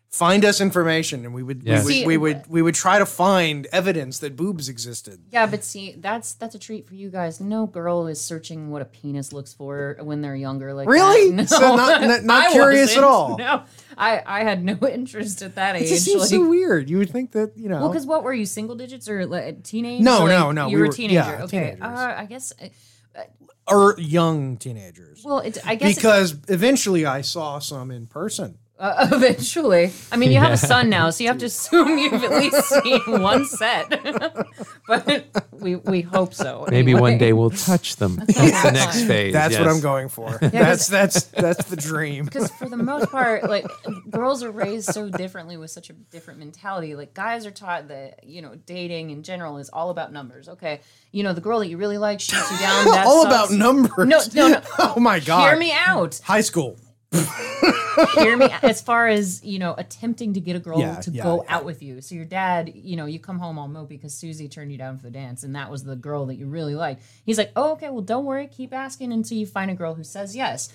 Speaker 2: Find us information, and we would
Speaker 5: Yes.
Speaker 2: we,
Speaker 3: See,
Speaker 2: would we would we would try to find evidence that boobs existed.
Speaker 3: yeah, but see, that's that's a treat for you guys. No girl is searching what a penis looks for when they're younger. Like,
Speaker 2: Really?
Speaker 3: that. No,
Speaker 2: So not- not- not
Speaker 3: I
Speaker 2: curious at
Speaker 3: wasn't.
Speaker 2: all?
Speaker 3: No, I I had no interest at that
Speaker 2: It
Speaker 3: age.
Speaker 2: just seems
Speaker 3: like-
Speaker 2: so weird. You would think that you know.
Speaker 3: Well, because what were you, single digits or like, teenage?
Speaker 2: No,
Speaker 3: Or,
Speaker 2: no,
Speaker 3: like,
Speaker 2: no,
Speaker 3: You
Speaker 2: we
Speaker 3: were, a
Speaker 2: were-
Speaker 3: teenager.
Speaker 2: yeah,
Speaker 3: okay,
Speaker 2: teenagers.
Speaker 3: uh, I guess.
Speaker 2: or young teenagers.
Speaker 3: Well, it, I guess it-
Speaker 2: Because eventually I saw some in person.
Speaker 3: Uh, eventually. I mean, you have a son now, so you have to assume you've at least seen one set. but we we hope so.
Speaker 5: Maybe
Speaker 3: anyway.
Speaker 5: one day we'll touch them. That's the next phase.
Speaker 2: That's what
Speaker 5: yes.
Speaker 2: I'm going for. that's that's that's the dream.
Speaker 3: because for the most part like girls are raised so differently with such a different mentality like guys are taught that you know dating in general is all about numbers okay you know the girl that you really like shoots you down that's
Speaker 2: All about numbers.
Speaker 3: No, no, no.
Speaker 2: oh my god.
Speaker 3: hear me out
Speaker 2: High school.
Speaker 3: hear me as far as you know attempting to get a girl
Speaker 2: Yeah,
Speaker 3: to
Speaker 2: yeah,
Speaker 3: go out with you so your dad you know you come home all mopey because susie turned you down for the dance and that was the girl that you really liked he's like oh okay well don't worry keep asking until you find a girl who says yes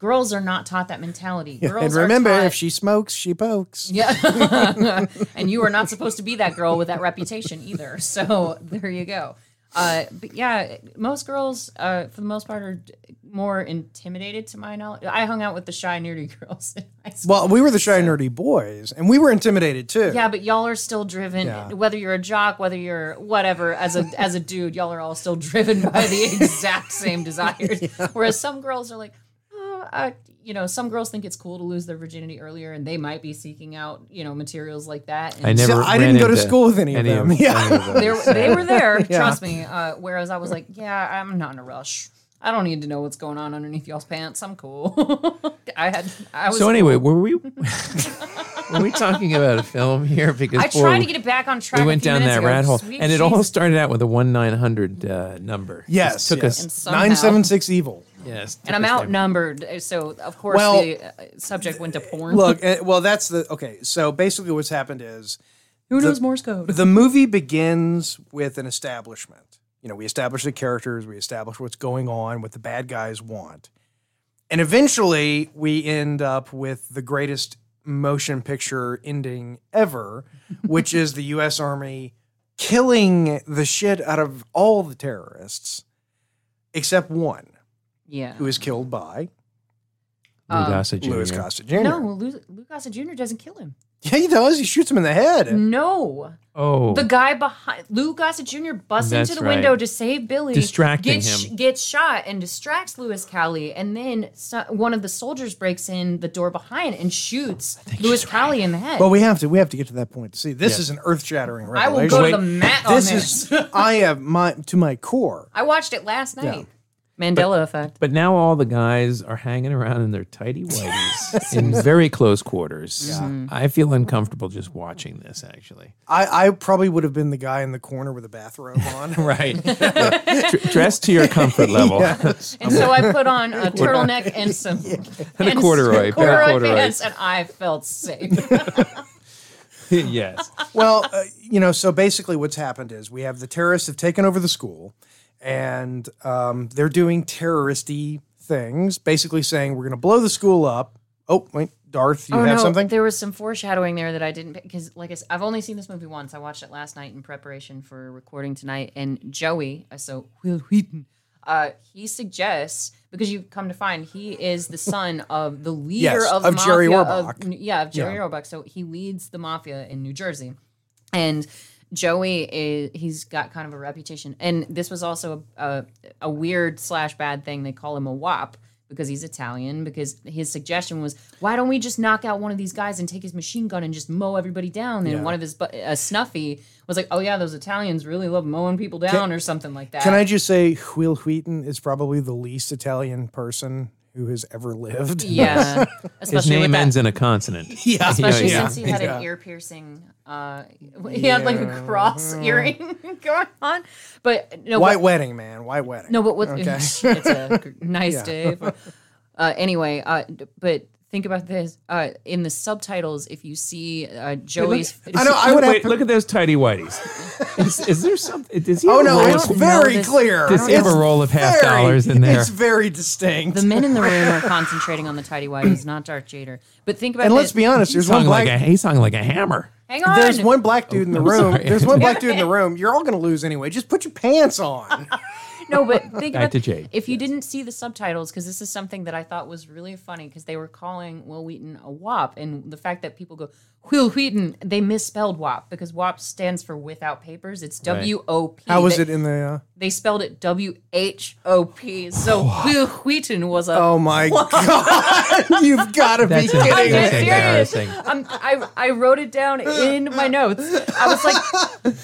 Speaker 3: girls are not taught that mentality girls
Speaker 2: and
Speaker 3: are
Speaker 2: remember,
Speaker 3: taught-
Speaker 2: if she smokes, she pokes.
Speaker 3: Yeah. and you are not supposed to be that girl with that reputation either. So there you go. Uh, but yeah, most girls, uh, for the most part, are d- more intimidated to my knowledge. I hung out with the shy, nerdy girls in high school.
Speaker 2: Well, we were the shy nerdy boys, and we were intimidated too.
Speaker 3: yeah, but y'all are still driven.
Speaker 2: Yeah.
Speaker 3: Whether you're a jock, whether you're whatever, as a as a dude, y'all are all still driven by the exact same desires. Whereas some girls are like, oh, I, you know, some girls think it's cool to lose their virginity earlier, and they might be seeking out, you know, materials like that. And
Speaker 5: I never.
Speaker 2: I
Speaker 5: ran
Speaker 2: didn't go to
Speaker 5: into
Speaker 2: school with any of them. Yeah.
Speaker 5: any of
Speaker 3: they
Speaker 5: those.
Speaker 3: were, they were there, trust me. Uh, whereas I was like, yeah, I'm not in a rush. I don't need to know what's going on underneath y'all's pants. I'm cool. I had, I was.
Speaker 5: So anyway, were we were we talking about a film here? Because
Speaker 3: I
Speaker 5: boy,
Speaker 3: tried to get it back on track.
Speaker 5: we
Speaker 3: a
Speaker 5: went
Speaker 3: few
Speaker 5: down
Speaker 3: minutes
Speaker 5: that
Speaker 3: ago.
Speaker 5: rat hole,
Speaker 3: Sweet
Speaker 5: and it all
Speaker 3: Jesus.
Speaker 5: started out with a one nine hundred uh, number. Just
Speaker 2: Yes.
Speaker 5: took
Speaker 2: yes.
Speaker 5: us.
Speaker 3: somehow-
Speaker 2: nine seven six evil.
Speaker 5: Yes, took
Speaker 3: And I'm
Speaker 5: us down.
Speaker 3: outnumbered, uh, so of course
Speaker 2: Well,
Speaker 3: the uh, subject went to porn.
Speaker 2: Look, eh, well, that's the okay. So basically, what's happened is
Speaker 3: who knows Morse code?
Speaker 2: the movie begins with an establishment. You know, we establish the characters, we establish what's going on, what the bad guys want. And eventually we end up with the greatest motion picture ending ever, which is the US Army killing the shit out of all the terrorists except one
Speaker 3: yeah.
Speaker 2: who is killed by
Speaker 5: Lou Gossett Jr.
Speaker 2: Louis Costa Jr.
Speaker 3: No, Lou, Lou Gossett Jr. doesn't kill him.
Speaker 2: Yeah, he does. He shoots him in the head.
Speaker 3: Mm. No,
Speaker 5: Oh,
Speaker 3: the guy behind Lou Gossett Jr. busts
Speaker 5: That's
Speaker 3: into the
Speaker 5: right.
Speaker 3: window to save Billy,
Speaker 5: Distracting
Speaker 3: gets,
Speaker 5: him.
Speaker 3: gets shot and distracts Louis Cowley, and then so, one of the soldiers breaks in the door behind and shoots Louis Cowley in the head.
Speaker 2: But we have to we have to get to that point to see. This is an earth shattering
Speaker 3: I
Speaker 2: revelation.
Speaker 3: will go to the mat on this.
Speaker 2: this is I have my to my core.
Speaker 3: I watched it last night. Mandela effect.
Speaker 5: But now all the guys are hanging around in their tidy whities in very close quarters.
Speaker 3: Mm-hmm.
Speaker 5: I feel uncomfortable just watching this, actually.
Speaker 2: I, I probably would have been the guy in the corner with a bathrobe on.
Speaker 5: Right. Dr- dressed to your comfort level.
Speaker 3: And so I put on a turtleneck and some and s-
Speaker 5: corduroy, pair of
Speaker 3: corduroy
Speaker 5: corduroys.
Speaker 3: pants, and I felt safe.
Speaker 5: yes.
Speaker 2: well, uh, you know, so basically what's happened is we have the terrorists have taken over the school and um, they're doing terroristy things, basically saying we're going to blow the school up. Oh, wait, Darth, you
Speaker 3: Oh,
Speaker 2: have
Speaker 3: no,
Speaker 2: something?
Speaker 3: There was some foreshadowing there that I didn't because, like I said, I've only seen this movie once. I watched it last night in preparation for recording tonight. And Joey, uh, so Will Wheaton, uh, he suggests because you've come to find he is the son of the leader
Speaker 2: Yes,
Speaker 3: of, the
Speaker 2: of Jerry
Speaker 3: mafia of-
Speaker 2: Orbach.
Speaker 3: yeah, of Jerry
Speaker 2: Yeah.
Speaker 3: Orbach. So he leads the mafia in New Jersey, and. Joey is he's got kind of a reputation, and this was also a, a, a weird slash bad thing. They call him a wop because he's Italian. Because his suggestion was, why don't we just knock out one of these guys and take his machine gun and just mow everybody down? And one of his bu- uh, snuffy was like, oh yeah, those Italians really love mowing people down or something like that.
Speaker 2: Can I just say Will Wheaton is probably the least Italian person who has ever lived?
Speaker 3: Yeah, especially
Speaker 5: His name
Speaker 3: with that-
Speaker 5: ends in a consonant.
Speaker 2: Yeah.
Speaker 3: Especially
Speaker 5: Yeah.
Speaker 3: since he had an ear piercing, uh, he had like a cross earring going on. But no,
Speaker 2: White
Speaker 3: what-
Speaker 2: wedding, man. White wedding.
Speaker 3: No, but what? it's a g- nice day. For, uh, anyway, uh, d- but think about this. Uh, in the subtitles, if you see uh, Joey's,
Speaker 2: I know. I would have.
Speaker 5: Wait, look at those tidy whities. Is, is there something? Does he
Speaker 2: Oh
Speaker 5: have a
Speaker 2: no,
Speaker 5: roll
Speaker 2: it's
Speaker 5: of-
Speaker 2: very
Speaker 3: know this-
Speaker 2: clear.
Speaker 5: Does he have a
Speaker 2: It's
Speaker 5: roll of half dollars in there?
Speaker 2: It's very distinct.
Speaker 3: the men in the room are concentrating on the tidy whities, not Dark Jader. But think about
Speaker 2: and let's
Speaker 3: this.
Speaker 2: be honest, there's
Speaker 5: he's,
Speaker 2: one
Speaker 5: hung
Speaker 2: black.
Speaker 5: like a, he's hung like a hammer.
Speaker 3: Hang on.
Speaker 2: there's one black dude in the room.
Speaker 5: sorry.
Speaker 2: There's one black dude in the room. You're all gonna lose anyway. Just put your pants on.
Speaker 3: No, but think
Speaker 5: Back
Speaker 3: about
Speaker 5: to Jade.
Speaker 3: if you didn't see the subtitles, because this is something that I thought was really funny, because they were calling Will Wheaton a WAP, and the fact that people go Will Wheaton, they misspelled WAP because WAP stands for without papers. It's W O P.
Speaker 2: How was
Speaker 3: They-
Speaker 2: it in the?
Speaker 3: They spelled it W H O P. So Will Wheaton was a.
Speaker 2: Uh, oh my god! You've got to be
Speaker 5: That's
Speaker 2: kidding
Speaker 5: embarrassing.
Speaker 2: me.
Speaker 3: That's
Speaker 5: Okay,
Speaker 3: serious.
Speaker 5: embarrassing.
Speaker 3: Um, I I wrote it down in my notes. I was like,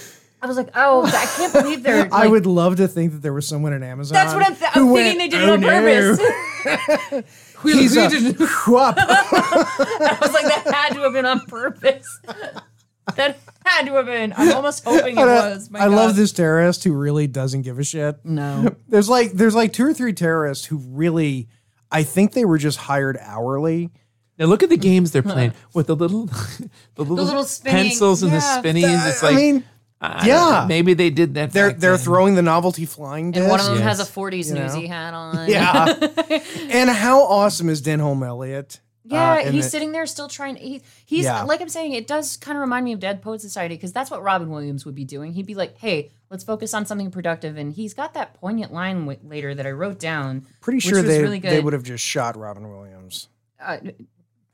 Speaker 3: I was like, oh, I can't believe they're.
Speaker 2: I
Speaker 3: like-
Speaker 2: would love to think that there was someone at Amazon.
Speaker 3: That's what I'm, th-
Speaker 2: who
Speaker 3: I'm
Speaker 2: went,
Speaker 3: thinking. They did it
Speaker 2: "Oh,
Speaker 3: on
Speaker 2: no."
Speaker 3: purpose.
Speaker 2: He's a whop.
Speaker 3: Oh I was like, that had to have been on purpose. that had to have been. I'm almost hoping it was. My
Speaker 2: uh, I love
Speaker 3: God.
Speaker 2: this terrorist who really doesn't give a shit.
Speaker 3: No.
Speaker 2: There's like there's like two or three terrorists who really, I think they were just hired hourly.
Speaker 5: Now look at the games they're playing with the little, the little,
Speaker 3: little spinning-
Speaker 5: pencils and the
Speaker 3: yeah.
Speaker 5: spinnies. It's like,
Speaker 2: I mean,
Speaker 5: don't know,
Speaker 2: yeah.
Speaker 5: maybe they did that.
Speaker 2: they're
Speaker 5: back
Speaker 2: they're
Speaker 5: then.
Speaker 2: throwing the novelty flying disc.
Speaker 3: And one of them has a
Speaker 5: Yes.
Speaker 3: 40s
Speaker 2: You know?
Speaker 3: newsy hat on.
Speaker 2: Yeah. and how awesome is Denholm Elliott?
Speaker 3: Yeah,
Speaker 2: Uh, and
Speaker 3: he's
Speaker 2: it-
Speaker 3: sitting there still trying. He, he's
Speaker 2: Yeah.
Speaker 3: like I'm saying, it does kind of remind me of Dead Poet Society because that's what Robin Williams would be doing. He'd be like, "Hey, let's focus on something productive," and he's got that poignant line w- later that I wrote down.
Speaker 2: Pretty
Speaker 3: which
Speaker 2: sure
Speaker 3: was
Speaker 2: they
Speaker 3: really
Speaker 2: they
Speaker 3: good.
Speaker 2: would have just shot Robin Williams.
Speaker 3: uh,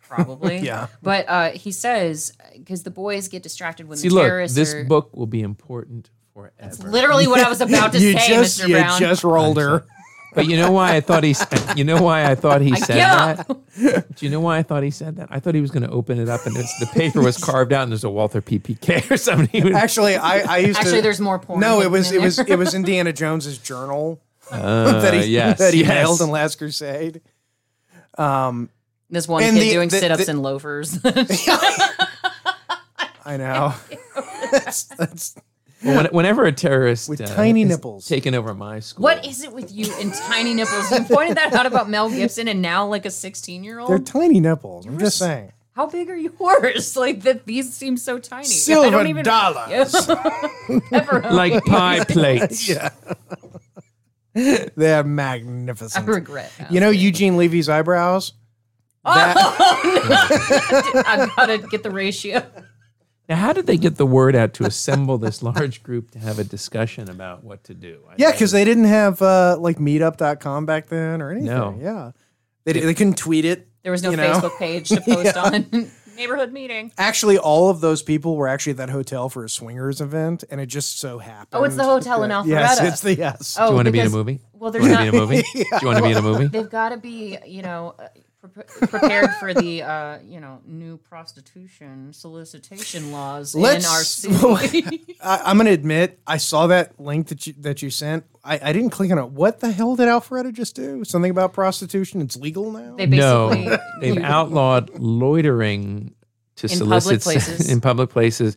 Speaker 3: probably.
Speaker 2: Yeah.
Speaker 3: but uh, he says because the boys get distracted when
Speaker 5: See,
Speaker 3: the
Speaker 5: look,
Speaker 3: terrorists
Speaker 5: this
Speaker 3: are.
Speaker 5: book will be important forever.
Speaker 3: literally what I was about to
Speaker 2: you
Speaker 3: say,
Speaker 2: just
Speaker 3: Mr.
Speaker 2: you
Speaker 3: Brown.
Speaker 2: just rolled her.
Speaker 5: But you know why I thought he. said- You know why I thought he
Speaker 3: I
Speaker 5: said
Speaker 3: give
Speaker 5: that.
Speaker 3: up.
Speaker 5: Do you know why I thought he said that? I thought he was going to open it up and it's, the paper was carved out and there's a Walther PPK or something. He was-
Speaker 2: Actually, I I used to
Speaker 3: Actually, there's more porn.
Speaker 2: No, it
Speaker 3: hidden
Speaker 2: was
Speaker 3: in
Speaker 2: it was
Speaker 3: there.
Speaker 2: it was Indiana Jones's journal
Speaker 5: Uh,
Speaker 2: that he
Speaker 5: yes,
Speaker 2: that he
Speaker 5: yes.
Speaker 2: nailed in Last Crusade.
Speaker 3: this one
Speaker 2: and
Speaker 3: kid
Speaker 2: the-
Speaker 3: doing
Speaker 2: the-
Speaker 3: sit-ups
Speaker 2: the-
Speaker 3: and loafers.
Speaker 2: I know. that's, that's
Speaker 5: Well, when- whenever a terrorist
Speaker 2: With tiny
Speaker 5: is
Speaker 2: nipples.
Speaker 5: taken over my school,
Speaker 3: what is it with you and tiny nipples? You pointed that out about Mel Gibson, and now like a 16 year
Speaker 2: they're
Speaker 3: old.
Speaker 2: tiny nipples. I'm just saying.
Speaker 3: How big are yours? Like that, these seem so tiny. I
Speaker 2: Silver
Speaker 3: don't even,
Speaker 2: dollars.
Speaker 3: Pepperoni.
Speaker 5: like pie plates?
Speaker 2: They're
Speaker 3: I
Speaker 2: magnificent.
Speaker 3: regret. That.
Speaker 2: You know Eugene Levy's eyebrows?
Speaker 3: Oh! I've got to get the ratio.
Speaker 5: Now, how did they get the word out to assemble this large group to have a discussion about what to do? I
Speaker 2: Yeah,
Speaker 5: think-
Speaker 2: because they didn't have uh, like meetup.com back then or anything.
Speaker 5: No.
Speaker 2: Yeah. They, they couldn't tweet it.
Speaker 3: There was no
Speaker 2: You know?
Speaker 3: Facebook page to post on. Neighborhood meeting.
Speaker 2: Actually, all of those people were actually at that hotel for a swingers event, and it just so happened.
Speaker 3: Oh, it's the hotel in
Speaker 2: that-
Speaker 3: Alpharetta.
Speaker 2: Yes, it's the yes.
Speaker 3: oh,
Speaker 5: do you want to be in a
Speaker 3: because-
Speaker 5: movie?
Speaker 3: Well,
Speaker 5: Do
Speaker 3: there's
Speaker 5: you want to
Speaker 3: not.
Speaker 5: be in a movie? Do you want to be in a movie?
Speaker 3: They've got to be, you know, uh, pre- prepared for the, uh, you know, new prostitution solicitation laws
Speaker 2: Let's-
Speaker 3: in our city.
Speaker 2: I, I'm gonna admit, I saw that link that you that you sent. I, I didn't click on it. What the hell did Alpharetta just do? Something about prostitution? It's legal now.
Speaker 3: they basically
Speaker 5: No, they've
Speaker 3: you-
Speaker 5: outlawed loitering to
Speaker 3: In public
Speaker 5: solicit se-
Speaker 3: places.
Speaker 5: in public places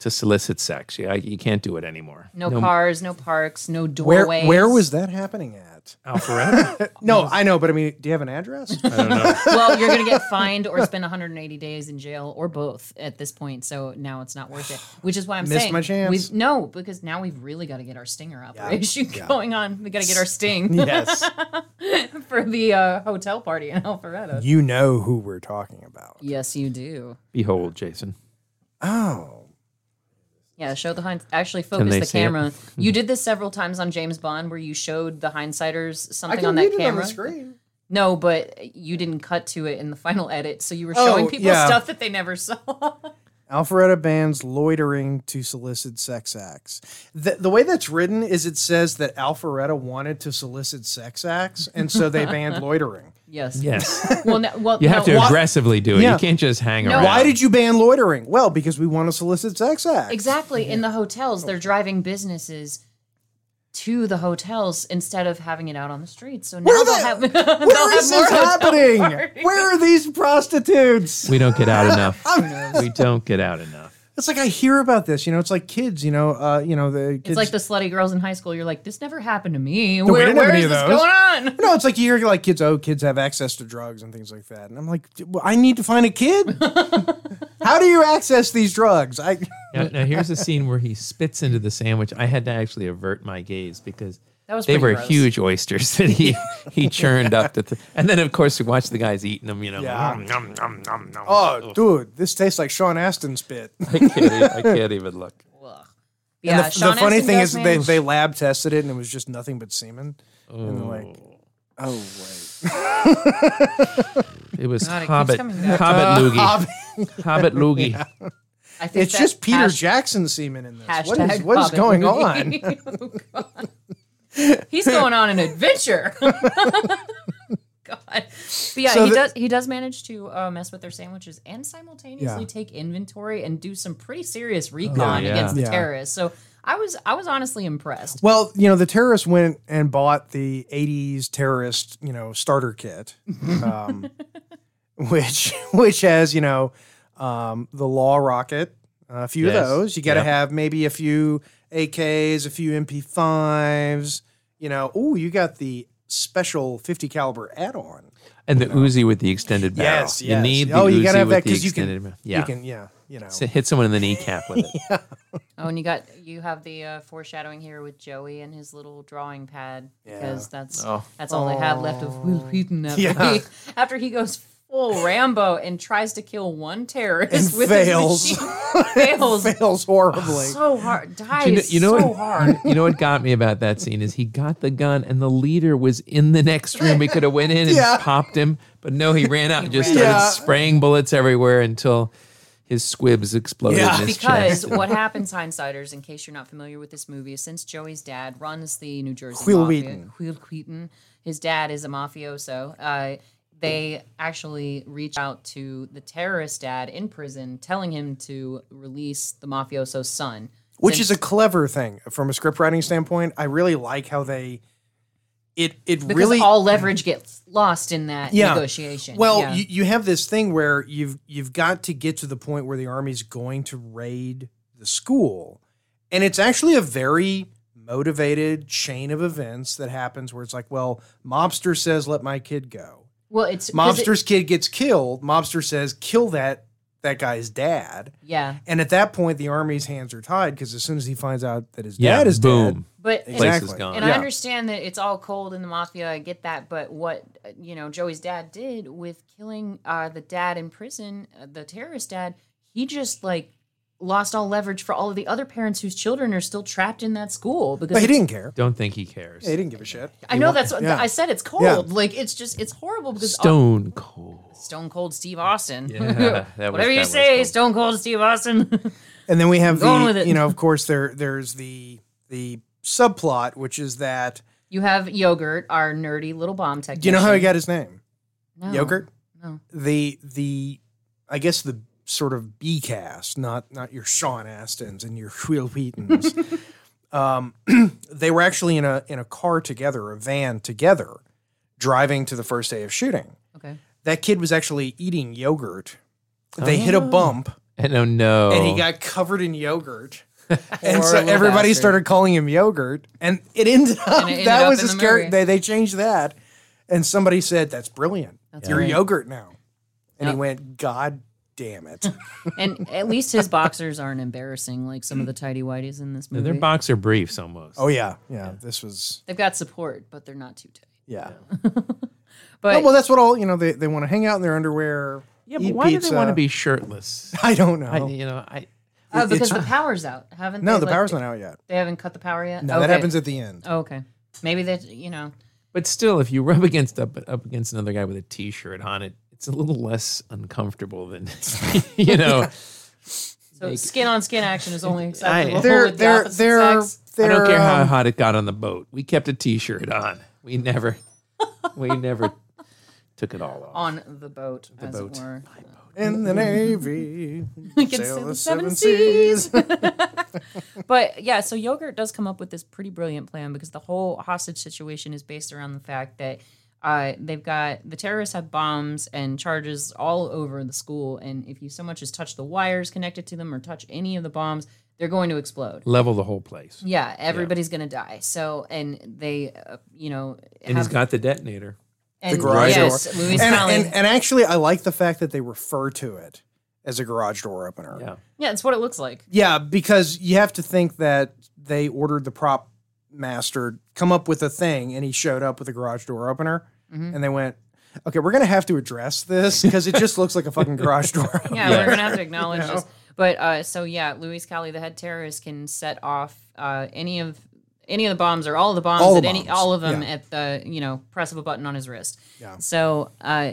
Speaker 5: to solicit sex. Yeah, you can't do it anymore.
Speaker 3: no, cars, no parks, no
Speaker 2: where
Speaker 3: doorways.
Speaker 2: where was that happening at?
Speaker 5: Alpharetta?
Speaker 2: No, I know, but I mean, do you have an address?
Speaker 5: I don't know.
Speaker 3: well, you're gonna get fined or spend 180 days in jail or both at this point. So now it's not worth it, which is why I'm
Speaker 2: Missed
Speaker 3: saying
Speaker 2: my chance.
Speaker 3: we've- no, because now we've really got to get our stinger operation going on. We got to get our sting
Speaker 2: yes,
Speaker 3: for the uh, hotel party in Alpharetta.
Speaker 2: you know who we're talking about.
Speaker 3: Yes, you do.
Speaker 5: Behold, Jason.
Speaker 2: Oh,
Speaker 3: Yeah, show the hind. Actually,
Speaker 5: they
Speaker 3: focus the
Speaker 5: see it?
Speaker 3: camera. you did this several times on James Bond, where you showed the hindsighters
Speaker 2: I
Speaker 3: something
Speaker 2: can
Speaker 3: on
Speaker 2: read
Speaker 3: that
Speaker 2: it on
Speaker 3: camera.
Speaker 2: the screen.
Speaker 3: No, but you didn't cut to it in the final edit, so you were
Speaker 2: Oh,
Speaker 3: showing people
Speaker 2: yeah.
Speaker 3: stuff that they never saw.
Speaker 2: Alpharetta bans loitering to solicit sex acts. The, the way that's written is it says that Alpharetta wanted to solicit sex acts, and so they banned loitering.
Speaker 3: yes.
Speaker 5: Yes.
Speaker 3: Well, no, well,
Speaker 5: You have
Speaker 3: no,
Speaker 5: to
Speaker 3: why-
Speaker 5: aggressively do it.
Speaker 2: Yeah.
Speaker 5: You can't just hang
Speaker 3: No.
Speaker 5: around.
Speaker 2: Why did you ban loitering? Well, because we want to solicit sex acts.
Speaker 3: Exactly. In the hotels, they're
Speaker 2: Oh.
Speaker 3: driving businesses to the hotels instead of having it out on the streets. So now
Speaker 2: Where
Speaker 3: they'll
Speaker 2: the-
Speaker 3: have, they'll
Speaker 2: Where
Speaker 3: have
Speaker 2: is
Speaker 3: more
Speaker 2: this
Speaker 3: hotel
Speaker 2: happening?
Speaker 3: parties.
Speaker 2: Where are these prostitutes?
Speaker 5: we don't get out enough? we don't get out enough.
Speaker 2: It's like I hear about this. You know, it's like kids. You know, uh, you know the kids.
Speaker 3: It's like the slutty girls in high school. You're like, this never happened to me.
Speaker 2: we
Speaker 3: Where,
Speaker 2: didn't have
Speaker 3: where
Speaker 2: any
Speaker 3: is
Speaker 2: of
Speaker 3: this
Speaker 2: those.
Speaker 3: going on?
Speaker 2: No, it's like you hear like kids. Oh, kids have access to drugs and things like that. And I'm like, well, I need to find a kid. How do you access these drugs? I
Speaker 5: Now, now here's a scene where he spits into the sandwich. I had to actually avert my gaze because
Speaker 3: That was
Speaker 5: they
Speaker 3: pretty
Speaker 5: were
Speaker 3: gross.
Speaker 5: huge oysters that he he churned up. To th- and then of course we watch the guys eating them. You know,
Speaker 2: Yeah.
Speaker 5: nom, nom, nom, nom, nom.
Speaker 2: oh, dude, this tastes like Sean Aston spit.
Speaker 5: I can't, e- I can't even look.
Speaker 3: Yeah,
Speaker 2: and the,
Speaker 3: Sean
Speaker 2: the funny
Speaker 3: Astin
Speaker 2: thing
Speaker 3: goes,
Speaker 2: is they,
Speaker 3: "Man,
Speaker 2: they lab tested it and it was just nothing but semen. And they're like, oh wait,
Speaker 5: Oh, It was
Speaker 3: God, it keeps
Speaker 5: Hobbit,
Speaker 3: coming back.
Speaker 5: Hobbit loogie, Hobbit loogie.
Speaker 3: I think
Speaker 2: it's
Speaker 3: that
Speaker 2: just Peter
Speaker 3: hash-
Speaker 2: Jackson semen in this. What is
Speaker 3: hashtag
Speaker 2: what is
Speaker 3: Hobbit
Speaker 2: going
Speaker 3: movie.
Speaker 2: on?
Speaker 3: Oh, God. He's going on an adventure. God. God. But yeah,
Speaker 2: So
Speaker 3: he
Speaker 2: the-
Speaker 3: does. He does manage to uh, mess with their sandwiches and simultaneously
Speaker 2: Yeah. Oh,
Speaker 3: take inventory and do some pretty serious recon
Speaker 5: yeah.
Speaker 3: against the
Speaker 2: Yeah.
Speaker 3: terrorists. So I was I was honestly impressed.
Speaker 2: Well, you know, the terrorists went and bought the 80s terrorist, you know, starter kit, um, which which has, you know, um, the law rocket, a few
Speaker 5: Yes.
Speaker 2: of those. You got to
Speaker 5: Yep.
Speaker 2: have maybe a few AKs, a few MP5s, you know. Oh, you got the special 50 caliber add-on.
Speaker 5: And the Uzi with the extended barrel.
Speaker 2: Yes,
Speaker 5: You
Speaker 2: yes.
Speaker 5: need the
Speaker 2: Oh,
Speaker 5: Uzi
Speaker 2: you gotta have
Speaker 5: with
Speaker 2: that
Speaker 5: the
Speaker 2: 'cause you can-
Speaker 5: extended barrel.
Speaker 2: You
Speaker 5: Yeah.
Speaker 2: can, yeah, you know.
Speaker 5: So hit someone in the kneecap with it.
Speaker 3: Oh, and you got you have the uh, foreshadowing here with Joey and his little drawing pad because that's
Speaker 5: Oh.
Speaker 3: that's all they had left of Will Wheaton after,
Speaker 2: Yeah.
Speaker 3: he, after he goes full Rambo and tries to kill one terrorist
Speaker 2: And
Speaker 3: with
Speaker 2: fails.
Speaker 3: his machine. fails
Speaker 2: Fails horribly.
Speaker 3: so hard, dies
Speaker 5: You know, you know
Speaker 3: so
Speaker 5: what,
Speaker 3: hard.
Speaker 5: You know what got me about that scene is he got the gun and the leader was in the next room. He could have went in and
Speaker 2: Yeah.
Speaker 5: popped him, but no, he ran out and just
Speaker 3: ran
Speaker 5: started
Speaker 2: out.
Speaker 5: spraying bullets everywhere until his squibs exploded
Speaker 2: Yeah.
Speaker 5: in his
Speaker 3: Because
Speaker 5: chest.
Speaker 3: what happens, hindsiders, in case you're not familiar with this movie, is since Joey's dad runs the New Jersey
Speaker 2: Will
Speaker 3: mafia,
Speaker 2: Wheaton.
Speaker 3: Will Wheaton, his dad is a mafioso. Uh, they actually reach out to the terrorist dad in prison, telling him to release the mafioso's son.
Speaker 2: which is a clever thing from a script writing standpoint. I really like how they it it
Speaker 3: because
Speaker 2: really
Speaker 3: all leverage gets lost in that
Speaker 2: Yeah.
Speaker 3: negotiation.
Speaker 2: well
Speaker 3: Yeah.
Speaker 2: you, you have this thing where you've you've got to get to the point where the army's going to raid the school, and it's actually a very motivated chain of events that happens where it's like, well, mobster says let my kid go,
Speaker 3: well, it's 'cause it-
Speaker 2: mobster's kid gets killed, mobster says kill that that guy's dad.
Speaker 3: yeah,
Speaker 2: And at that point, the army's hands are tied because as soon as he finds out that his
Speaker 5: yeah,
Speaker 2: dad is dead,
Speaker 5: boom.
Speaker 3: but
Speaker 5: Place
Speaker 2: Exactly.
Speaker 5: is gone.
Speaker 3: And I
Speaker 2: Yeah.
Speaker 3: understand that it's all cold in the mafia. I get that, but what uh, you know, Joey's dad did with killing uh, the dad in prison, uh, the terrorist dad, he just like lost all leverage for all of the other parents whose children are still trapped in that school because
Speaker 2: But he
Speaker 3: it's-
Speaker 2: didn't care.
Speaker 5: Don't think he cares.
Speaker 2: He didn't give a shit.
Speaker 3: I know that's what
Speaker 2: yeah.
Speaker 3: I said. It's cold.
Speaker 2: Yeah.
Speaker 3: Like it's just it's horrible because all-
Speaker 5: Stone cold.
Speaker 3: Stone Cold Steve Austin.
Speaker 5: Yeah, that was-
Speaker 3: Whatever you
Speaker 5: that was
Speaker 3: say,
Speaker 5: cold.
Speaker 3: Stone Cold Steve Austin.
Speaker 2: And then we have
Speaker 3: Going with
Speaker 2: the,
Speaker 3: it.
Speaker 2: you know, of course, there there's the the subplot, which is that
Speaker 3: you have Yogurt, our nerdy little bomb technician.
Speaker 2: do you know how he got his name?
Speaker 3: No.
Speaker 2: Yogurt.
Speaker 3: No.
Speaker 2: The the I guess the sort of B cast, not not your Sean Astons and your Will Wheatons. um, they were actually in a in a car together, a van together, driving to the first day of shooting.
Speaker 3: Okay.
Speaker 2: That kid was actually eating yogurt. They hit a bump.
Speaker 5: And oh no.
Speaker 2: and he got covered in yogurt. and
Speaker 3: Poor
Speaker 2: so
Speaker 3: little
Speaker 2: everybody
Speaker 3: bastard.
Speaker 2: started calling him yogurt, and it ended up
Speaker 3: it ended
Speaker 2: that
Speaker 3: up
Speaker 2: was
Speaker 3: in
Speaker 2: his
Speaker 3: the
Speaker 2: character.
Speaker 3: movie.
Speaker 2: They, they changed that, and somebody said, "That's brilliant. You're
Speaker 3: great.
Speaker 2: yogurt now." And
Speaker 3: Yeah.
Speaker 2: he went, "God damn it!"
Speaker 3: And at least his boxers aren't embarrassing like some of the tidy whities in this movie.
Speaker 5: They're boxer briefs almost.
Speaker 2: oh yeah, yeah. This was
Speaker 3: They've got support, but they're not too tight.
Speaker 2: yeah.
Speaker 3: But
Speaker 2: No, well, that's what all you know. They they want to hang out in their underwear.
Speaker 5: yeah,
Speaker 2: eat
Speaker 5: but why do
Speaker 2: pizza.
Speaker 5: they want to be shirtless?
Speaker 2: I don't know.
Speaker 5: I, you know, I
Speaker 3: uh, because the
Speaker 2: it's-
Speaker 3: power's out, haven't
Speaker 2: no,
Speaker 3: they?
Speaker 2: the
Speaker 3: Like,
Speaker 2: power's not out yet.
Speaker 3: They haven't cut the power yet.
Speaker 2: No, that happens at the end.
Speaker 3: Oh, okay, maybe that you know.
Speaker 5: But still, if you rub against up up against another guy with a T-shirt on it, it's a little less uncomfortable than you know.
Speaker 3: So skin on skin action is only acceptable.
Speaker 2: They're
Speaker 3: with the
Speaker 2: they're
Speaker 3: opposite
Speaker 2: they're
Speaker 3: sex.
Speaker 5: I
Speaker 2: they're.
Speaker 5: don't care how
Speaker 2: um,
Speaker 5: hot it got on the boat. We kept a T-shirt on. We never, we never took it all off.
Speaker 3: on the boat, as
Speaker 5: boat.
Speaker 3: it were.
Speaker 2: in the navy,
Speaker 3: can
Speaker 2: sail
Speaker 3: sail
Speaker 2: the
Speaker 3: the
Speaker 2: seven
Speaker 3: seven
Speaker 2: seas.
Speaker 3: But yeah, so yogurt does come up with this pretty brilliant plan because the whole hostage situation is based around the fact that uh, they've got the terrorists have bombs and charges all over the school, and if you so much as touch the wires connected to them or touch any of the bombs, they're going to explode.
Speaker 5: Level the whole place.
Speaker 3: Yeah, everybody's gonna die. So, and they, uh, you know,
Speaker 5: And he's
Speaker 3: have-
Speaker 5: got the detonator.
Speaker 3: and,
Speaker 2: garage
Speaker 3: yes,
Speaker 2: door.
Speaker 3: Luis
Speaker 2: and,
Speaker 3: Cali.
Speaker 2: and, and actually, I like the fact that they refer to it as a garage door opener.
Speaker 5: Yeah.
Speaker 3: yeah, it's what it looks like.
Speaker 2: Yeah, because you have to think that they ordered the prop master come up with a thing, and he showed up with a garage door opener,
Speaker 3: Mm-hmm.
Speaker 2: and they went, "Okay, we're gonna have to address this because it just looks like a fucking garage door." opener."
Speaker 3: yeah, we're gonna have to acknowledge this. But uh, so yeah, Luis Cali, the head terrorist, can set off uh, any of any of the bombs or all of the bombs
Speaker 2: All
Speaker 3: at
Speaker 2: the
Speaker 3: any
Speaker 2: bombs,
Speaker 3: all of them
Speaker 2: yeah.
Speaker 3: at the you know press of a button on his wrist.
Speaker 2: Yeah.
Speaker 3: So uh,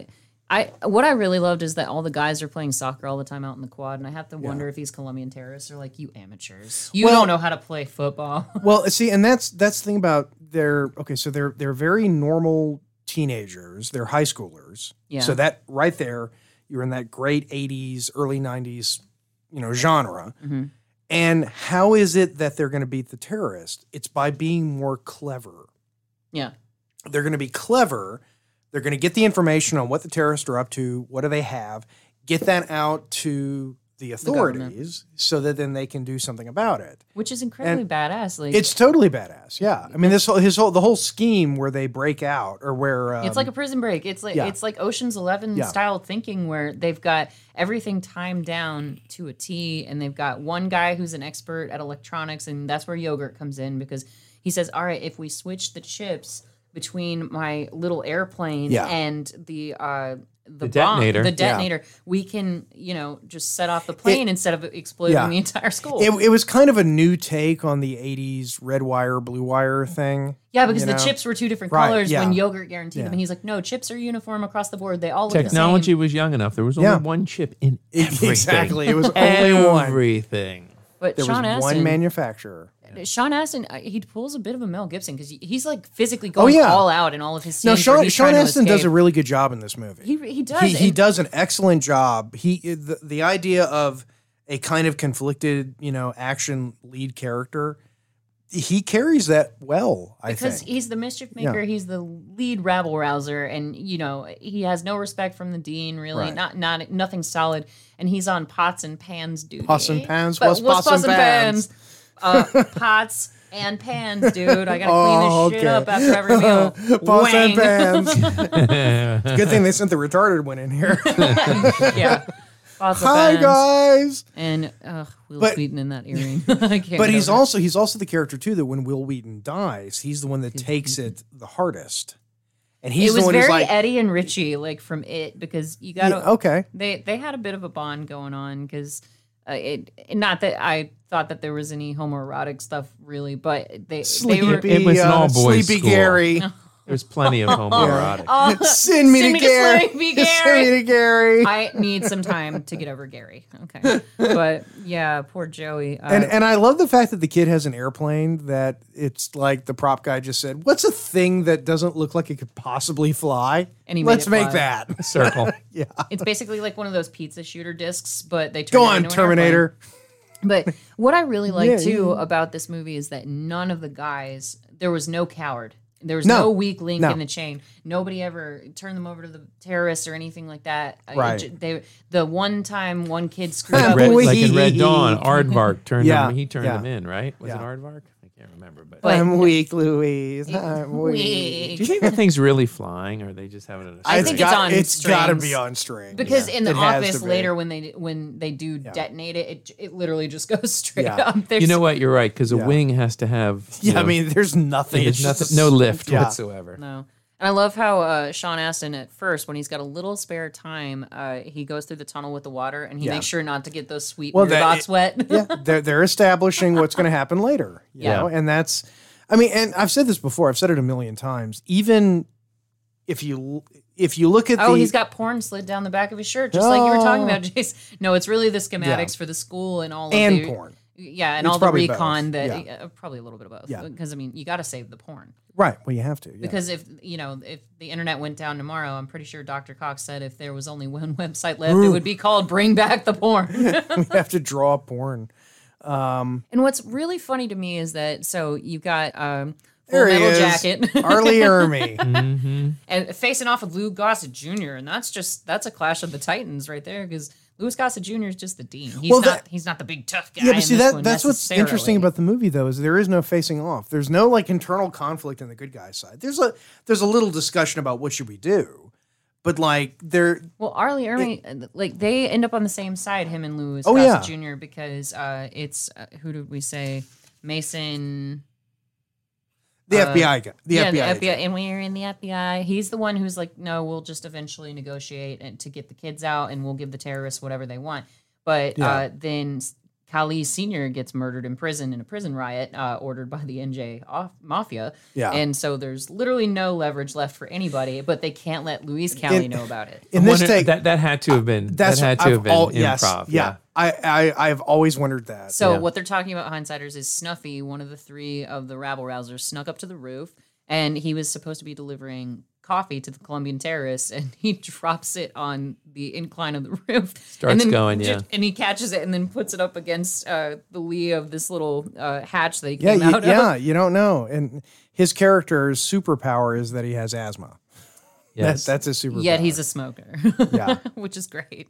Speaker 3: I what I really loved is that all the guys are playing soccer all the time out in the quad, and I have to wonder if these Colombian terrorists are like you amateurs. You
Speaker 2: Well-
Speaker 3: don't know how to play football.
Speaker 2: Well, see, and that's that's the thing about their okay. So they're they're very normal teenagers, they're high schoolers.
Speaker 3: Yeah.
Speaker 2: So that right there, you're in that great 80s, early 90s, you know, genre.
Speaker 3: Mhm.
Speaker 2: And how is it that they're going to beat the terrorist? It's by being more clever.
Speaker 3: Yeah.
Speaker 2: They're going to be clever. They're going to get the information on what the terrorists are up to, what do they have, get that out to the
Speaker 3: government.
Speaker 2: authorities so that then they can do something about it.
Speaker 3: Which is incredibly badass. Like
Speaker 2: It's totally badass. Yeah. I mean, this whole, his whole, the whole scheme where they break out or where, um,
Speaker 3: It's like a prison break. It's like
Speaker 2: yeah.
Speaker 3: it's like Ocean's Eleven
Speaker 2: Yeah.
Speaker 3: style thinking where they've got everything timed down to a T, and they've got one guy who's an expert at electronics, and that's where yogurt comes in because he says, "All right, if we switch the chips between my little airplane
Speaker 2: Yeah.
Speaker 3: and the uh, the, bomb-
Speaker 5: detonator.
Speaker 3: the detonator, we can you know just set off the plane instead of exploding
Speaker 2: Yeah.
Speaker 3: the entire school."
Speaker 2: it, it was kind of a new take on the 80s red wire, blue wire thing.
Speaker 3: yeah, because
Speaker 2: you
Speaker 3: the
Speaker 2: know?
Speaker 3: chips were two different
Speaker 2: Right,
Speaker 3: colors when
Speaker 2: yeah.
Speaker 3: yogurt guaranteed them, and he's like, "No, chips are uniform across the board. They all look
Speaker 5: Technology
Speaker 3: The same.
Speaker 5: was young enough. There was only
Speaker 2: Yeah.
Speaker 5: one chip in everything.
Speaker 2: Exactly. It was only one.
Speaker 5: Everything.
Speaker 3: But
Speaker 2: There
Speaker 3: Sean
Speaker 2: was
Speaker 3: Astin-
Speaker 2: one manufacturer.
Speaker 3: Sean Astin, uh, he pulls a bit of a Mel Gibson because he's like physically going
Speaker 2: Oh, yeah.
Speaker 3: all out in all of his scenes.
Speaker 2: No,
Speaker 3: where
Speaker 2: Sean,
Speaker 3: he's
Speaker 2: Sean
Speaker 3: trying to
Speaker 2: Astin does a
Speaker 3: escape.
Speaker 2: really good job in this movie.
Speaker 3: He, he does.
Speaker 2: he, he
Speaker 3: and-
Speaker 2: does an excellent job. He the, the idea of a kind of conflicted, you know, action lead character, he carries that well. I
Speaker 3: because
Speaker 2: think.
Speaker 3: he's the mischief maker. He's the lead rabble rouser, and you know he has no respect from the dean. Really,
Speaker 2: Right.
Speaker 3: not not nothing solid. And he's on pots and pans duty.
Speaker 2: Pots and pans?
Speaker 3: But
Speaker 2: What's pots and pans?
Speaker 3: Uh, pots and pans, dude. I gotta
Speaker 2: Oh, okay.
Speaker 3: clean this shit up after every meal.
Speaker 2: Pots and
Speaker 3: Wang.
Speaker 2: pans. Good thing they sent the retarded one in here.
Speaker 3: yeah. Pots and
Speaker 2: Hi
Speaker 3: pans.
Speaker 2: guys.
Speaker 3: And uh, Will
Speaker 2: But-
Speaker 3: Wheaton in that earring. I can't
Speaker 2: But
Speaker 3: get
Speaker 2: he's
Speaker 3: over it.
Speaker 2: also he's also the character too that when Will Wheaton dies, he's the one that takes it the hardest, and he's
Speaker 3: it
Speaker 2: the
Speaker 3: was
Speaker 2: one
Speaker 3: very
Speaker 2: who's like,
Speaker 3: Eddie and Richie, like from it, because you got
Speaker 2: "Yeah, oh.
Speaker 3: to
Speaker 2: okay,
Speaker 3: they they had a bit of a bond going on because uh, it not that I thought that there was any homoerotic stuff really, but they
Speaker 2: sleepy, uh,
Speaker 3: they were.
Speaker 5: It was an all-boys
Speaker 2: sleepy
Speaker 5: school.
Speaker 2: Gary,
Speaker 5: There's plenty of homoerotic.
Speaker 3: Oh,
Speaker 2: send me
Speaker 3: send
Speaker 2: to Gary,
Speaker 3: sleepy
Speaker 2: send me
Speaker 3: Gary.
Speaker 2: to Gary."
Speaker 3: I need some time to get over Gary. Okay, but yeah, poor Joey. Uh,
Speaker 2: and and I love the fact that the kid has an airplane that it's like the prop guy just said, "What's a thing that doesn't look like it could possibly fly?"
Speaker 3: And he made
Speaker 2: Let's
Speaker 3: it
Speaker 2: make
Speaker 3: fly.
Speaker 2: that.
Speaker 5: Circle.
Speaker 3: it's basically like one of those pizza shooter discs, but they turn
Speaker 2: Go
Speaker 3: it
Speaker 2: on,
Speaker 3: into an airplane.
Speaker 2: Terminator.
Speaker 3: But what I really like
Speaker 2: Yeah,
Speaker 3: too about this movie is that none of the guys there was no coward. There was
Speaker 2: No.
Speaker 3: no, weak link
Speaker 2: No.
Speaker 3: in the chain. Nobody ever turned them over to the terrorists or anything like that. I-
Speaker 2: Right.
Speaker 3: j- They the one time one kid screwed up.
Speaker 5: Red,
Speaker 2: Boy.
Speaker 5: like in Red Dawn, Aardvark turned
Speaker 2: Yeah,
Speaker 5: him. He turned
Speaker 2: yeah.
Speaker 5: him in, right? Was it
Speaker 2: Yeah.
Speaker 5: Aardvark? I can't remember. But,
Speaker 3: But-
Speaker 2: I'm weak, Louise. I'm weak.
Speaker 5: do you think that thing's really flying, or are they just having it?
Speaker 3: I think it's on
Speaker 2: It's got to
Speaker 3: strings.
Speaker 2: be on string
Speaker 3: because in the
Speaker 2: It has
Speaker 3: office
Speaker 2: to be.
Speaker 3: later when they when they do detonate it, it, j- it literally just goes straight
Speaker 2: Yeah.
Speaker 3: up. There's,
Speaker 5: You know what? You're right. Because a
Speaker 2: Yeah.
Speaker 5: wing has to have. you
Speaker 2: Yeah, I
Speaker 5: know,
Speaker 2: mean, there's nothing.
Speaker 5: there's
Speaker 2: It's
Speaker 5: nothing,
Speaker 2: just-
Speaker 5: no lift
Speaker 2: Yeah.
Speaker 5: whatsoever.
Speaker 3: No. And I love how uh, Sean Astin at first, when he's got a little spare time, uh, he goes through the tunnel with the water and he
Speaker 2: Yeah.
Speaker 3: makes sure not to get those sweet
Speaker 2: Well,
Speaker 3: weird
Speaker 2: that-
Speaker 3: box wet.
Speaker 2: yeah, they're they're establishing what's going to happen later. You
Speaker 3: Yeah.
Speaker 2: know? and that's, I mean, and I've said this before. I've said it a million times. Even if you if you look at
Speaker 3: Oh,
Speaker 2: the
Speaker 3: he's got porn slid down the back of his shirt, just like you were
Speaker 2: Oh.
Speaker 3: talking about, Jace. No, it's really the schematics for the school and all
Speaker 2: and
Speaker 3: of the
Speaker 2: porn,
Speaker 3: Yeah, and
Speaker 2: It's
Speaker 3: all the
Speaker 2: probably
Speaker 3: recon
Speaker 2: both.
Speaker 3: that uh, probably a little bit of both.
Speaker 2: Yeah.
Speaker 3: because I mean, you got to save the porn
Speaker 2: right? Well, you have to yeah.
Speaker 3: because if you know if the internet went down tomorrow, I'm pretty sure Dr. Cox said if there was only one website left, it would be called "Bring Back the Porn."
Speaker 2: we have to draw porn.
Speaker 3: and what's really funny to me is that so you got um, full
Speaker 2: There he
Speaker 3: metal
Speaker 2: is,
Speaker 3: jacket
Speaker 2: Arlie Ermy.
Speaker 3: and facing off with Lou Gossett Jr. And that's just that's a clash of the titans right there because Lou Gossett Jr. is just the dean. He's
Speaker 2: Well,
Speaker 3: not
Speaker 2: that-
Speaker 3: he's not the big tough guy.
Speaker 2: yeah, but
Speaker 3: in
Speaker 2: see
Speaker 3: this
Speaker 2: that
Speaker 3: one
Speaker 2: that's what's
Speaker 3: necessarily.
Speaker 2: interesting about the movie though is there is no facing off. There's no like internal conflict on the good guy side. There's a there's a little discussion about what should we do, but like there
Speaker 3: well Arlie Ermey uh, like they end up on the same side him and Lou
Speaker 2: Oh,
Speaker 3: Gossett Jr. because uh, it's uh, who did we say Mason.
Speaker 2: the FBI guy, the
Speaker 3: Uh, yeah,
Speaker 2: FBI,
Speaker 3: the FBI, and we're in the FBI. He's the one who's like, no, we'll just eventually negotiate and to get the kids out, and we'll give the terrorists whatever they want. But uh, then S- Kali Senior gets murdered in prison in a prison riot uh, ordered by the NJ off- mafia.
Speaker 2: Yeah.
Speaker 3: and so there's literally no leverage left for anybody, but they can't let Luis Cali know about it.
Speaker 2: In this
Speaker 5: Wonder-
Speaker 2: take,
Speaker 5: that that had to have been. That had to
Speaker 2: I've
Speaker 5: have been
Speaker 2: al-
Speaker 5: improv.
Speaker 2: yes,
Speaker 5: yeah.
Speaker 2: I, I I've always wondered that.
Speaker 3: So what they're talking about hindsighters is Snuffy, one of the three of the rabble rousers, snuck up to the roof, and he was supposed to be delivering coffee to the Colombian terrorist, and he drops it on the incline of the roof.
Speaker 5: Starts
Speaker 3: and then
Speaker 5: going,
Speaker 3: ju-
Speaker 5: yeah.
Speaker 3: And he catches it and then puts it up against uh, the lee of this little uh, hatch that he
Speaker 2: Yeah,
Speaker 3: came
Speaker 2: you,
Speaker 3: out
Speaker 2: yeah,
Speaker 3: of.
Speaker 2: you don't know. And his character's superpower is that he has asthma.
Speaker 5: Yes.
Speaker 2: That, that's his superpower.
Speaker 3: Yet he's a smoker,
Speaker 2: Yeah.
Speaker 3: which is great.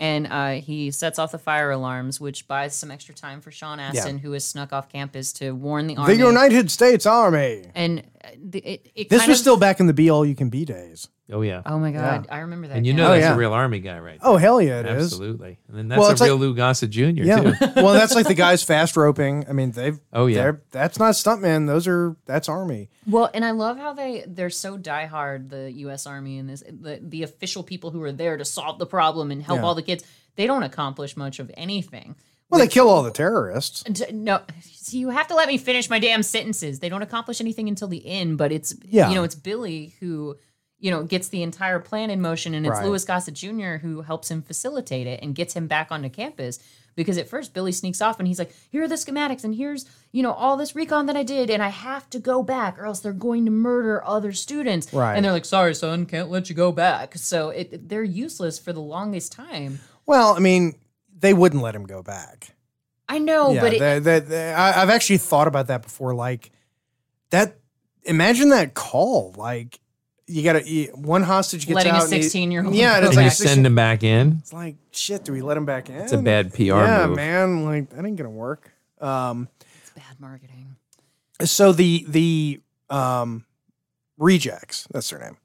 Speaker 3: And uh, he sets off the fire alarms, which buys some extra time for Sean Astin, who has snuck off campus to warn the
Speaker 2: the
Speaker 3: army.
Speaker 2: United States Army.
Speaker 3: and uh, the, it, it
Speaker 2: This
Speaker 3: kind
Speaker 2: was
Speaker 3: of-
Speaker 2: still back in the be all you can be days.
Speaker 5: oh yeah.
Speaker 3: Oh my god, I remember that.
Speaker 5: and you
Speaker 3: now.
Speaker 5: know that's
Speaker 2: Oh, yeah.
Speaker 5: a real army guy, right?
Speaker 2: Oh hell yeah, it is.
Speaker 5: Absolutely. And then that's
Speaker 2: Well,
Speaker 5: a
Speaker 2: it's like-
Speaker 5: real Lou Gossett Jr.
Speaker 2: Yeah.
Speaker 5: too.
Speaker 2: well, that's like the guys fast roping. I mean, they've.
Speaker 5: Oh, yeah.
Speaker 2: they're- That's not stuntman. Those are that's army.
Speaker 3: Well, and I love how they they're so diehard the U.S. Army and this the, the official people who are there to solve the problem and help
Speaker 2: Yeah.
Speaker 3: all the kids. They don't accomplish much of anything.
Speaker 2: Well, they kill all the terrorists.
Speaker 3: And, uh, No, see, you have to let me finish my damn sentences. They don't accomplish anything until the end. But it's
Speaker 2: Yeah.
Speaker 3: you know it's Billy who you know gets the entire plan in motion, and it's
Speaker 2: Right.
Speaker 3: Louis Gossett Jr. who helps him facilitate it and gets him back onto campus. Because at first Billy sneaks off and he's like, "Here are the schematics, and here's you know all this recon that I did, and I have to go back, or else they're going to murder other students."
Speaker 2: Right.
Speaker 3: And they're like, "Sorry, son, can't let you go back." So it, they're useless for the longest time.
Speaker 2: Well, I mean, they wouldn't let him go back.
Speaker 3: I know,
Speaker 2: yeah,
Speaker 3: Oh, but it,
Speaker 2: they- they- they- I, I've actually thought about that before. Like that. Imagine that call. Like you got to one hostage gets
Speaker 3: Letting a
Speaker 2: out. and he-
Speaker 3: 16-year-old
Speaker 2: Yeah, and
Speaker 3: go
Speaker 2: it's
Speaker 5: and
Speaker 2: like
Speaker 5: you
Speaker 2: a 16
Speaker 5: send him back in.
Speaker 2: It's like shit. Do we let him back in?
Speaker 5: It's a bad PR
Speaker 2: Yeah,
Speaker 5: move.
Speaker 2: man. Like that ain't gonna work. Um.
Speaker 3: it's bad marketing.
Speaker 2: so the the um rejects that's their name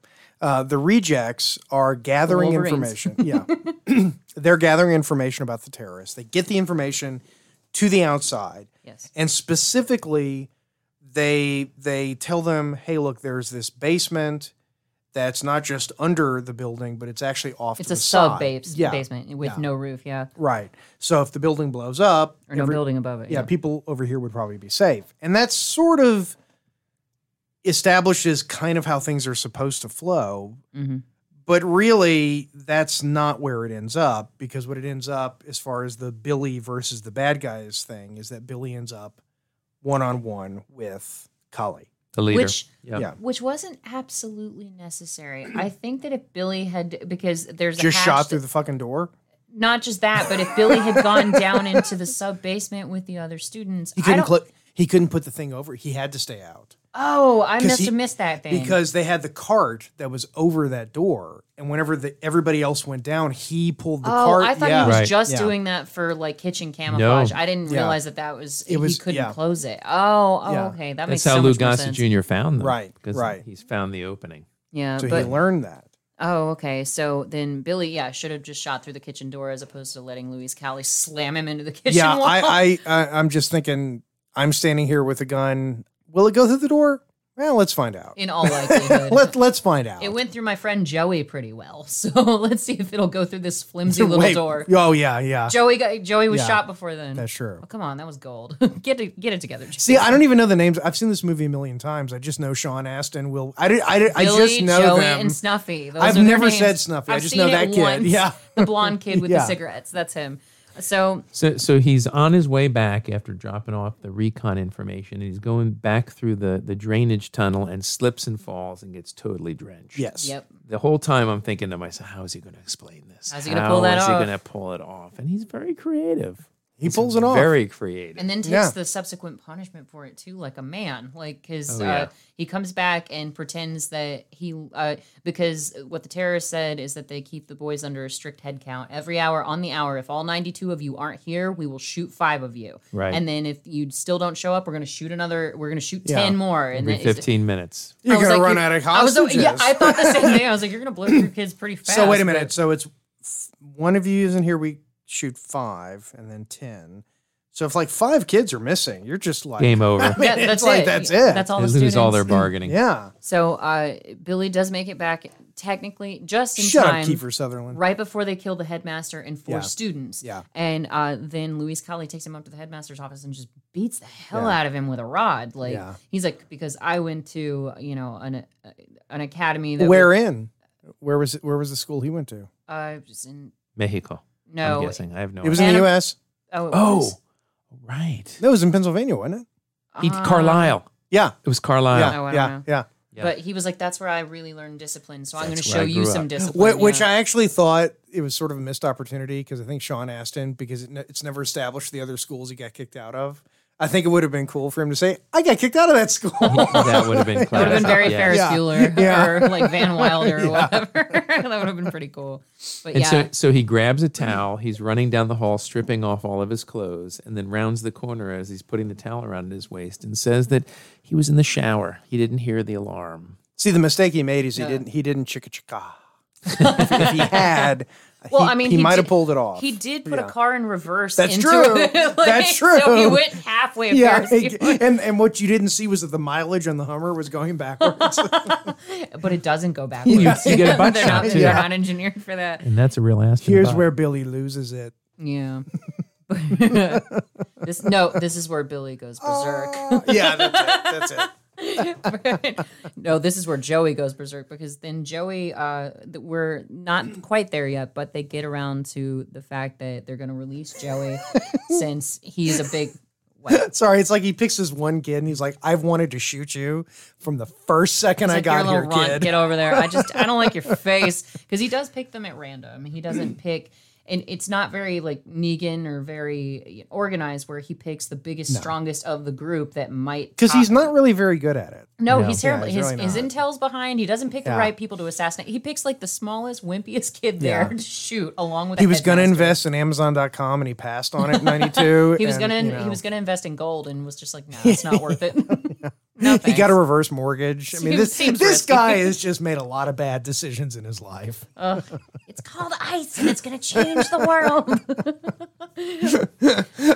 Speaker 2: uh, the rejects are gathering
Speaker 3: Wolverines.
Speaker 2: information yeah they're gathering information about the terrorists they get the information to the outside
Speaker 3: Yes.
Speaker 2: and specifically they they tell them hey look there's this basement that's not just under the building but it's actually off
Speaker 3: It's
Speaker 2: to
Speaker 3: a
Speaker 2: the
Speaker 3: sub
Speaker 2: side.
Speaker 3: base,
Speaker 2: yeah
Speaker 3: basement with no roof, yeah,
Speaker 2: right so if the building blows up
Speaker 3: or no
Speaker 2: every-
Speaker 3: building above it.
Speaker 2: yeah, people over here would probably be safe. And that sort of establishes kind of how things are supposed to flow.
Speaker 3: Mhm.
Speaker 2: But really, that's not where it ends up because what it ends up, as far as the Billy versus the bad guys thing, is that Billy ends up one on one with Kali.
Speaker 5: The leader.
Speaker 3: Which-
Speaker 5: yeah.
Speaker 2: Yeah.
Speaker 3: which wasn't absolutely necessary. I think that if Billy had, because there's a
Speaker 2: Just
Speaker 3: hatch
Speaker 2: shot
Speaker 3: that-
Speaker 2: through the fucking door.
Speaker 3: not just that, but if Billy had gone down into the sub basement with the other students,
Speaker 2: He
Speaker 3: I
Speaker 2: couldn't.
Speaker 3: don't.
Speaker 2: Cl- he couldn't put the thing over. He had to stay out.
Speaker 3: oh, I
Speaker 2: 'Cause
Speaker 3: must
Speaker 2: he-
Speaker 3: have missed that thing.
Speaker 2: because they had the cart that was over that door, and whenever the, everybody else went down, he pulled the
Speaker 3: oh,
Speaker 2: cart.
Speaker 3: I thought
Speaker 2: yeah.
Speaker 3: he was
Speaker 5: Right.
Speaker 3: just
Speaker 2: Yeah.
Speaker 3: doing that for like kitchen camouflage.
Speaker 5: No.
Speaker 3: I didn't
Speaker 2: Yeah.
Speaker 3: realize that that was. It
Speaker 2: was-
Speaker 3: he couldn't
Speaker 2: yeah.
Speaker 3: close it. Oh, oh,
Speaker 2: Yeah.
Speaker 3: okay, that
Speaker 5: That's
Speaker 3: makes
Speaker 5: how
Speaker 3: so
Speaker 5: Lou
Speaker 3: much more
Speaker 5: Gossett
Speaker 3: sense.
Speaker 5: Jr. found them.
Speaker 2: Right,
Speaker 5: Because
Speaker 2: right.
Speaker 5: He's found the opening.
Speaker 3: Yeah,
Speaker 2: So
Speaker 3: but
Speaker 2: he learned that.
Speaker 3: Oh, okay. So then Billy, yeah, should have just shot through the kitchen door as opposed to letting Louise Callie slam him into the kitchen
Speaker 2: Yeah,
Speaker 3: wall.
Speaker 2: I, I, I, I'm just thinking. I'm standing here with a gun. Will it go through the door? Well, let's find out.
Speaker 3: in all likelihood.
Speaker 2: Let Let's find out.
Speaker 3: it went through my friend Joey pretty well. So let's see if it'll go through this flimsy little
Speaker 2: Wait.
Speaker 3: door.
Speaker 2: Oh yeah, yeah.
Speaker 3: Joey got Joey was
Speaker 2: Yeah.
Speaker 3: shot before then.
Speaker 2: That's true.
Speaker 3: Oh, come on, that was gold. get it get it together. Joey.
Speaker 2: See, I don't even know the names. I've seen this movie a million times. I just know Sean Astin. Will I? did- I, did- I
Speaker 3: Billy,
Speaker 2: just know
Speaker 3: Joey,
Speaker 2: them.
Speaker 3: and Snuffy. Those
Speaker 2: I've
Speaker 3: are their
Speaker 2: never
Speaker 3: names.
Speaker 2: said Snuffy. I
Speaker 3: I've
Speaker 2: just
Speaker 3: seen
Speaker 2: know
Speaker 3: it
Speaker 2: that kid.
Speaker 3: once.
Speaker 2: Yeah.
Speaker 3: the blonde kid with
Speaker 2: Yeah.
Speaker 3: the cigarettes. That's him. So
Speaker 5: So, so he's on his way back after dropping off the recon information, and he's going back through the, the drainage tunnel and slips and falls and gets totally drenched.
Speaker 2: yes.
Speaker 3: yep.
Speaker 5: The whole time I'm thinking to myself, how is he going to explain this?
Speaker 3: How's he gonna pull that
Speaker 5: How is
Speaker 3: off?
Speaker 5: he going to pull it off? And he's very creative.
Speaker 2: He pulls it off.
Speaker 5: Very creative.
Speaker 3: and then takes
Speaker 2: Yeah.
Speaker 3: the subsequent punishment for it too, like a man, like because
Speaker 5: Oh, yeah.
Speaker 3: uh, he comes back and pretends that he uh, because what the terrorist said is that they keep the boys under a strict head count every hour on the hour. If all ninety two of you aren't here, we will shoot five of you.
Speaker 5: Right.
Speaker 3: and then if you still don't show up, we're gonna shoot another. We're gonna shoot
Speaker 2: Yeah.
Speaker 3: ten more. And
Speaker 5: Every
Speaker 3: then it's-
Speaker 5: 15 minutes.
Speaker 2: You're
Speaker 3: I was
Speaker 2: gonna
Speaker 3: like,
Speaker 2: run
Speaker 3: you-
Speaker 2: out of
Speaker 3: I was so-
Speaker 2: hostages.
Speaker 3: yeah, I thought the same thing. I was like, you're gonna blow through kids pretty fast.
Speaker 2: So wait a
Speaker 3: but-
Speaker 2: minute. So it's f- one of you isn't here. We shoot five and then ten. So if like five kids are missing, you're just like
Speaker 5: Game over.
Speaker 2: Man,
Speaker 3: Yeah,
Speaker 2: it's
Speaker 3: that's
Speaker 2: like,
Speaker 3: it.
Speaker 2: that's it.
Speaker 3: That's all.
Speaker 5: they
Speaker 3: the
Speaker 5: lose all
Speaker 3: students.
Speaker 5: their bargaining.
Speaker 2: Yeah.
Speaker 3: So uh, Billy does make it back, technically, just in
Speaker 2: Shut
Speaker 3: time,
Speaker 2: up, Kiefer Sutherland.
Speaker 3: right before they kill the headmaster and four
Speaker 2: Yeah.
Speaker 3: students.
Speaker 2: Yeah.
Speaker 3: And uh, then Luis Colley takes him up to the headmaster's office and just beats the hell out of him with a rod. Like
Speaker 2: Yeah.
Speaker 3: he's like, because I went to you know an uh, an academy that
Speaker 2: Where in? Where was it, where was the school he went to?
Speaker 3: was, uh, just in,
Speaker 5: Mexico.
Speaker 3: no
Speaker 5: I'm guessing. I have no
Speaker 2: It was
Speaker 5: idea.
Speaker 2: in the
Speaker 3: Anna-
Speaker 2: U.S.
Speaker 3: oh it
Speaker 5: Oh,
Speaker 3: was,
Speaker 5: right.
Speaker 2: That was in Pennsylvania, wasn't it?
Speaker 5: He,
Speaker 3: uh,
Speaker 5: Carlisle.
Speaker 2: Yeah.
Speaker 5: It was Carlisle.
Speaker 2: Yeah.
Speaker 3: Oh, I don't
Speaker 2: yeah.
Speaker 3: know.
Speaker 2: Yeah.
Speaker 5: Yeah.
Speaker 3: But he was like, "That's where I really learned discipipline. So I'm going to
Speaker 5: That's where
Speaker 3: show
Speaker 5: I
Speaker 3: you
Speaker 5: grew
Speaker 3: some
Speaker 5: up."
Speaker 3: discipline."
Speaker 2: Wh- Which
Speaker 3: yeah.
Speaker 2: I actually thought it was sort of a missed opportunity because I think Sean Aston, because it ne- it's never established the other schools he got kicked out of. I think it would have been cool for him to say, "I got kicked out of that school."
Speaker 5: that would have been
Speaker 3: That would have been very
Speaker 5: yeah.
Speaker 3: Ferris
Speaker 2: Yeah.
Speaker 3: Bueller
Speaker 2: Yeah.
Speaker 3: or like Van Wilder or whatever. that would have been pretty cool. But
Speaker 5: And
Speaker 3: yeah, Mm-hmm.
Speaker 5: so, so he grabs a towel. He's running down the hall, stripping off all of his clothes, and then rounds the corner as he's putting the towel around his waist and says that he was in the shower. He didn't hear the alarm.
Speaker 2: See, the mistake he made is he
Speaker 3: Yeah.
Speaker 2: didn't he didn't chicka chicka. if, if he had,
Speaker 3: well,
Speaker 2: he,
Speaker 3: I mean,
Speaker 2: he, might
Speaker 3: did-
Speaker 2: have pulled it off.
Speaker 3: He did put
Speaker 2: Yeah.
Speaker 3: a car in reverse.
Speaker 2: That's
Speaker 3: into
Speaker 2: true.
Speaker 3: it,
Speaker 2: That's
Speaker 3: So he
Speaker 2: true.
Speaker 3: went halfway.
Speaker 2: Yeah,
Speaker 3: Yeah,
Speaker 2: he- and and what you didn't see was that the mileage on the Hummer was going backwards.
Speaker 3: but it doesn't go backwards.
Speaker 5: you get a butt
Speaker 3: they're,
Speaker 5: shot,
Speaker 3: not,
Speaker 5: too.
Speaker 3: they're not engineered for that.
Speaker 5: And that's a real ass.
Speaker 2: Here's where Billy loses it.
Speaker 3: Yeah. this no, this is where Billy goes berserk.
Speaker 2: yeah, that's it. That's it.
Speaker 3: no, this is where Joey goes berserk because then Joey, uh, th- we're not quite there yet, but they get around to the fact that they're going to release Joey since he's a big. What?
Speaker 2: Sorry, it's like he picks this one kid and he's like, "I've wanted to shoot you from the first second I
Speaker 3: Like, "You're a
Speaker 2: got
Speaker 3: little
Speaker 2: here,
Speaker 3: runt,
Speaker 2: kid."
Speaker 3: Get over there. I just I don't like your face because he does pick them at random. He doesn't pick. And it's not very like Negan or very organized, where he picks the biggest, strongest of the group that might.
Speaker 2: Because
Speaker 3: top
Speaker 2: he's not really very good at it.
Speaker 3: No, he's terrible.
Speaker 2: he's
Speaker 3: his
Speaker 2: really
Speaker 3: his
Speaker 2: not.
Speaker 3: intel's behind. He doesn't pick the right people to assassinate. He picks like the smallest, wimpiest kid there
Speaker 2: Yeah.
Speaker 3: to shoot along with.
Speaker 2: He
Speaker 3: a
Speaker 2: was going to
Speaker 3: headmaster.
Speaker 2: invest in Amazon.com and he passed on it in '92.
Speaker 3: He was
Speaker 2: and,
Speaker 3: gonna
Speaker 2: you know,
Speaker 3: he was gonna invest in gold and was just like, no, it's not worth it. no,
Speaker 2: He got
Speaker 3: thanks.
Speaker 2: a reverse mortgage. I mean, this
Speaker 3: Seems
Speaker 2: this
Speaker 3: risky. Uh.
Speaker 2: guy has just made a lot of bad decisions in his life.
Speaker 3: It's called ice, and it's gonna change the world.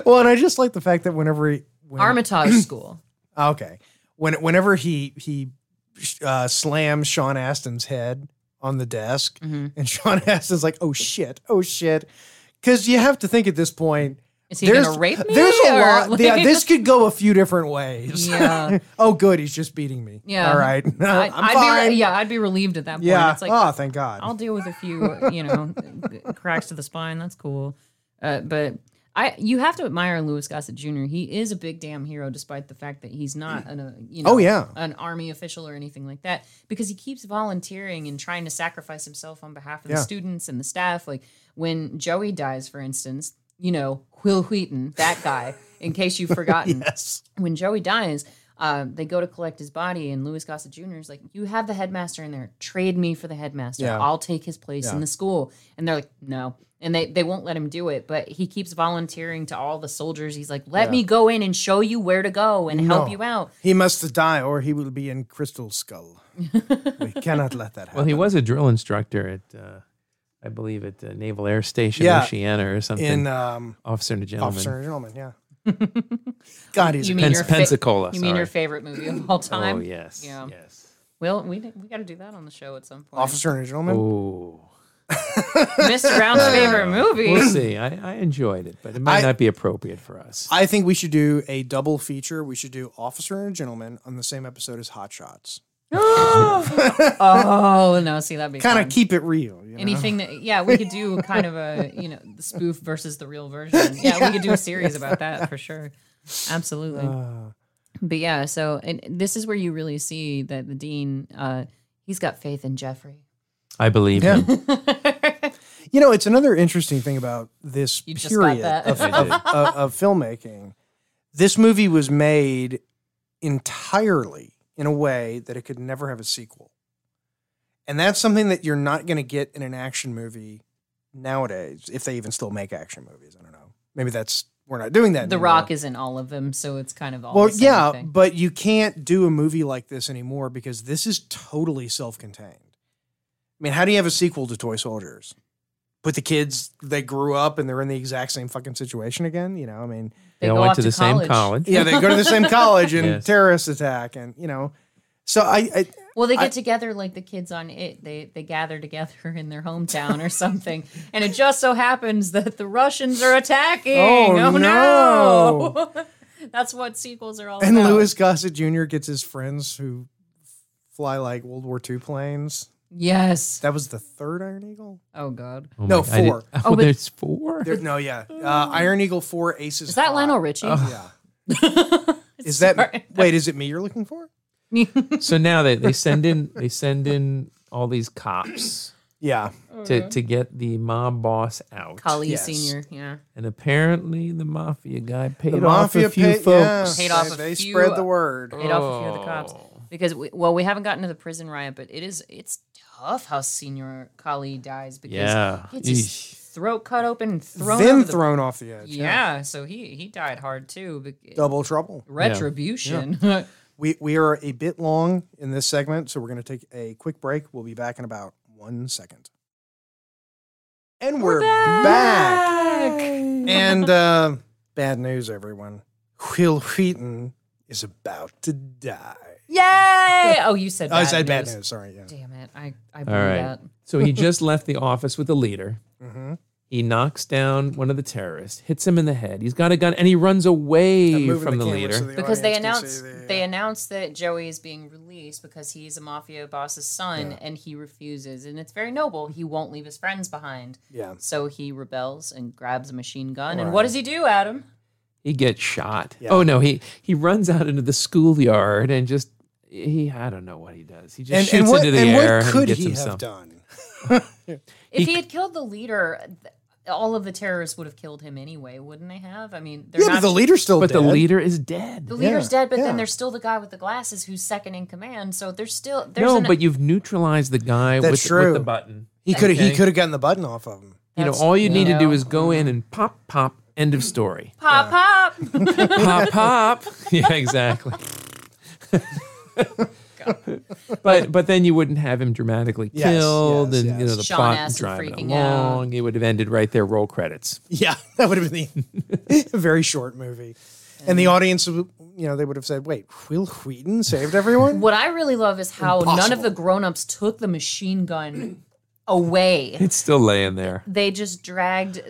Speaker 2: Well, and I just like the fact that whenever he, when, Ah,
Speaker 3: Armitage School.
Speaker 2: okay, when whenever he he uh, slams Sean Aston's head on the desk,
Speaker 3: Mm-hmm.
Speaker 2: and Sean Aston's like, "Oh shit, oh shit," because you have to think at this point.
Speaker 3: Is he gonna rape me?
Speaker 2: There's a
Speaker 3: or,
Speaker 2: lot.
Speaker 3: like-
Speaker 2: yeah, this could go a few different ways.
Speaker 3: Yeah.
Speaker 2: oh, good. He's just beating me.
Speaker 3: Yeah.
Speaker 2: All right.
Speaker 3: I,
Speaker 2: I'm
Speaker 3: would
Speaker 2: fine.
Speaker 3: Be, yeah, I'd be relieved at that point.
Speaker 2: Yeah.
Speaker 3: It's like,
Speaker 2: oh, thank God.
Speaker 3: I'll deal with a few, uh, you know, cracks to the spine. That's cool. Uh, but I, you have to admire Louis Gossett Jr. He is a big damn hero, despite the fact that he's not an, uh, you know,
Speaker 2: Oh, yeah.
Speaker 3: an army official or anything like that, because he keeps volunteering and trying to sacrifice himself on behalf of the
Speaker 2: Yeah.
Speaker 3: students and the staff. Like when Joey dies, for instance, you know, Will Wheaton, that guy. In case you've forgotten,
Speaker 2: yes.
Speaker 3: when Joey dies, uh, they go to collect his body, and Louis Gossett Jr. is like, "You have the headmaster in there. Trade me for the headmaster.
Speaker 2: Yeah.
Speaker 3: I'll take his place in the school." And they're like, "No," and they they won't let him do it. But he keeps volunteering to all the soldiers. He's like, "Let me go in and show you where to go and help
Speaker 2: No.
Speaker 3: you out."
Speaker 2: He must die, or he will be in Crystal Skull. we cannot let that happen.
Speaker 5: Well, he was a drill instructor at, uh, I believe, at uh, Naval Air Station,
Speaker 2: Yeah.
Speaker 5: Oceana, or something.
Speaker 3: uh,
Speaker 2: in um,
Speaker 5: Officer and a Gentleman.
Speaker 2: Officer and Gentleman. Yeah. God, he's a
Speaker 3: You mean
Speaker 5: Pens-
Speaker 3: your fa-
Speaker 5: Pensacola.
Speaker 3: You mean your
Speaker 5: Oh, sorry.
Speaker 3: favorite movie of all time?
Speaker 5: Oh yes.
Speaker 3: Yeah.
Speaker 5: Yes.
Speaker 3: Well, we we got to do that on the show at some point.
Speaker 2: Officer and a Gentleman.
Speaker 5: Oh.
Speaker 3: Mr. Brown's favorite movie.
Speaker 5: We'll see. I, I enjoyed it, but it might
Speaker 2: I-
Speaker 5: not be appropriate for us.
Speaker 2: I think we should do a double feature. We should do Officer and a Gentleman on the same episode as Hot Shots.
Speaker 3: oh no! See that'd be
Speaker 2: Kind
Speaker 3: fun.
Speaker 2: of keep it real. You know?
Speaker 3: anything that yeah we could do kind of a you know the spoof versus the real version yeah, we could do a series about that for sure absolutely
Speaker 2: Uh.
Speaker 3: but yeah so and this is where you really see that the dean uh he's got faith in jeffrey
Speaker 5: I believe
Speaker 2: Yeah.
Speaker 5: him.
Speaker 2: You know, it's another interesting thing about this
Speaker 3: You just got
Speaker 2: period
Speaker 3: that.
Speaker 2: of,
Speaker 5: I
Speaker 2: of,
Speaker 5: did.
Speaker 2: of, of filmmaking. This movie was made entirely in a way that it could never have a sequel. And that's something that you're not going to get in an action movie nowadays, if they even still make action movies. I don't know. Maybe that's, we're not doing that.
Speaker 3: the
Speaker 2: anymore.
Speaker 3: rock is in all of them so it's kind of all
Speaker 2: Well,
Speaker 3: the same
Speaker 2: yeah,
Speaker 3: thing.
Speaker 2: but you can't do a movie like this anymore because this is totally self-contained. I mean, how do you have a sequel to Toy Soldiers? Put the kids they grew up and they're in the exact same fucking situation again. You know, I mean,
Speaker 5: They, all
Speaker 3: go
Speaker 5: went
Speaker 3: off
Speaker 5: to the same college.
Speaker 2: yeah, they go to the same college and
Speaker 5: Yes.
Speaker 2: terrorist attack, and you know, so I, I
Speaker 3: Well, they get together like the kids on it. They they gather together in their hometown or something, and it just so happens that the Russians are attacking.
Speaker 2: Oh,
Speaker 3: no! That's what sequels are all
Speaker 2: and
Speaker 3: about.
Speaker 2: Louis Gossett Jr. gets his friends who fly like World War II planes.
Speaker 3: Yes.
Speaker 2: That was the third Iron Eagle.
Speaker 3: Oh God.
Speaker 5: Oh
Speaker 2: No,
Speaker 5: my- I did-
Speaker 2: four.
Speaker 5: Oh,
Speaker 3: Oh, but-
Speaker 5: there's four.
Speaker 2: There- no, yeah, uh, Iron Eagle Four Aces.
Speaker 3: Is that
Speaker 2: High.
Speaker 3: Lionel Richie?
Speaker 2: Yeah. Is that
Speaker 3: Sorry.
Speaker 2: wait? Is it me you're looking for?
Speaker 5: so now they, they send in they send in all these cops
Speaker 2: Yeah.
Speaker 5: to, to get the mob boss out.
Speaker 3: Kali
Speaker 2: Yes.
Speaker 3: Senior. Yeah.
Speaker 5: And apparently the mafia guy paid
Speaker 2: The
Speaker 5: off
Speaker 2: mafia
Speaker 5: a few
Speaker 2: paid, yeah,
Speaker 5: folks.
Speaker 3: Paid off
Speaker 2: they,
Speaker 3: a
Speaker 2: they
Speaker 3: few-
Speaker 2: spread the word.
Speaker 3: Paid off a few of the cops
Speaker 5: Oh.
Speaker 3: because we, well we haven't gotten to the prison riot, but it is it's tough how Senior Kali dies because
Speaker 5: Yeah.
Speaker 3: he gets his
Speaker 5: Eesh.
Speaker 3: throat cut open and thrown
Speaker 2: then
Speaker 3: over the-
Speaker 2: thrown off the edge.
Speaker 3: Yeah, so he he died hard too. bec-
Speaker 2: Double trouble.
Speaker 3: Retribution.
Speaker 2: We we are a bit long in this segment, so we're going to take a quick break. We'll be back in about one second. And we're, back. And uh, bad news, everyone. Will Wheaton is about to die.
Speaker 3: Yay! Oh, you said.
Speaker 2: Oh, I
Speaker 3: bad
Speaker 2: said bad
Speaker 3: news.
Speaker 2: news. Sorry. Yeah.
Speaker 3: Damn it! I I
Speaker 5: All
Speaker 3: blew
Speaker 5: right.
Speaker 3: that.
Speaker 5: so he just left the office with the leader.
Speaker 2: Mm-hmm.
Speaker 5: He knocks down one of the terrorists, hits him in the head. He's got a gun and he runs away from the, leader.
Speaker 3: Because they announced
Speaker 2: uh,
Speaker 3: they announced that Joey is being released because he's a mafia boss's son and he refuses and it's very noble. He won't leave his friends behind.
Speaker 2: yeah.
Speaker 3: So he rebels and grabs a machine gun. And what does he do, Adam?
Speaker 5: he gets shot.
Speaker 2: Yeah.
Speaker 5: Oh no, he he runs out into the schoolyard and just he I don't know what he does. He just
Speaker 2: And,
Speaker 5: shoots
Speaker 2: and what,
Speaker 5: into the
Speaker 2: and
Speaker 5: air
Speaker 2: what could
Speaker 5: and gets
Speaker 2: he
Speaker 5: himself.
Speaker 2: have done?
Speaker 3: If he had killed the leader, th- all of the terrorists would have killed him anyway, wouldn't they have? I mean, they're
Speaker 2: Yeah,
Speaker 3: not
Speaker 2: but the leader's still
Speaker 5: But
Speaker 2: dead.
Speaker 5: the leader is dead.
Speaker 3: The leader's
Speaker 2: Yeah,
Speaker 3: dead, but
Speaker 2: yeah.
Speaker 3: then there's still the guy with the glasses who's second in command. So there's still there's
Speaker 5: no,
Speaker 3: an,
Speaker 5: but you've neutralized the guy
Speaker 2: That's
Speaker 5: with, with
Speaker 2: true.
Speaker 5: the button.
Speaker 2: He could have he
Speaker 5: Okay.
Speaker 2: could have gotten the button off of him.
Speaker 5: You know,
Speaker 3: That's-
Speaker 5: all you need to do
Speaker 3: yeah.
Speaker 5: is go in and pop, pop. End of story.
Speaker 3: pop pop.
Speaker 5: pop, pop. Yeah, exactly. but but then you wouldn't have him dramatically
Speaker 2: Yes, yes,
Speaker 5: killed, and you know
Speaker 2: yes.
Speaker 5: the
Speaker 3: Sean
Speaker 5: plot
Speaker 3: Astin
Speaker 5: driving
Speaker 3: freaking
Speaker 5: along. It would have ended right there. Roll credits.
Speaker 2: Yeah, that would have been the, a very short movie. And the audience, would- you know, they would have said, "Wait, Will Wheaton saved everyone?"
Speaker 3: What I really love is how none of
Speaker 2: Impossible.
Speaker 3: the grown-ups took the machine gun away.
Speaker 5: It's still laying there.
Speaker 3: They just dragged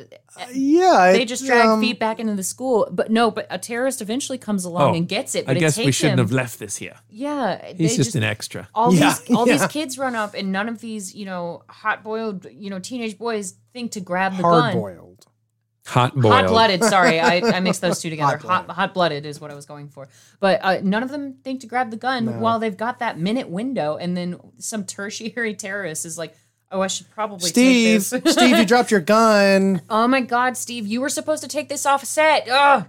Speaker 2: yeah,
Speaker 3: they
Speaker 2: it-
Speaker 3: just dragged
Speaker 2: um,
Speaker 3: feet back into the school. But no, but a terrorist eventually comes along
Speaker 5: Oh,
Speaker 3: and gets it.
Speaker 5: I
Speaker 3: But it
Speaker 5: guess we
Speaker 3: takes
Speaker 5: shouldn't
Speaker 3: him-
Speaker 5: have left this here.
Speaker 3: Yeah,
Speaker 5: He's
Speaker 3: they
Speaker 5: just, an extra.
Speaker 3: all
Speaker 2: Yeah,
Speaker 3: these all
Speaker 2: yeah.
Speaker 3: these kids run up, and none of these you know hot boiled you know teenage boys think to grab the
Speaker 2: hard
Speaker 3: gun.
Speaker 2: boiled.
Speaker 5: Hot boiled.
Speaker 3: Hot blooded. Sorry, I, I mixed those two together.
Speaker 2: Hot-blooded.
Speaker 3: Hot hot blooded is what I was going for. But uh, none of them think to grab the gun while they've got that minute window, and then some tertiary terrorist is like, "Oh, I should probably
Speaker 2: Steve,
Speaker 3: Take this.
Speaker 2: Steve, you dropped your gun.
Speaker 3: oh my God, Steve, you were supposed to take this off set. Ugh.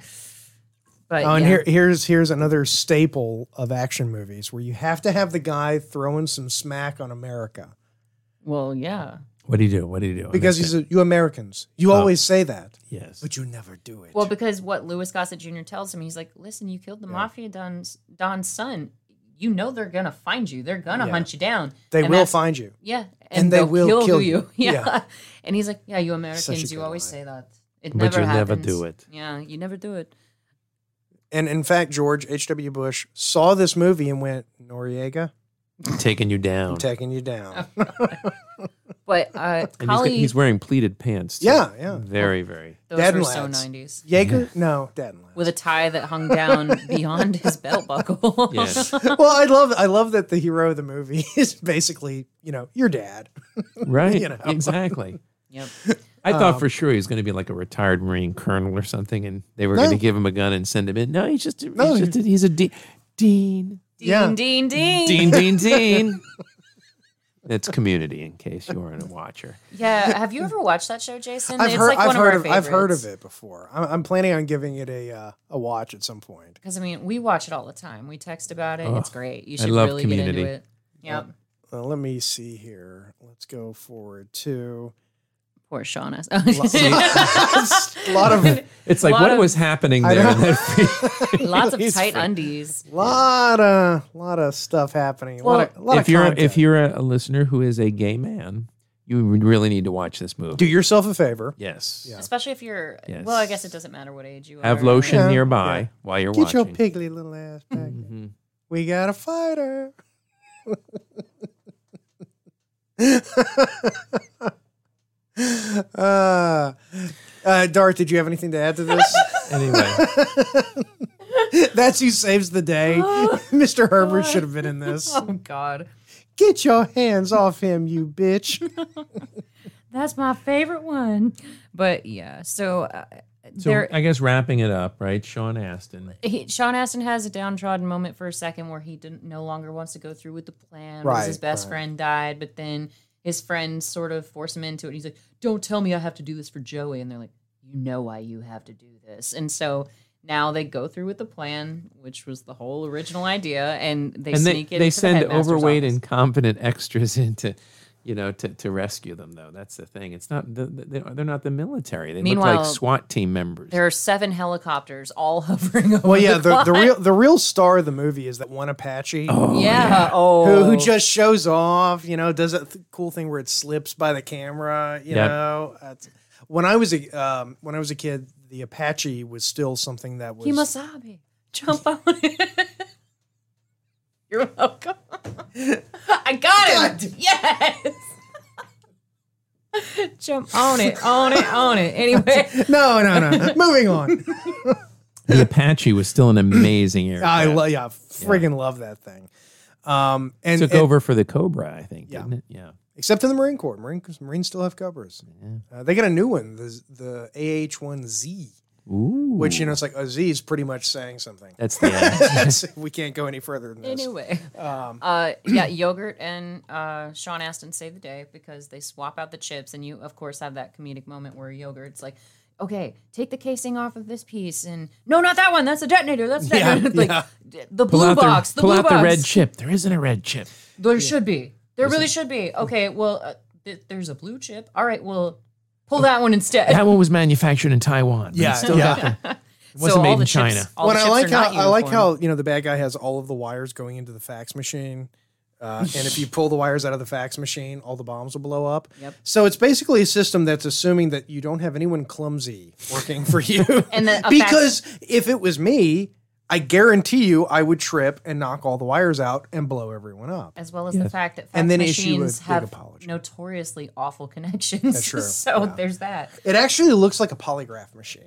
Speaker 3: But
Speaker 2: Oh, and
Speaker 3: yeah.
Speaker 2: here, here's here's another staple of action movies where you have to have the guy throwing some smack on America
Speaker 3: well, yeah.
Speaker 5: What do you do? What do you do? I
Speaker 2: because
Speaker 5: missed
Speaker 2: he's a, you Americans, you always say that,
Speaker 5: it. yes.
Speaker 2: Oh. but you never do it.
Speaker 3: Well, because what Louis Gossett Jr. tells him, he's like, "Listen, you killed the mafia don's Don's son. You know they're gonna find you. They're gonna hunt you down.
Speaker 2: they
Speaker 3: And
Speaker 2: will
Speaker 3: that's-
Speaker 2: find you.
Speaker 3: Yeah,
Speaker 2: And they
Speaker 3: they'll
Speaker 2: will kill you.
Speaker 3: Yeah.
Speaker 2: Yeah.
Speaker 3: and he's like, yeah, you Americans, you
Speaker 2: good
Speaker 3: always
Speaker 2: line.
Speaker 3: say that. It
Speaker 5: But
Speaker 3: never
Speaker 5: you never
Speaker 3: happens.
Speaker 5: do it.
Speaker 3: Yeah, you never do it.
Speaker 2: And in fact, George H.W. Bush saw this movie and went, "Noriega,
Speaker 5: taking you down.
Speaker 2: I'm taking you down."
Speaker 3: But uh,
Speaker 5: and he's, got-
Speaker 3: Kali,
Speaker 5: he's wearing pleated pants. too.
Speaker 2: yeah, yeah.
Speaker 5: Very, very.
Speaker 3: those
Speaker 2: Dead
Speaker 3: were
Speaker 2: lads.
Speaker 3: so nineties.
Speaker 2: Jaeger? No, Dadland.
Speaker 3: With a tie that hung down beyond his belt buckle.
Speaker 5: Yes.
Speaker 2: well, I love I love that the hero of the movie is basically you know your dad.
Speaker 5: right.
Speaker 2: You know. Um,
Speaker 5: Exactly.
Speaker 3: yep.
Speaker 5: I thought for sure he was going to be like a retired Marine colonel or something, and they were going
Speaker 2: No.
Speaker 5: to give him a gun and send him in. No, he's just,
Speaker 2: No,
Speaker 5: he's, just a, he's a de- dean.
Speaker 3: Dean,
Speaker 2: Yeah.
Speaker 3: Dean, Dean.
Speaker 5: Dean, dean, dean. That's community, in case you weren't a watcher.
Speaker 3: Yeah. Have you ever watched that show, Jason?
Speaker 2: I've
Speaker 3: it's
Speaker 2: heard
Speaker 3: like
Speaker 2: I've
Speaker 3: one
Speaker 2: heard
Speaker 3: of
Speaker 2: of,
Speaker 3: our
Speaker 2: I've heard of
Speaker 3: favorites.
Speaker 2: it before. I'm, I'm planning on giving it a uh, a watch at some point.
Speaker 3: Because I mean, we watch it all the time. We text about it. it's great. You
Speaker 5: Oh, I
Speaker 3: should
Speaker 5: love
Speaker 3: really get
Speaker 5: Community.
Speaker 3: into it. Yep.
Speaker 2: Uh, let me see here. Let's go forward to
Speaker 3: Poor Shauna.
Speaker 2: a lot of
Speaker 5: It's like
Speaker 3: Lot
Speaker 5: what
Speaker 3: of-
Speaker 5: was happening
Speaker 2: I
Speaker 5: there.
Speaker 2: know.
Speaker 5: in that
Speaker 3: Lots of
Speaker 5: He's
Speaker 3: tight
Speaker 5: fr-
Speaker 3: undies.
Speaker 2: lot of lot of stuff happening. A lot of, a lot
Speaker 5: if
Speaker 2: of
Speaker 5: you're
Speaker 2: content.
Speaker 5: if you're a, a listener who is a gay man, you would really need to watch this movie.
Speaker 2: do yourself a favor,
Speaker 5: yes,
Speaker 3: Especially if you're,
Speaker 5: Yes.
Speaker 3: well, I guess it doesn't matter what age you are.
Speaker 5: have lotion
Speaker 2: Yeah.
Speaker 5: nearby
Speaker 2: Yeah.
Speaker 5: while you're
Speaker 2: get your
Speaker 5: watching.
Speaker 2: piggly little ass back. We got a fighter. uh, uh, Dart, did you have anything to add to this?
Speaker 5: anyway,
Speaker 2: That's who saves the day. Mr. Herbert should have been in this.
Speaker 3: Oh, God.
Speaker 2: Get your hands off him, you bitch.
Speaker 3: That's my favorite one. But yeah, so uh,
Speaker 5: So
Speaker 3: there,
Speaker 5: I guess wrapping it up, right? Sean Astin.
Speaker 3: he, Sean Astin has a downtrodden moment for a second where he didn't, no longer wants to go through with the plan because his
Speaker 2: Right,
Speaker 3: best
Speaker 2: right.
Speaker 3: friend died, but then his friends sort of force him into it. He's like, "Don't tell me I have to do this for Joey," and they're like, "You know why you have to do this." And so now they go through with the plan, which was the whole original idea, and they
Speaker 5: and they,
Speaker 3: sneak it. into
Speaker 5: they
Speaker 3: the
Speaker 5: send
Speaker 3: headmaster's
Speaker 5: overweight
Speaker 3: office.
Speaker 5: incompetent extras in to, you know, to, to rescue them. Though that's the thing. It's not the, the- they- they're not the military. They look
Speaker 3: Meanwhile,
Speaker 5: like SWAT team members.
Speaker 3: There are seven helicopters all hovering over.
Speaker 2: Well, yeah, the,
Speaker 3: the,
Speaker 2: the
Speaker 3: plot.
Speaker 2: real the real star of the movie is that one Apache
Speaker 3: yeah. Oh,
Speaker 2: who, who just shows off, you know, does that th- cool thing where it slips by the camera, you
Speaker 5: Yeah.
Speaker 2: know. That's- when I was a um, when I was a kid, the Apache was still something that was
Speaker 3: Kimasabi, jump on it. You're welcome. I got him. Yes. jump on it, on it, on it. Anyway,
Speaker 2: No, no, no. Moving on.
Speaker 5: the Apache was still an amazing aircraft.
Speaker 2: I love yeah, friggin' love that thing. Um and,
Speaker 5: Took
Speaker 2: and-
Speaker 5: over for the Cobra, I think.
Speaker 2: Yeah.
Speaker 5: Didn't it? Yeah.
Speaker 2: except in the Marine Corps. Marine Marines still have covers. Uh, they got a new one, the the AH-1Z,
Speaker 5: Ooh.
Speaker 2: which you know it's like a Z is pretty much saying something.
Speaker 5: that's the end.
Speaker 2: That's, we can't go any further than this.
Speaker 3: anyway.
Speaker 5: um,
Speaker 3: uh, yeah, yogurt and uh, Sean Astin save the day because they swap out the chips, and you, of course, have that comedic moment where yogurt's like. Okay, take the casing off of this piece, and no, not that one. That's a detonator. That's a
Speaker 2: Yeah,
Speaker 3: detonator. like
Speaker 2: yeah.
Speaker 3: d- the
Speaker 5: pull
Speaker 3: blue
Speaker 5: out,
Speaker 3: box.
Speaker 5: the,
Speaker 3: The,
Speaker 5: pull
Speaker 3: blue
Speaker 5: out
Speaker 3: box.
Speaker 5: the red chip. There isn't a red chip.
Speaker 3: There should be. There really should be. Okay, well, uh, th- there's a blue chip. All right, well, pull that one instead.
Speaker 5: That one was manufactured in Taiwan. but
Speaker 2: Yeah,
Speaker 5: it's still
Speaker 2: yeah.
Speaker 5: got the- wasn't made in China.
Speaker 3: Chips, all
Speaker 2: When
Speaker 3: the
Speaker 2: I
Speaker 3: chips
Speaker 2: like
Speaker 3: are
Speaker 2: how
Speaker 3: not
Speaker 2: I like
Speaker 3: uniform.
Speaker 2: how you know the bad guy has all of the wires going into the fax machine, uh, and if you pull the wires out of the fax machine, all the bombs will blow up.
Speaker 3: Yep.
Speaker 2: So it's basically a system that's assuming that you don't have anyone clumsy working for you.
Speaker 3: And the- a
Speaker 2: because if it was me, I guarantee you I would trip and knock all the wires out and blow everyone up.
Speaker 3: as well as the fact that fax
Speaker 2: And then issue a
Speaker 3: machines
Speaker 2: big
Speaker 3: have
Speaker 2: apology.
Speaker 3: notoriously awful connections.
Speaker 2: true,
Speaker 3: so there's that.
Speaker 2: It actually looks like a polygraph machine.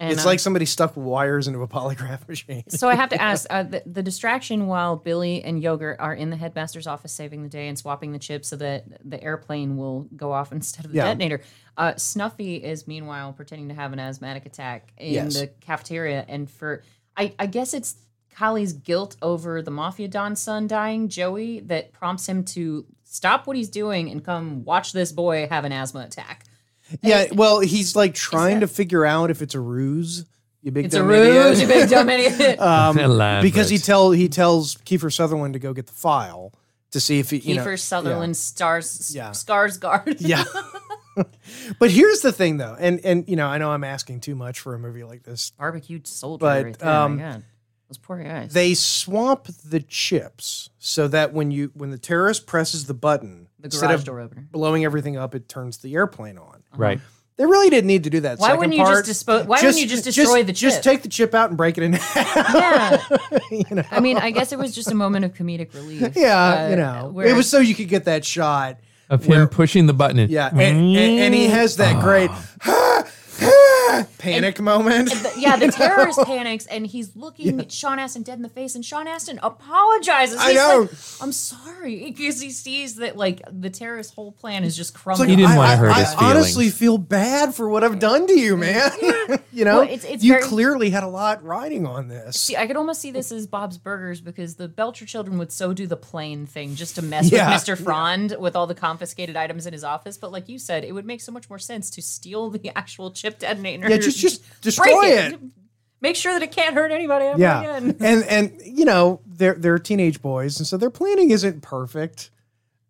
Speaker 3: And,
Speaker 2: it's
Speaker 3: um,
Speaker 2: like somebody stuck wires into a polygraph machine.
Speaker 3: So I have to ask uh, the, the distraction while Billy and Yogurt are in the headmaster's office saving the day and swapping the chips so that the airplane will go off instead of the
Speaker 2: Yeah.
Speaker 3: detonator. Uh, Snuffy is meanwhile pretending to have an asthmatic attack in
Speaker 2: Yes.
Speaker 3: the cafeteria, and for I, I guess it's Kali's guilt over the mafia don's son dying, Joey, that prompts him to stop what he's doing and come watch this boy have an asthma attack.
Speaker 2: Yeah, well, he's like trying to figure out if it's a ruse. You big
Speaker 3: It's a
Speaker 2: dumb
Speaker 3: ruse, you
Speaker 2: idiot.
Speaker 3: big dumb idiot.
Speaker 2: Um,
Speaker 5: Elaborate.
Speaker 2: because he tell he tells Kiefer Sutherland to go get the file to see if he you know,
Speaker 3: Kiefer Sutherland stars
Speaker 2: Yeah.
Speaker 3: Skarsgård.
Speaker 2: Yeah. yeah. but here's the thing though, and and you know I know I'm asking too much for a movie like this.
Speaker 3: barbecue soldier
Speaker 2: But,
Speaker 3: right there.
Speaker 2: um,
Speaker 3: My God. Those poor guys.
Speaker 2: They swamp the chips so that when you when the terrorist presses the button,
Speaker 3: the
Speaker 2: instead
Speaker 3: garage
Speaker 2: of
Speaker 3: door opener.
Speaker 2: blowing everything up, it turns the airplane on.
Speaker 5: Right.
Speaker 3: Uh-huh.
Speaker 2: They really didn't need to do that.
Speaker 3: Why
Speaker 2: second
Speaker 3: wouldn't you just
Speaker 2: part.
Speaker 3: dispo- why wouldn't you just destroy the
Speaker 2: Just
Speaker 3: chip?
Speaker 2: take the chip out and break it in half.
Speaker 3: Yeah.
Speaker 2: you know?
Speaker 3: I mean, I guess it was just a moment of comedic relief.
Speaker 2: Yeah,
Speaker 3: uh,
Speaker 2: you know,
Speaker 3: where-
Speaker 2: it was so you could get that shot.
Speaker 5: Of him pushing the button. and-
Speaker 2: Yeah, and, and, and he has
Speaker 5: Mm.
Speaker 2: that great
Speaker 5: Ah.
Speaker 2: panic moment.
Speaker 3: But yeah, the terrorist panics and he's looking at Sean Astin dead in the face, and Sean Astin apologizes.
Speaker 2: I
Speaker 3: He's
Speaker 2: know.
Speaker 3: like, I'm sorry. Because he sees that like the terrorist whole plan is just crumbling.
Speaker 2: Like,
Speaker 5: He didn't
Speaker 2: I-
Speaker 5: wanna
Speaker 2: I-
Speaker 5: hurt
Speaker 2: I
Speaker 5: his
Speaker 2: honestly
Speaker 5: feelings.
Speaker 2: feel bad for what I've done to you, man. you know,
Speaker 3: Well, it's- it's
Speaker 2: you
Speaker 3: very-
Speaker 2: clearly had a lot riding on this.
Speaker 3: See, I could almost see this as Bob's Burgers because the Belcher children would so do the plane thing just to mess
Speaker 2: Yeah.
Speaker 3: with Mr. Frond with all the confiscated items in his office. But like you said, it would make so much more sense to steal the actual chip detonator.
Speaker 2: yeah, just just
Speaker 3: break
Speaker 2: destroy it.
Speaker 3: Make sure that it can't hurt anybody ever
Speaker 2: Yeah,
Speaker 3: again.
Speaker 2: and and you know they're they're teenage boys, and so their planning isn't perfect,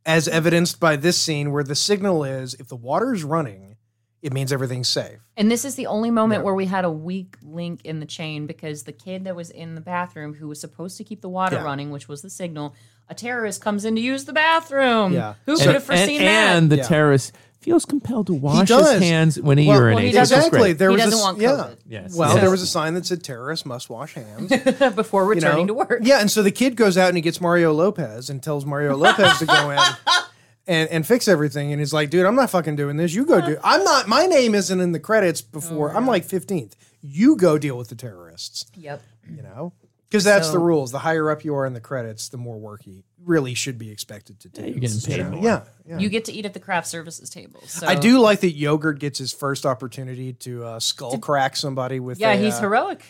Speaker 2: as evidenced by this scene where the signal is if the water's running, it means everything's safe.
Speaker 3: And this is the only moment where we had a weak link in the chain because the kid that was in the bathroom who was supposed to keep the water
Speaker 2: Yeah.
Speaker 3: running, which was the signal, a terrorist comes in to use the bathroom.
Speaker 2: Yeah.
Speaker 3: Who
Speaker 2: So-
Speaker 3: could have foreseen
Speaker 5: and,
Speaker 3: that?
Speaker 5: and the
Speaker 2: Yeah.
Speaker 5: terrorist feels compelled to wash
Speaker 2: does.
Speaker 5: his hands when he
Speaker 2: Well,
Speaker 5: urinates.
Speaker 3: well, he
Speaker 5: which is
Speaker 3: doesn't-
Speaker 2: exactly.
Speaker 5: great.
Speaker 2: There
Speaker 3: He
Speaker 2: was a
Speaker 3: doesn't
Speaker 2: s-
Speaker 3: want
Speaker 2: yeah.
Speaker 3: COVID.
Speaker 5: Yes.
Speaker 2: Well,
Speaker 5: Yes.
Speaker 2: there was a sign that said terrorists must wash hands.
Speaker 3: before
Speaker 2: you know?
Speaker 3: returning to work.
Speaker 2: Yeah, and so the kid goes out and he gets Mario Lopez and tells Mario Lopez to go in and, and fix everything. And he's like, dude, I'm not fucking doing this. You go do I'm not my name isn't in the
Speaker 3: Oh,
Speaker 2: credits before I'm like fifteenth. You go deal with the terrorists.
Speaker 3: Yep.
Speaker 2: You know? Because that's the
Speaker 3: So-
Speaker 2: rules. The higher up you are in the credits, the more work you really should be expected to do.
Speaker 5: you're getting
Speaker 2: So,
Speaker 5: paid more.
Speaker 2: Yeah, yeah.
Speaker 3: You get to eat at the craft services table. So
Speaker 2: I do like that Yogurt gets his first opportunity to uh, skull crack somebody with.
Speaker 3: Yeah,
Speaker 2: a,
Speaker 3: he's
Speaker 2: uh,
Speaker 3: heroic,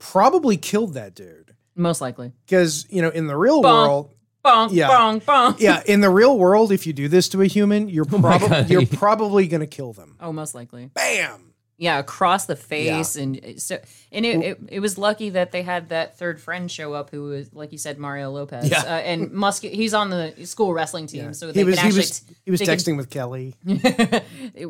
Speaker 2: probably killed that dude
Speaker 3: most likely.
Speaker 2: because you know in the real
Speaker 3: Bonk.
Speaker 2: world,
Speaker 3: Bonk,
Speaker 2: Yeah.
Speaker 3: bonk, bonk.
Speaker 2: yeah, in the real world, if you do this to a human, you're probably
Speaker 5: Oh God.
Speaker 2: you're probably gonna kill them.
Speaker 3: Oh, most likely.
Speaker 2: Bam.
Speaker 3: Yeah, across the face, and uh, so and it, it it was lucky that they had that third friend show up, who was like you said, Mario Lopez,
Speaker 2: Yeah.
Speaker 3: uh, and Musk. He's on the school wrestling team, so they
Speaker 2: He was
Speaker 3: can
Speaker 2: he
Speaker 3: actually.
Speaker 2: was he was
Speaker 3: they can-
Speaker 2: texting with Kelly.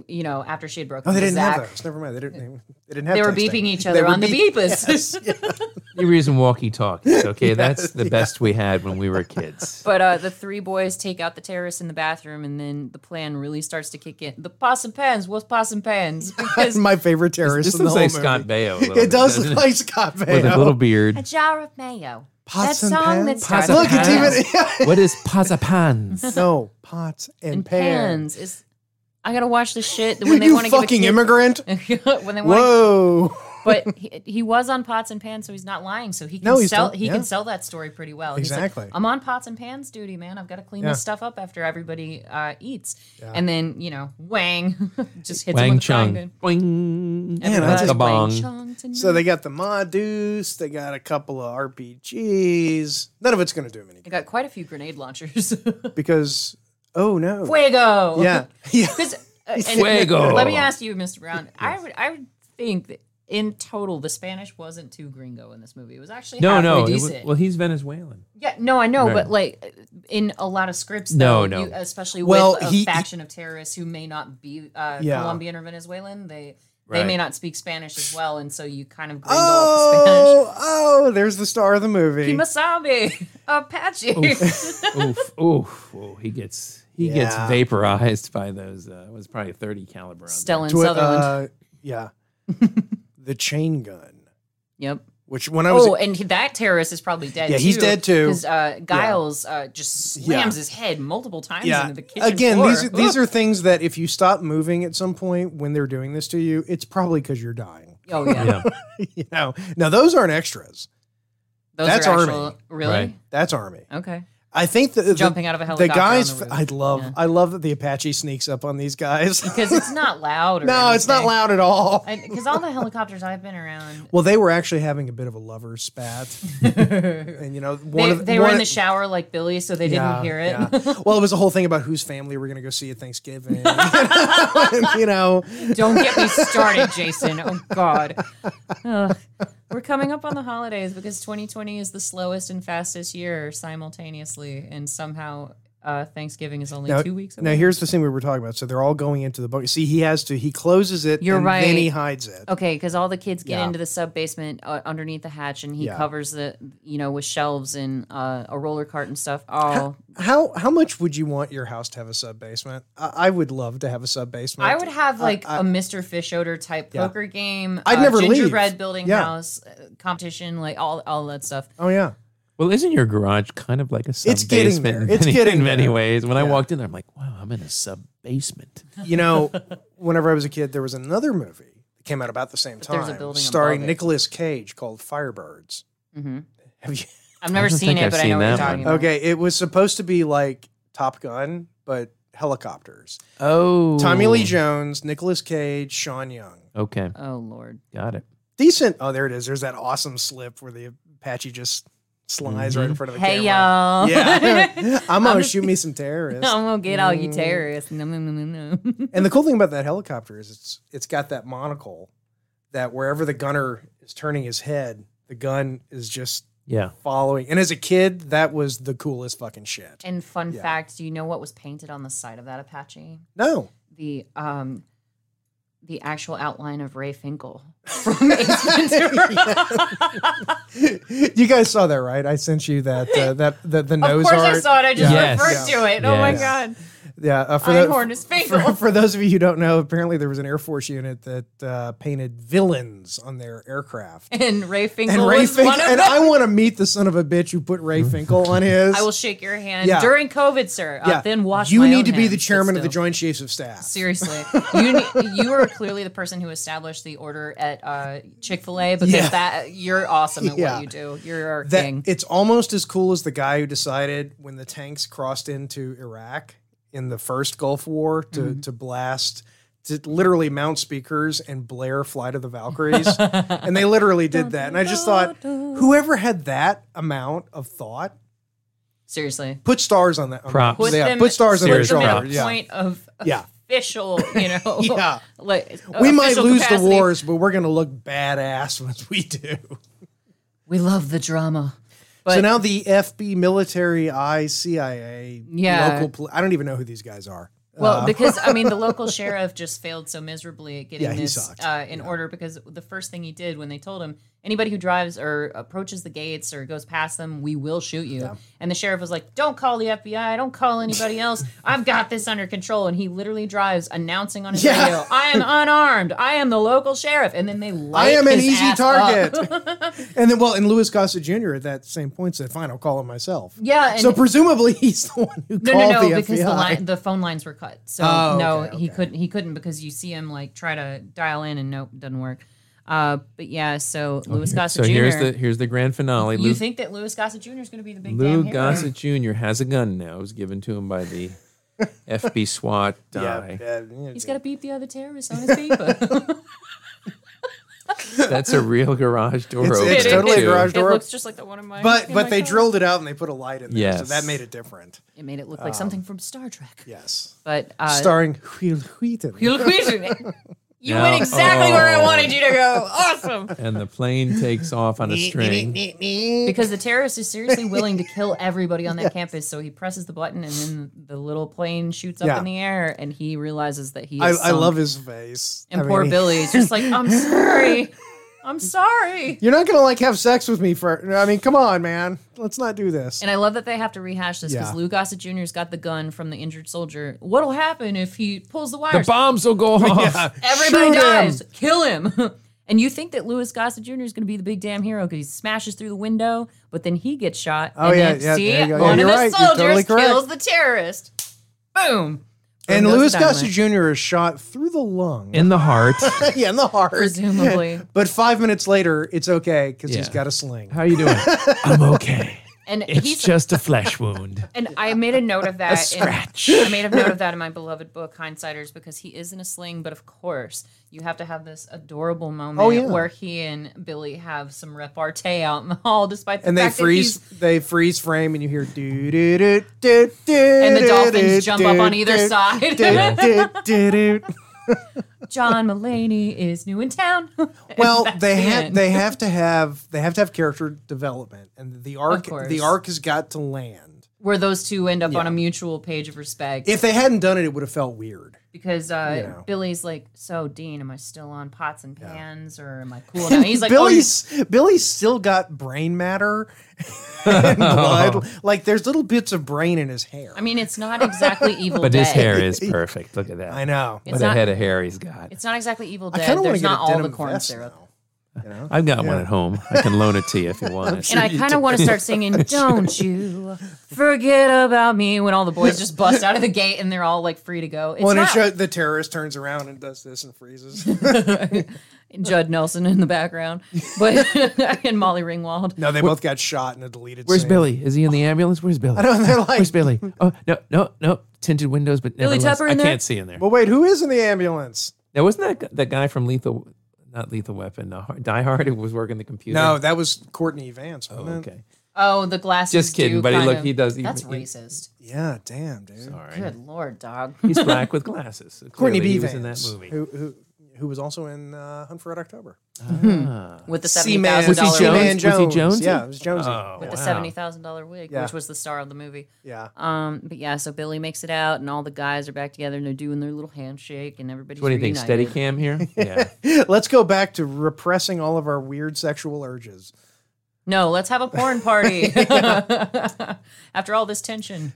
Speaker 3: you know, after she had broken
Speaker 2: Oh, they
Speaker 3: with
Speaker 2: didn't
Speaker 3: Zach,
Speaker 2: have those. Never mind. They didn't. They, they didn't have.
Speaker 3: they were
Speaker 2: texting.
Speaker 3: beeping each
Speaker 2: They
Speaker 3: other
Speaker 2: were
Speaker 3: on the
Speaker 2: beep-
Speaker 3: beepers.
Speaker 5: You're using walkie talkies, okay? That's the best we had when we were kids.
Speaker 3: But uh, the three boys take out the terrorist in the bathroom, and then the plan really starts to kick in. The possum pans, what's possum pans? Because
Speaker 2: My favorite terrorist.
Speaker 5: This
Speaker 2: in the
Speaker 5: looks like
Speaker 2: whole
Speaker 5: Scott
Speaker 2: movie.
Speaker 5: Baio. a little
Speaker 2: It
Speaker 5: bit,
Speaker 2: does
Speaker 5: doesn't
Speaker 2: look
Speaker 5: it?
Speaker 2: like Scott
Speaker 5: With a
Speaker 2: Baio.
Speaker 5: little beard.
Speaker 3: a jar of mayo.
Speaker 2: Pots and
Speaker 3: that song that
Speaker 2: pans.
Speaker 3: starts
Speaker 2: Look,
Speaker 5: Pots and
Speaker 3: with
Speaker 2: it's
Speaker 5: pans.
Speaker 2: even.
Speaker 5: What is pazapans?
Speaker 2: No pots and,
Speaker 3: and
Speaker 2: pans.
Speaker 3: pans. Is I gotta watch the shit when they
Speaker 2: you
Speaker 3: want to
Speaker 2: fucking
Speaker 3: give a
Speaker 2: immigrant.
Speaker 3: kid, when they want.
Speaker 2: Whoa.
Speaker 3: But he, he was on pots and pans, so he's not lying. So he can
Speaker 2: No, he's
Speaker 3: sell
Speaker 2: not-
Speaker 3: he
Speaker 2: yeah.
Speaker 3: can sell that story pretty well. He's like,
Speaker 2: Exactly.
Speaker 3: I'm on pots and pans duty, man. I've got to clean
Speaker 2: Yeah.
Speaker 3: this stuff up after everybody uh, eats. And then you know, Wang just hits him
Speaker 5: Wang
Speaker 3: with a frying
Speaker 5: Chung.
Speaker 3: pan.
Speaker 5: Boing.
Speaker 2: Man, I just-
Speaker 3: Everybody, Wang
Speaker 5: Kabong.
Speaker 3: Chung tonight.
Speaker 2: So they got the Ma Deuce, they got a couple of RPGs. None of it's going to do him any
Speaker 3: I
Speaker 2: good
Speaker 3: got quite a few grenade launchers.
Speaker 2: because, oh no.
Speaker 3: Fuego.
Speaker 2: Yeah. yeah.
Speaker 3: 'Cause, uh, and
Speaker 5: Fuego.
Speaker 3: Let me ask you, Mr. Brown. I would I would think that in total the Spanish wasn't too gringo in this movie. It was actually
Speaker 5: No,
Speaker 3: halfway
Speaker 5: no. it was-
Speaker 3: decent.
Speaker 5: well, he's Venezuelan.
Speaker 3: yeah, no, I know,
Speaker 5: Right.
Speaker 3: but like in a lot of scripts,
Speaker 5: No,
Speaker 3: though,
Speaker 5: no.
Speaker 3: you, especially
Speaker 2: Well,
Speaker 3: with a
Speaker 2: he-
Speaker 3: faction of terrorists who may not be uh,
Speaker 2: Yeah.
Speaker 3: Colombian or Venezuelan, they
Speaker 5: Right.
Speaker 3: they may not speak Spanish as well, and so you kind of gringo up the Spanish.
Speaker 2: Oh, oh, there's the star of the movie.
Speaker 3: Kimasabi, Apache.
Speaker 5: oof, oof, oh, he gets he gets
Speaker 2: Yeah.
Speaker 5: vaporized by those. Uh, it was probably a thirty caliber. on there.
Speaker 3: Stellan
Speaker 2: Twi-
Speaker 3: Sutherland.
Speaker 2: uh, yeah. the chain gun,
Speaker 3: yep.
Speaker 2: which when I was.
Speaker 3: Oh, and he, that terrorist is probably dead.
Speaker 2: Yeah, he's dead too.
Speaker 3: Because uh, Giles uh, just slams
Speaker 2: Yeah.
Speaker 3: his head multiple times
Speaker 2: yeah.
Speaker 3: into the kitchen
Speaker 2: Again,
Speaker 3: floor.
Speaker 2: these are, these are things that if you stop moving at some point when they're doing this to you, it's probably because you're dying.
Speaker 3: oh yeah,
Speaker 5: Yeah.
Speaker 2: you know, now those aren't extras.
Speaker 3: those
Speaker 2: That's
Speaker 3: are
Speaker 2: Army.
Speaker 3: actual, Really?
Speaker 5: Right.
Speaker 2: That's army.
Speaker 3: Okay.
Speaker 2: I think the, the-
Speaker 3: Jumping out of a helicopter
Speaker 2: The guys,
Speaker 3: on the roof.
Speaker 2: I love,
Speaker 3: Yeah.
Speaker 2: I love that the Apache sneaks up on these guys.
Speaker 3: Because it's not loud. Or
Speaker 2: No, it's not loud at all.
Speaker 3: Because all the helicopters I've been around,
Speaker 2: well, they were actually having a bit of a lover's spat, and you know, one
Speaker 3: they,
Speaker 2: of
Speaker 3: they were
Speaker 2: one
Speaker 3: in
Speaker 2: of-
Speaker 3: the shower like Billy, so they
Speaker 2: Yeah,
Speaker 3: didn't hear it.
Speaker 2: yeah. Well, it was a whole thing about whose family we're going to go see at Thanksgiving. you know, and, you know,
Speaker 3: Don't get me started, Jason. Oh God. Ugh. We're coming up on the holidays because 2020 is the slowest and fastest year simultaneously, and somehow uh, Thanksgiving is only
Speaker 2: Now-
Speaker 3: two weeks away.
Speaker 2: now here's the thing we were talking about. So they're all going into the boat. See, he has to. He closes it.
Speaker 3: You're
Speaker 2: and Then he
Speaker 3: right.
Speaker 2: hides it.
Speaker 3: Okay, because all the kids get
Speaker 2: Yeah.
Speaker 3: into the sub basement uh, underneath the hatch, and he
Speaker 2: Yeah.
Speaker 3: covers the you know with shelves and uh, a roller cart and stuff. Oh,
Speaker 2: How how much would you want your house to have a sub basement? I, I would love to have a sub basement.
Speaker 3: I would have like a Mr. Fish Odor type poker game.
Speaker 2: I'd
Speaker 3: uh,
Speaker 2: never leave.
Speaker 3: gingerbread building
Speaker 2: Yeah.
Speaker 3: house uh, competition, like all all that stuff.
Speaker 2: Oh yeah.
Speaker 5: Well, isn't your garage kind of like a sub
Speaker 2: It's getting
Speaker 5: basement?
Speaker 2: there.
Speaker 5: in
Speaker 2: It's
Speaker 5: many-
Speaker 2: getting
Speaker 5: in many
Speaker 2: there.
Speaker 5: ways. When I walked in there, I'm like, wow, I'm in a sub basement.
Speaker 2: you know, whenever I was a kid, there was another movie that came out about the same
Speaker 3: there's a
Speaker 2: time,
Speaker 3: building
Speaker 2: starring
Speaker 3: above it.
Speaker 2: Nicolas Cage, called Firebirds. Have you?
Speaker 3: I've never
Speaker 5: don't
Speaker 3: seen
Speaker 5: think
Speaker 3: it,
Speaker 5: I've
Speaker 3: but I
Speaker 5: seen
Speaker 3: know what you're
Speaker 5: that
Speaker 3: talking
Speaker 5: one.
Speaker 3: about.
Speaker 2: Okay, it was supposed to be like Top Gun, but helicopters.
Speaker 5: Oh,
Speaker 2: Tommy Lee Jones, Nicolas Cage, Sean Young.
Speaker 5: Okay,
Speaker 3: Oh Lord.
Speaker 5: got it.
Speaker 2: Decent. Oh, there it is. There's that awesome slip where the Apache just slides right in front of the
Speaker 3: Mm-hmm. Hey
Speaker 2: camera.
Speaker 3: y'all.
Speaker 2: Yeah, I'm gonna
Speaker 3: I'm-
Speaker 2: shoot me some terrorists. Mm.
Speaker 3: I'm gonna get all you terrorists. No, no, no, no, no.
Speaker 2: And the cool thing about that helicopter is it's it's got that monocle that wherever the gunner is turning his head, the gun is just
Speaker 5: Yeah,
Speaker 2: following. And as a kid, that was the coolest fucking shit.
Speaker 3: And fun fact, do you know what was painted on the side of that Apache?
Speaker 2: No.
Speaker 3: the um the actual outline of Ray Finkel from Ace Ventura.
Speaker 2: You guys saw that, right? I sent you that uh, that the, the
Speaker 3: Of
Speaker 2: nose
Speaker 3: course,
Speaker 2: art.
Speaker 3: I saw it. I just
Speaker 5: Yeah. Yes.
Speaker 3: referred to it. Oh my
Speaker 5: Yes.
Speaker 3: god!
Speaker 2: Yeah, uh, for,
Speaker 3: Einhorn
Speaker 2: tho-
Speaker 3: is
Speaker 2: for,
Speaker 3: fatal.
Speaker 2: for those of you who don't know, apparently there was an Air Force unit that uh, painted villains on their aircraft.
Speaker 3: and Ray Finkel
Speaker 2: And Ray
Speaker 3: was
Speaker 2: Finkel,
Speaker 3: one of
Speaker 2: and
Speaker 3: them.
Speaker 2: I want to meet the son of a bitch who put Ray Finkel on his.
Speaker 3: I will shake your hand
Speaker 2: Yeah.
Speaker 3: during COVID, sir.
Speaker 2: Yeah.
Speaker 3: Uh, then wash.
Speaker 2: You
Speaker 3: my
Speaker 2: need
Speaker 3: own
Speaker 2: to be
Speaker 3: hands,
Speaker 2: the
Speaker 3: but
Speaker 2: chairman of the
Speaker 3: still.
Speaker 2: Joint Chiefs of Staff.
Speaker 3: Seriously, you ne- you are clearly the person who established the order at uh, Chick Fil A because
Speaker 2: Yeah.
Speaker 3: that you're awesome at
Speaker 2: Yeah.
Speaker 3: what you do. You're our
Speaker 2: That-
Speaker 3: king.
Speaker 2: it's almost as cool as the guy who decided when the tanks crossed into Iraq in the first Gulf War to
Speaker 3: Mm-hmm.
Speaker 2: to blast to literally mount speakers and blare "Flight of the Valkyries," and they literally did that. And I just thought, whoever had that amount of thought,
Speaker 3: Seriously,
Speaker 2: put stars on that. on
Speaker 5: Props.
Speaker 2: that.
Speaker 3: put
Speaker 2: yeah,
Speaker 3: them
Speaker 2: put stars on
Speaker 3: put
Speaker 2: their
Speaker 5: serious
Speaker 3: them at
Speaker 2: shoulder.
Speaker 3: a
Speaker 5: props.
Speaker 2: Yeah,
Speaker 3: point of
Speaker 2: Yeah.
Speaker 3: official. You know,
Speaker 2: Yeah.
Speaker 3: like
Speaker 2: we might
Speaker 3: official
Speaker 2: lose
Speaker 3: capacity.
Speaker 2: the wars, but we're gonna look badass once we do.
Speaker 3: We love the drama. But
Speaker 2: so now the FB military I CIA
Speaker 3: Yeah.
Speaker 2: local poli- I don't even know who these guys are.
Speaker 3: Well, because I mean, the local sheriff just failed so miserably at getting
Speaker 2: Yeah, he
Speaker 3: this
Speaker 2: sucked.
Speaker 3: uh, in order because the first thing he did when they told him anybody who drives or approaches the gates or goes past them, we will shoot you. And the sheriff was like, "Don't call the FBI. Don't call anybody else. I've got this under control." And he literally drives announcing on his
Speaker 2: Yeah.
Speaker 3: radio, "I am unarmed. I am the local sheriff." And then they light
Speaker 2: I am an
Speaker 3: his
Speaker 2: easy
Speaker 3: ass up.
Speaker 2: target. and then, well, and Louis Costa Jr. at that same point said, "Fine, I'll call him myself."
Speaker 3: Yeah, and
Speaker 2: So presumably he's the one who
Speaker 3: No,
Speaker 2: called
Speaker 3: no, no,
Speaker 2: the
Speaker 3: because
Speaker 2: FBI.
Speaker 3: the line, the phone lines were cut. So
Speaker 2: Oh,
Speaker 3: no,
Speaker 2: okay,
Speaker 3: he
Speaker 2: okay.
Speaker 3: couldn't. He couldn't because you see him like try to dial in and nope, doesn't work. Uh, but yeah, so Louis Gossett
Speaker 5: Oh, so
Speaker 3: Jr.
Speaker 5: here's the here's the grand finale.
Speaker 3: you
Speaker 5: Lou,
Speaker 3: think that Louis Gossett Jr. is going to be the big damn
Speaker 5: Lou
Speaker 3: hero?
Speaker 5: Gossett Jr. has a gun now. It was given to him by the FB SWAT guy.
Speaker 3: He's got to beat the other terrorists on his paper.
Speaker 5: That's a real garage door.
Speaker 2: It's-
Speaker 5: opener,
Speaker 2: it's totally a
Speaker 5: too.
Speaker 2: garage
Speaker 3: it
Speaker 2: door.
Speaker 3: looks just like the one in my.
Speaker 2: but
Speaker 3: in
Speaker 2: but
Speaker 3: my
Speaker 2: they
Speaker 3: car.
Speaker 2: drilled it out and they put a light in there, so
Speaker 5: Yes.
Speaker 2: that made it different.
Speaker 3: It made it look like
Speaker 5: Oh.
Speaker 3: something from Star Trek.
Speaker 2: Yes,
Speaker 3: But uh,
Speaker 2: starring Will Wheaton.
Speaker 3: You look weird. You
Speaker 5: Now-
Speaker 3: went exactly where I
Speaker 5: oh.
Speaker 3: wanted you to go. Awesome.
Speaker 5: And the plane takes off on a string.
Speaker 3: because the terrorist is seriously willing to kill everybody on that campus. So he presses the button, and then the little plane shoots up
Speaker 2: Yeah.
Speaker 3: in the air, and he realizes that he.
Speaker 2: I,
Speaker 3: Is
Speaker 2: I
Speaker 3: sunk.
Speaker 2: love his face.
Speaker 3: And
Speaker 2: I
Speaker 3: poor
Speaker 2: mean,
Speaker 3: Billy is just like, I'm sorry, I'm sorry.
Speaker 2: You're not gonna like have sex with me for. I mean, come on, man. Let's not do this.
Speaker 3: And I love that they have to rehash this because
Speaker 2: Yeah.
Speaker 3: Lou Gossett Jr.'s got the gun from the injured soldier. What'll happen if he pulls the
Speaker 5: The
Speaker 3: wires?
Speaker 5: bombs will go off.
Speaker 2: Shoot
Speaker 3: Everybody
Speaker 2: him.
Speaker 3: dies. Kill him. and you think that Louis Gossett Jr. is going to be the big damn hero because he smashes through the window, but then he gets shot.
Speaker 2: Oh,
Speaker 3: and
Speaker 2: yeah,
Speaker 3: then,
Speaker 2: yeah,
Speaker 3: see,
Speaker 2: there you go. Yeah,
Speaker 3: one
Speaker 2: you're
Speaker 3: of the
Speaker 2: right. You're
Speaker 3: soldiers
Speaker 2: totally correct.
Speaker 3: kills the terrorist. Boom.
Speaker 2: And
Speaker 3: Boom goes
Speaker 2: Louis
Speaker 3: the
Speaker 2: Gossett
Speaker 3: dynamite,
Speaker 2: Jr. is shot through the lung.
Speaker 5: In the heart.
Speaker 2: yeah, in the heart.
Speaker 3: presumably.
Speaker 2: But five minutes later, it's okay because he's
Speaker 5: Yeah.
Speaker 2: got a sling.
Speaker 5: How you doing? I'm okay.
Speaker 3: And
Speaker 5: It's
Speaker 3: he's
Speaker 5: just a flesh wound.
Speaker 3: and I made a note of that.
Speaker 5: scratch.
Speaker 3: In, I made a note of that in my beloved book, Hindsighters, because he is in a sling, but of course you have to have this adorable moment
Speaker 2: Oh, yeah.
Speaker 3: where he and Billy have some repartee out in the hall, despite the
Speaker 2: And they
Speaker 3: fact
Speaker 2: freeze.
Speaker 3: that he's
Speaker 2: They freeze frame, and you hear do do do do do. And
Speaker 3: the dolphins jump up on either side. John Mulaney is new in town.
Speaker 2: Well, they
Speaker 3: the
Speaker 2: have
Speaker 3: end.
Speaker 2: they have to have they have to have character development, and the arc
Speaker 3: course.
Speaker 2: the arc has got to land.
Speaker 3: where those two end up on a mutual page of respect.
Speaker 2: If they hadn't done it, it would have felt weird.
Speaker 3: because uh,
Speaker 2: know.
Speaker 3: Billy's like, so Dean, am I still on pots and pans or am I cool? now?" And he's like, "Oh, Billy's
Speaker 2: Billy's Billy's still got brain matter and blood. Like there's little bits of brain in his hair.
Speaker 3: I mean, it's not exactly evil.
Speaker 5: But
Speaker 3: dead.
Speaker 5: his hair is perfect. Look at that.
Speaker 2: I know.
Speaker 5: What
Speaker 3: It's
Speaker 5: a
Speaker 3: not-
Speaker 5: head of hair he's got.
Speaker 3: It's not exactly evil
Speaker 2: I
Speaker 3: dead.
Speaker 2: kind of want
Speaker 3: There's
Speaker 2: to get
Speaker 3: not
Speaker 2: a
Speaker 3: all the
Speaker 2: denim
Speaker 3: corn
Speaker 2: vest
Speaker 3: syrup.
Speaker 2: now. You know?
Speaker 5: I've got one at home. I can loan it to you if you want it.
Speaker 3: And I kind of want to start singing, Don't You Forget About Me, when all the boys just bust out of the gate and they're all like free to go. It's
Speaker 2: Well, and it
Speaker 3: not
Speaker 2: shows the terrorist turns around and does this and freezes.
Speaker 3: Judd Nelson in the background, but and Molly Ringwald.
Speaker 2: no, they both got shot in a deleted.
Speaker 5: Where's
Speaker 2: scene.
Speaker 5: Billy? Is he in the ambulance? Where's Billy?
Speaker 2: And they're like,
Speaker 5: Where's Billy? Oh no, no, no. Tinted windows, but
Speaker 3: Billy
Speaker 5: nevertheless,
Speaker 3: Tupper in
Speaker 5: I
Speaker 3: there?
Speaker 5: can't see in there.
Speaker 2: "Well, wait, who is in the ambulance?"
Speaker 5: Now wasn't that gu- that guy from Lethal, not Lethal Weapon, uh, Die Hard, who was working the computer?
Speaker 2: No, that was Courtney Vance.
Speaker 5: Oh,
Speaker 2: Wasn't it?
Speaker 5: okay.
Speaker 3: Oh, the glasses.
Speaker 5: Just kidding,
Speaker 3: do
Speaker 5: but he-
Speaker 3: kind
Speaker 5: look,
Speaker 3: of-
Speaker 5: he does- he-
Speaker 3: That's
Speaker 5: he-
Speaker 3: racist.
Speaker 2: Yeah, damn, dude.
Speaker 5: Sorry.
Speaker 3: Good lord, dog.
Speaker 5: He's black with glasses. So
Speaker 2: Courtney
Speaker 5: clearly
Speaker 2: B.
Speaker 5: he was
Speaker 2: Vance,
Speaker 5: in that movie.
Speaker 2: who who who was also in uh, Hunt for Red October.
Speaker 3: With the seventy
Speaker 2: Seaman-
Speaker 3: thousand dollar
Speaker 5: Was he
Speaker 3: wig.
Speaker 5: Jones? Was he Jonesy?
Speaker 2: Yeah, it was Jonesy.
Speaker 5: Oh,
Speaker 3: With
Speaker 5: wow.
Speaker 3: the seventy thousand dollar wig,
Speaker 2: Yeah.
Speaker 3: which was the star of the movie.
Speaker 2: Yeah.
Speaker 3: Um, but yeah, so Billy makes it out, and all the guys are back together, and they're doing their little handshake, and everybody's
Speaker 5: What do you think? Steady
Speaker 3: reunited.
Speaker 5: cam here? Yeah.
Speaker 2: Let's go back to repressing all of our weird sexual urges.
Speaker 3: No, let's have a porn party. After all this tension.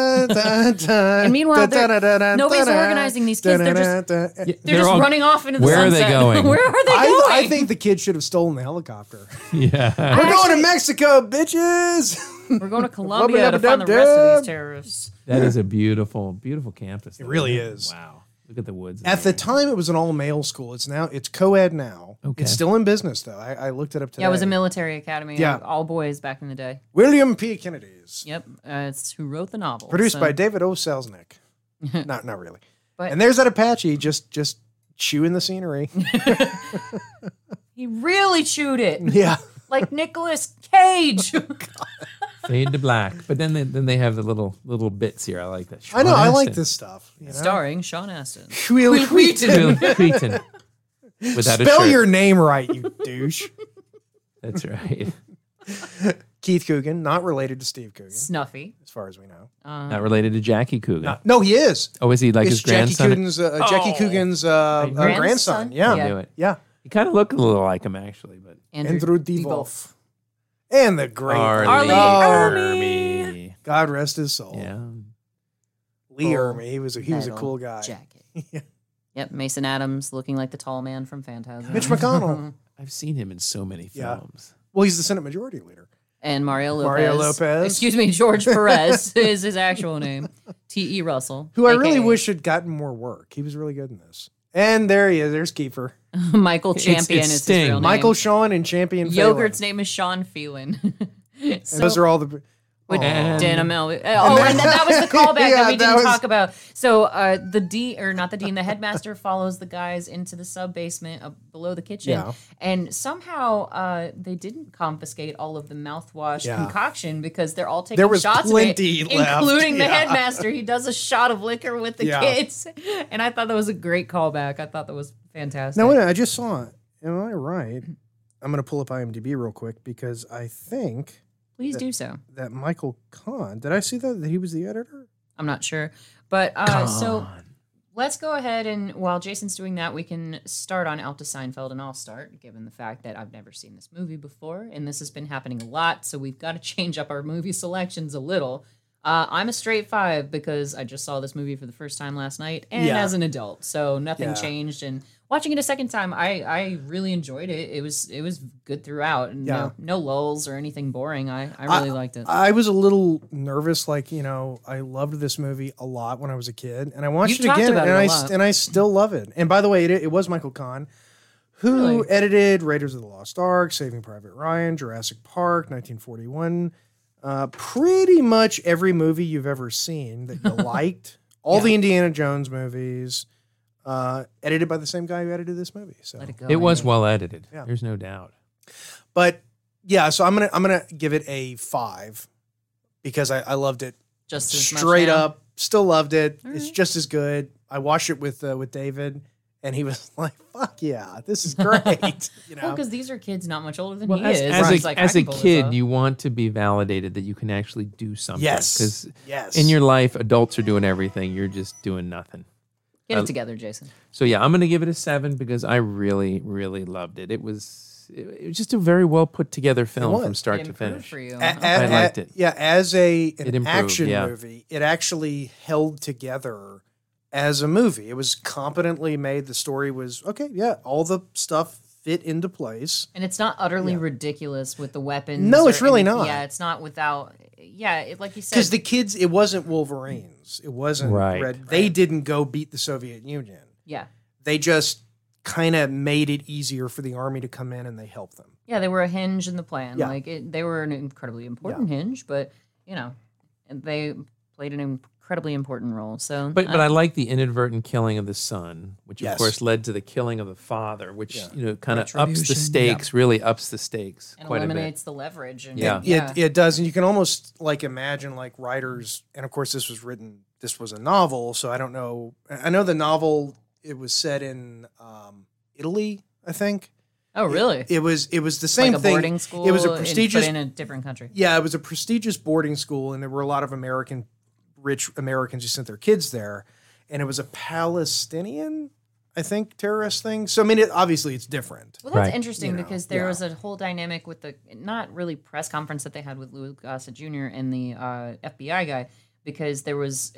Speaker 2: And
Speaker 3: meanwhile, they're- nobody's organizing these kids, they're just-
Speaker 2: I,
Speaker 3: They're,
Speaker 5: They're
Speaker 3: just
Speaker 5: all-
Speaker 3: running off into the
Speaker 5: Where are they
Speaker 3: sunset.
Speaker 5: going?
Speaker 3: Where are they going?
Speaker 2: I think the kids should have stolen the helicopter.
Speaker 5: Yeah.
Speaker 2: We're going to
Speaker 3: Actually-
Speaker 2: Mexico, bitches.
Speaker 3: We're going to Colombia to find the
Speaker 2: Rubba-dubba-dub-dub.
Speaker 3: rest of these terrorists.
Speaker 5: That is a beautiful, beautiful campus.
Speaker 2: It really is.
Speaker 5: Wow. Look at the woods.
Speaker 2: At the time, it was an all male school. It's now it's co-ed now.
Speaker 5: Okay.
Speaker 2: It's still in business though. I, I looked it up today.
Speaker 3: Yeah, it was a military academy.
Speaker 2: Yeah.
Speaker 3: of all boys back in the day.
Speaker 2: William P. Kennedy's,
Speaker 3: Yep, uh, it's who wrote the novel.
Speaker 2: produced
Speaker 3: so-
Speaker 2: by David O. Selznick. not not really.
Speaker 3: But-
Speaker 2: and there's that Apache just just chewing the scenery.
Speaker 3: He really chewed it
Speaker 2: yeah.
Speaker 3: like Nicolas Cage.
Speaker 5: fade to black. But then they, then they have the little little bits here. I like that.
Speaker 2: I know.
Speaker 5: Sean
Speaker 2: I like
Speaker 5: Astin.
Speaker 2: this stuff. You know?
Speaker 3: Starring Sean Astin.
Speaker 2: Will Wheaton.
Speaker 5: Bill Cleaton. Without a
Speaker 2: Spell
Speaker 5: shirt.
Speaker 2: your name right, you douche.
Speaker 5: That's right.
Speaker 2: Keith Coogan, not related to Steve Coogan, as
Speaker 3: Snuffy.
Speaker 2: far as we know.
Speaker 3: Uh,
Speaker 5: Not related to Jackie Coogan.
Speaker 2: No, he is.
Speaker 5: oh, is he like
Speaker 2: It's
Speaker 5: his
Speaker 2: Jackie
Speaker 5: grandson?
Speaker 2: Coogan's uh, Jackie Coogan's uh, uh, grandson.
Speaker 3: Oh. Grandson?
Speaker 2: Yeah.
Speaker 5: I
Speaker 2: yeah,
Speaker 5: knew it.
Speaker 2: yeah.
Speaker 5: He kind of looked a little like him actually, but
Speaker 2: Andrew Devolf. And the great
Speaker 3: Arlie.
Speaker 5: Arlie.
Speaker 2: God rest his soul.
Speaker 5: Yeah.
Speaker 2: Lee Ermey, he was a, he was a
Speaker 3: metal
Speaker 2: cool guy.
Speaker 3: Jacket. Yep, Mason Adams looking like the tall man from Phantasm.
Speaker 2: Mitch McConnell.
Speaker 5: I've seen him in so many
Speaker 2: Yeah.
Speaker 5: films.
Speaker 2: well, he's the Senate Majority Leader.
Speaker 3: and Mario Lopez.
Speaker 2: Mario Lopez.
Speaker 3: Excuse me, George Perez is his actual name. T.E. Russell.
Speaker 2: Who I really
Speaker 3: aka
Speaker 2: wish had gotten more work. He was really good in this. And there he is. There's Kiefer.
Speaker 3: Michael
Speaker 5: It's-
Speaker 3: Champion
Speaker 5: it's
Speaker 3: is his
Speaker 5: Sting.
Speaker 3: real name.
Speaker 2: Michael Sean and Champion
Speaker 3: Yogurt's
Speaker 2: Phelan.
Speaker 3: name is Sean Phelan.
Speaker 2: And those are all the.
Speaker 3: With
Speaker 5: Aw.
Speaker 3: Dana Mel- Oh, and that, that was the callback
Speaker 2: Yeah,
Speaker 3: that we
Speaker 2: that
Speaker 3: didn't
Speaker 2: was-
Speaker 3: talk about. So uh, the D, or not the dean, the headmaster follows the guys into the sub basement uh, below the kitchen,
Speaker 2: Yeah.
Speaker 3: and somehow uh, they didn't confiscate all of the mouthwash
Speaker 2: Yeah.
Speaker 3: concoction because they're all taking
Speaker 2: There was
Speaker 3: shots
Speaker 2: plenty
Speaker 3: of it,
Speaker 2: left,
Speaker 3: including the
Speaker 2: yeah.
Speaker 3: headmaster. He does a shot of liquor with the
Speaker 2: Yeah.
Speaker 3: kids, and I thought that was a great callback. I thought that was fantastic.
Speaker 2: No, wait, I just saw it. Am I right? I'm going to pull up IMDb real quick because I think
Speaker 3: Please do so.
Speaker 2: that Michael Kahn. Did I see that, that he was the editor?
Speaker 3: I'm not sure, but uh, so. Let's go ahead and while Jason's doing that, we can start on Alta Seinfeld, and I'll start given the fact that I've never seen this movie before, and this has been happening a lot, so we've got to change up our movie selections a little. Uh, I'm a straight five because I just saw this movie for the first time last night, and
Speaker 2: Yeah.
Speaker 3: as an adult, so nothing
Speaker 2: Yeah.
Speaker 3: changed. And watching it a second time, I I really enjoyed it. It was it was good throughout, and
Speaker 2: Yeah.
Speaker 3: no no lulls or anything boring. I I really liked it.
Speaker 2: I was a little nervous. Like you know, I loved this movie a lot when I was a kid, and I watched
Speaker 3: You've
Speaker 2: it
Speaker 3: talked
Speaker 2: again,
Speaker 3: about
Speaker 2: and
Speaker 3: it a
Speaker 2: I
Speaker 3: lot.
Speaker 2: and I still love it. And by the way, it, it was Michael Kahn who
Speaker 3: Really?
Speaker 2: edited Raiders of the Lost Ark, Saving Private Ryan, Jurassic Park, 1941. Uh, pretty much every movie you've ever seen that you liked, all the Indiana Jones movies, uh, edited by the same guy who edited this movie. So
Speaker 3: Let it go.
Speaker 5: It was
Speaker 3: Andy.
Speaker 5: well edited.
Speaker 2: Yeah.
Speaker 5: There's no doubt.
Speaker 2: but yeah, so I'm gonna I'm gonna give it a five because I, I loved it
Speaker 3: just as much
Speaker 2: straight
Speaker 3: now.
Speaker 2: up. Still loved it.
Speaker 3: All
Speaker 2: It's
Speaker 3: right.
Speaker 2: just as good. I watched it with uh, with David, and he was like, "Fuck yeah, this is great." you know,
Speaker 3: Well, because these are kids not much older than
Speaker 5: Well,
Speaker 3: he
Speaker 5: as,
Speaker 3: is.
Speaker 5: as
Speaker 3: He's
Speaker 5: a,
Speaker 3: like, I
Speaker 5: as
Speaker 3: can
Speaker 5: a
Speaker 3: pull this
Speaker 5: kid,
Speaker 3: off.
Speaker 5: you want to be validated that you can actually do something.
Speaker 2: yes,
Speaker 5: Because
Speaker 2: yes.
Speaker 5: in your life, adults are doing everything. You're just doing nothing.
Speaker 3: get
Speaker 2: uh,
Speaker 5: I-
Speaker 3: it together, Jason.
Speaker 5: So yeah, I'm gonna give it a seven because I really, really loved it. It was it, it was just a very well put together film
Speaker 2: was.
Speaker 5: from start
Speaker 3: It
Speaker 5: to
Speaker 3: improved
Speaker 5: finish.
Speaker 3: For you.
Speaker 2: A- a-
Speaker 5: I
Speaker 2: a-
Speaker 5: liked it.
Speaker 2: Yeah, as a an
Speaker 5: It improved,
Speaker 2: action
Speaker 5: yeah.
Speaker 2: movie, it actually held together as a movie. It was competently made. The story was okay. Yeah, all the stuff fit into place.
Speaker 3: and it's not utterly ridiculous with the weapons.
Speaker 2: No,
Speaker 3: or
Speaker 2: it's really
Speaker 3: anything.
Speaker 2: not.
Speaker 3: Yeah, it's not without. Yeah, it, like you said,
Speaker 2: because the kids it wasn't wolverines it wasn't
Speaker 5: Right.
Speaker 2: red they didn't go beat the soviet union
Speaker 3: yeah,
Speaker 2: they just kind of made it easier for the army to come in and they helped them
Speaker 3: yeah, they were a hinge in the plan.
Speaker 2: Yeah.
Speaker 3: Like it, they were an incredibly important hinge, but you know, and they played an incredibly important role. So, uh,
Speaker 5: But but I like the inadvertent killing of the son, which
Speaker 2: Yes.
Speaker 5: of course led to the killing of the father, which you know kind of ups the
Speaker 3: Retribution.
Speaker 5: stakes, really ups the stakes
Speaker 3: and
Speaker 5: quite a bit.
Speaker 3: eliminates the leverage. And
Speaker 5: Yeah.
Speaker 3: yeah,
Speaker 2: it, it does and you can almost like imagine like writers and of course this was written this was a novel so i don't know i I know the novel it was set in um, italy i think
Speaker 3: oh, really?
Speaker 2: it was it was the same
Speaker 3: like a
Speaker 2: thing
Speaker 3: boarding school.
Speaker 2: it was a
Speaker 3: in- but
Speaker 2: prestigious
Speaker 3: in a different country.
Speaker 2: yeah, it was a prestigious boarding school, and there were a lot of American, rich Americans who sent their kids there. And it was a Palestinian, I I think, terrorist thing. So I mean, it, obviously it's different.
Speaker 3: Well, that's
Speaker 4: Right.
Speaker 3: interesting
Speaker 2: You know,
Speaker 3: because there
Speaker 2: yeah.
Speaker 3: was a whole dynamic with the not really press conference that they had with Louis Gossett Jr. and the uh, FBI guy because there was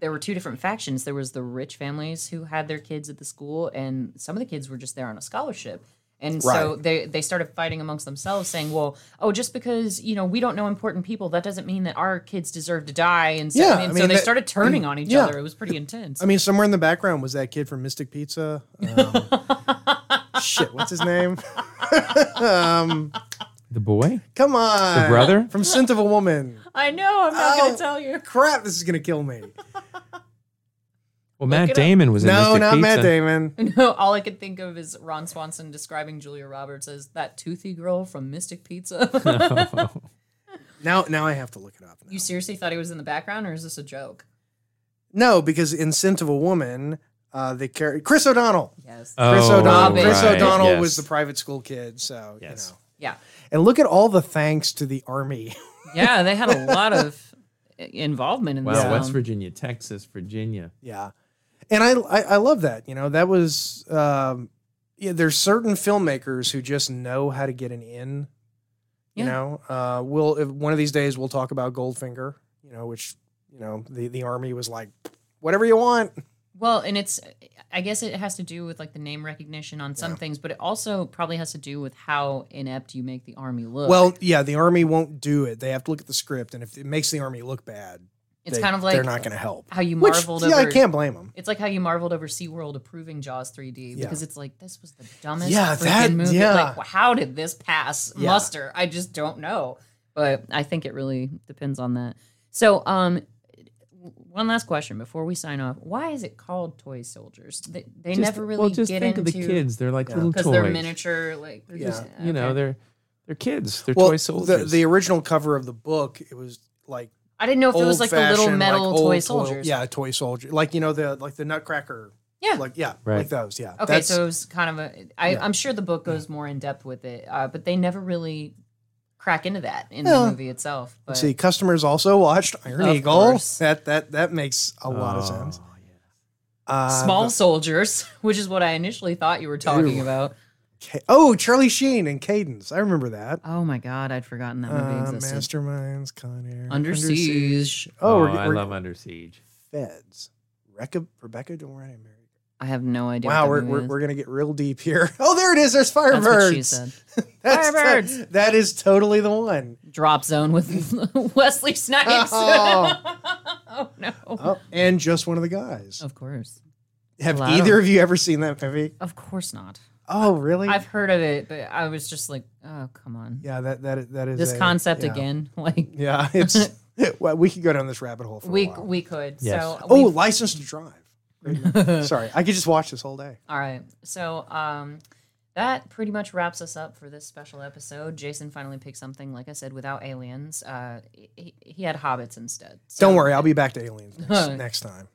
Speaker 3: there were two different factions. There was the rich families who had their kids at the school, and some of the kids were just there on a scholarship. And so
Speaker 2: Right.
Speaker 3: they, they started fighting amongst themselves, saying, "Well, oh, just because you know we don't know important people, that doesn't mean that our kids deserve to die." And so,
Speaker 2: Yeah,
Speaker 3: and
Speaker 2: I
Speaker 3: so
Speaker 2: mean,
Speaker 3: they
Speaker 2: that-
Speaker 3: started turning on each
Speaker 2: yeah.
Speaker 3: other. It was pretty intense.
Speaker 2: I mean, somewhere in the background was that kid from Mystic Pizza. Um, shit, what's his name? um,
Speaker 4: The boy?
Speaker 2: come on,
Speaker 4: brother?
Speaker 2: from Scent of a Woman.
Speaker 3: I know. I'm not going
Speaker 2: Oh.
Speaker 3: to tell you.
Speaker 2: Crap, this is gonna kill me.
Speaker 4: Well, Matt
Speaker 3: it up.
Speaker 4: Damon was in
Speaker 2: No,
Speaker 4: Mystic
Speaker 2: not
Speaker 4: Pizza.
Speaker 2: Matt Damon.
Speaker 3: No, all I could think of is Ron Swanson describing Julia Roberts as that toothy girl from Mystic Pizza.
Speaker 2: Now, now I have to look it up. now.
Speaker 3: you seriously thought he was in the background, or is this a joke?
Speaker 2: No, because in Scent of a Woman, uh, they carry Chris O'Donnell. Chris
Speaker 3: Yes.
Speaker 4: Oh,
Speaker 2: O'Donnell.
Speaker 3: Robin.
Speaker 2: Chris
Speaker 4: right,
Speaker 2: O'Donnell
Speaker 4: yes.
Speaker 2: was the private school kid. So
Speaker 4: Yes.
Speaker 2: you know.
Speaker 3: yeah.
Speaker 2: And look at all the thanks to the army.
Speaker 3: Yeah, they had a lot of involvement in
Speaker 5: Wow,
Speaker 3: this.
Speaker 5: West
Speaker 3: film.
Speaker 5: Virginia, Texas, Virginia.
Speaker 2: yeah, and I, I I love that. You know, that was um, yeah. There's certain filmmakers who just know how to get an in. You
Speaker 3: Yeah.
Speaker 2: know, uh, we'll if one of these days we'll talk about Goldfinger. You know, which you know the the army was like, whatever you want.
Speaker 3: Well, and it's I guess it has to do with like the name recognition on some things, but it also probably has to do with how inept you make the army look.
Speaker 2: Well, yeah, the army won't do it. They have to look at the script, and if it makes the army look bad,
Speaker 3: it's
Speaker 2: they-
Speaker 3: kind of like
Speaker 2: they're not going to help.
Speaker 3: how you
Speaker 2: Which,
Speaker 3: marveled
Speaker 2: yeah,
Speaker 3: over
Speaker 2: I can't blame them.
Speaker 3: It's like how you marveled over SeaWorld approving Jaws 3D
Speaker 2: Yeah.
Speaker 3: because it's like this was the dumbest
Speaker 2: Yeah,
Speaker 3: freaking
Speaker 2: that-
Speaker 3: movie.
Speaker 2: yeah.
Speaker 3: Like wh- how did this pass
Speaker 2: Yeah.
Speaker 3: muster? I just don't know. But I think it really depends on that. So, um one last question before we sign off. Why is it called toy soldiers? They, they
Speaker 5: Just-
Speaker 3: never really
Speaker 5: well, just
Speaker 3: get
Speaker 5: think
Speaker 3: into
Speaker 5: of the kids. They're like little
Speaker 3: because
Speaker 5: toys.
Speaker 3: they're miniature like
Speaker 2: Yeah. just-
Speaker 5: You know,
Speaker 3: okay.
Speaker 5: they're they're kids. They're
Speaker 2: Well,
Speaker 5: toy
Speaker 2: the,
Speaker 5: soldiers.
Speaker 2: the original cover of the book, it was like
Speaker 3: I didn't know if it was like the little
Speaker 2: old-fashioned, like,
Speaker 3: metal
Speaker 2: old
Speaker 3: toy soldiers.
Speaker 2: yeah, toy soldier, like you know the like the Nutcracker,
Speaker 3: Yeah.
Speaker 2: like yeah,
Speaker 4: Right.
Speaker 2: like those, yeah.
Speaker 3: Okay,
Speaker 2: That's-
Speaker 3: so it was kind of a. I, I'm sure the book goes more in depth with it, uh, but they never really crack into that in
Speaker 2: Yeah.
Speaker 3: the movie itself. But
Speaker 2: let's see, customers also watched Iron
Speaker 3: Of
Speaker 2: Eagle.
Speaker 3: course.
Speaker 2: That that that makes a lot of
Speaker 5: Oh,
Speaker 2: sense. Uh,
Speaker 3: Small
Speaker 2: the-
Speaker 3: Soldiers, which is what I initially thought you were talking about.
Speaker 2: Ca- oh, Charlie Sheen and Cadence. I remember that.
Speaker 3: Oh my God, I'd forgotten that movie
Speaker 2: Uh,
Speaker 3: existed.
Speaker 2: Masterminds, Con Air,
Speaker 3: Under Siege.
Speaker 2: Oh, we're,
Speaker 5: I
Speaker 2: we're
Speaker 5: love Under Siege.
Speaker 2: Feds. Rebecca, Rebecca, don't worry, I'm married.
Speaker 3: I have no idea.
Speaker 2: Wow,
Speaker 3: what
Speaker 2: we're,
Speaker 3: that
Speaker 2: we're,
Speaker 3: movie
Speaker 2: we're
Speaker 3: is.
Speaker 2: gonna get real deep here. Oh, there it is. There's
Speaker 3: That's what she
Speaker 2: Firebirds.
Speaker 3: said.
Speaker 2: That's the-
Speaker 3: Firebirds.
Speaker 2: that is totally the one.
Speaker 3: Drop Zone with Wesley Snipes.
Speaker 2: Oh.
Speaker 3: oh no.
Speaker 2: Oh, and just one of the guys.
Speaker 3: Of course.
Speaker 2: Have
Speaker 3: Wow.
Speaker 2: either of you ever seen that movie?
Speaker 3: Of course not.
Speaker 2: Oh, really?
Speaker 3: I've heard of it, but I was just like, oh come on.
Speaker 2: yeah, that that is- that is
Speaker 3: this
Speaker 2: a-
Speaker 3: concept
Speaker 2: yeah.
Speaker 3: again, like
Speaker 2: Yeah, it's well, we could go down this rabbit hole for a
Speaker 3: we
Speaker 2: while.
Speaker 3: we could.
Speaker 4: Yes.
Speaker 3: So
Speaker 2: oh,
Speaker 3: we-
Speaker 2: License to Drive. Great movie. Sorry, I could just watch this whole day.
Speaker 3: all right. So um, that pretty much wraps us up for this special episode. Jason finally picked something, like I said, without aliens. Uh, he, he had hobbits instead. So,
Speaker 2: Don't worry, I'll be back to aliens next,
Speaker 3: Huh.
Speaker 2: next time.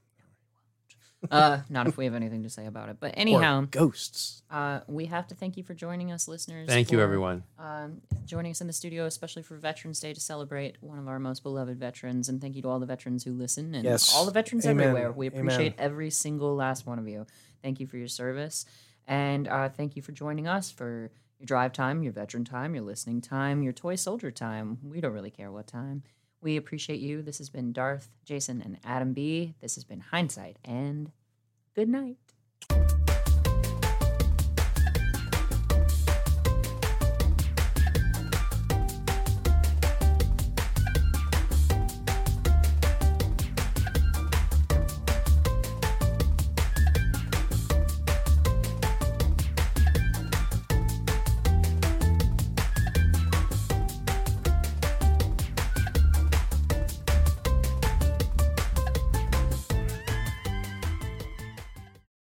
Speaker 3: uh, not if we have anything to say about it. But
Speaker 2: Or
Speaker 3: anyhow,
Speaker 2: ghosts.
Speaker 3: uh, we have to thank you for joining us, listeners.
Speaker 5: Thank you,
Speaker 3: for,
Speaker 5: everyone.
Speaker 3: Um, joining us in the studio, especially for Veterans Day, to celebrate one of our most beloved veterans. And thank you to all the veterans who listen and
Speaker 2: Yes.
Speaker 3: all the veterans
Speaker 2: Amen.
Speaker 3: everywhere. We
Speaker 2: Amen.
Speaker 3: appreciate every single last one of you. Thank you for your service. And uh, thank you for joining us for your drive time, your veteran time, your listening time, your toy soldier time. We don't really care what time. We appreciate you. This has been Darth, Jason, and Adam B. This has been Hindsight, and good night.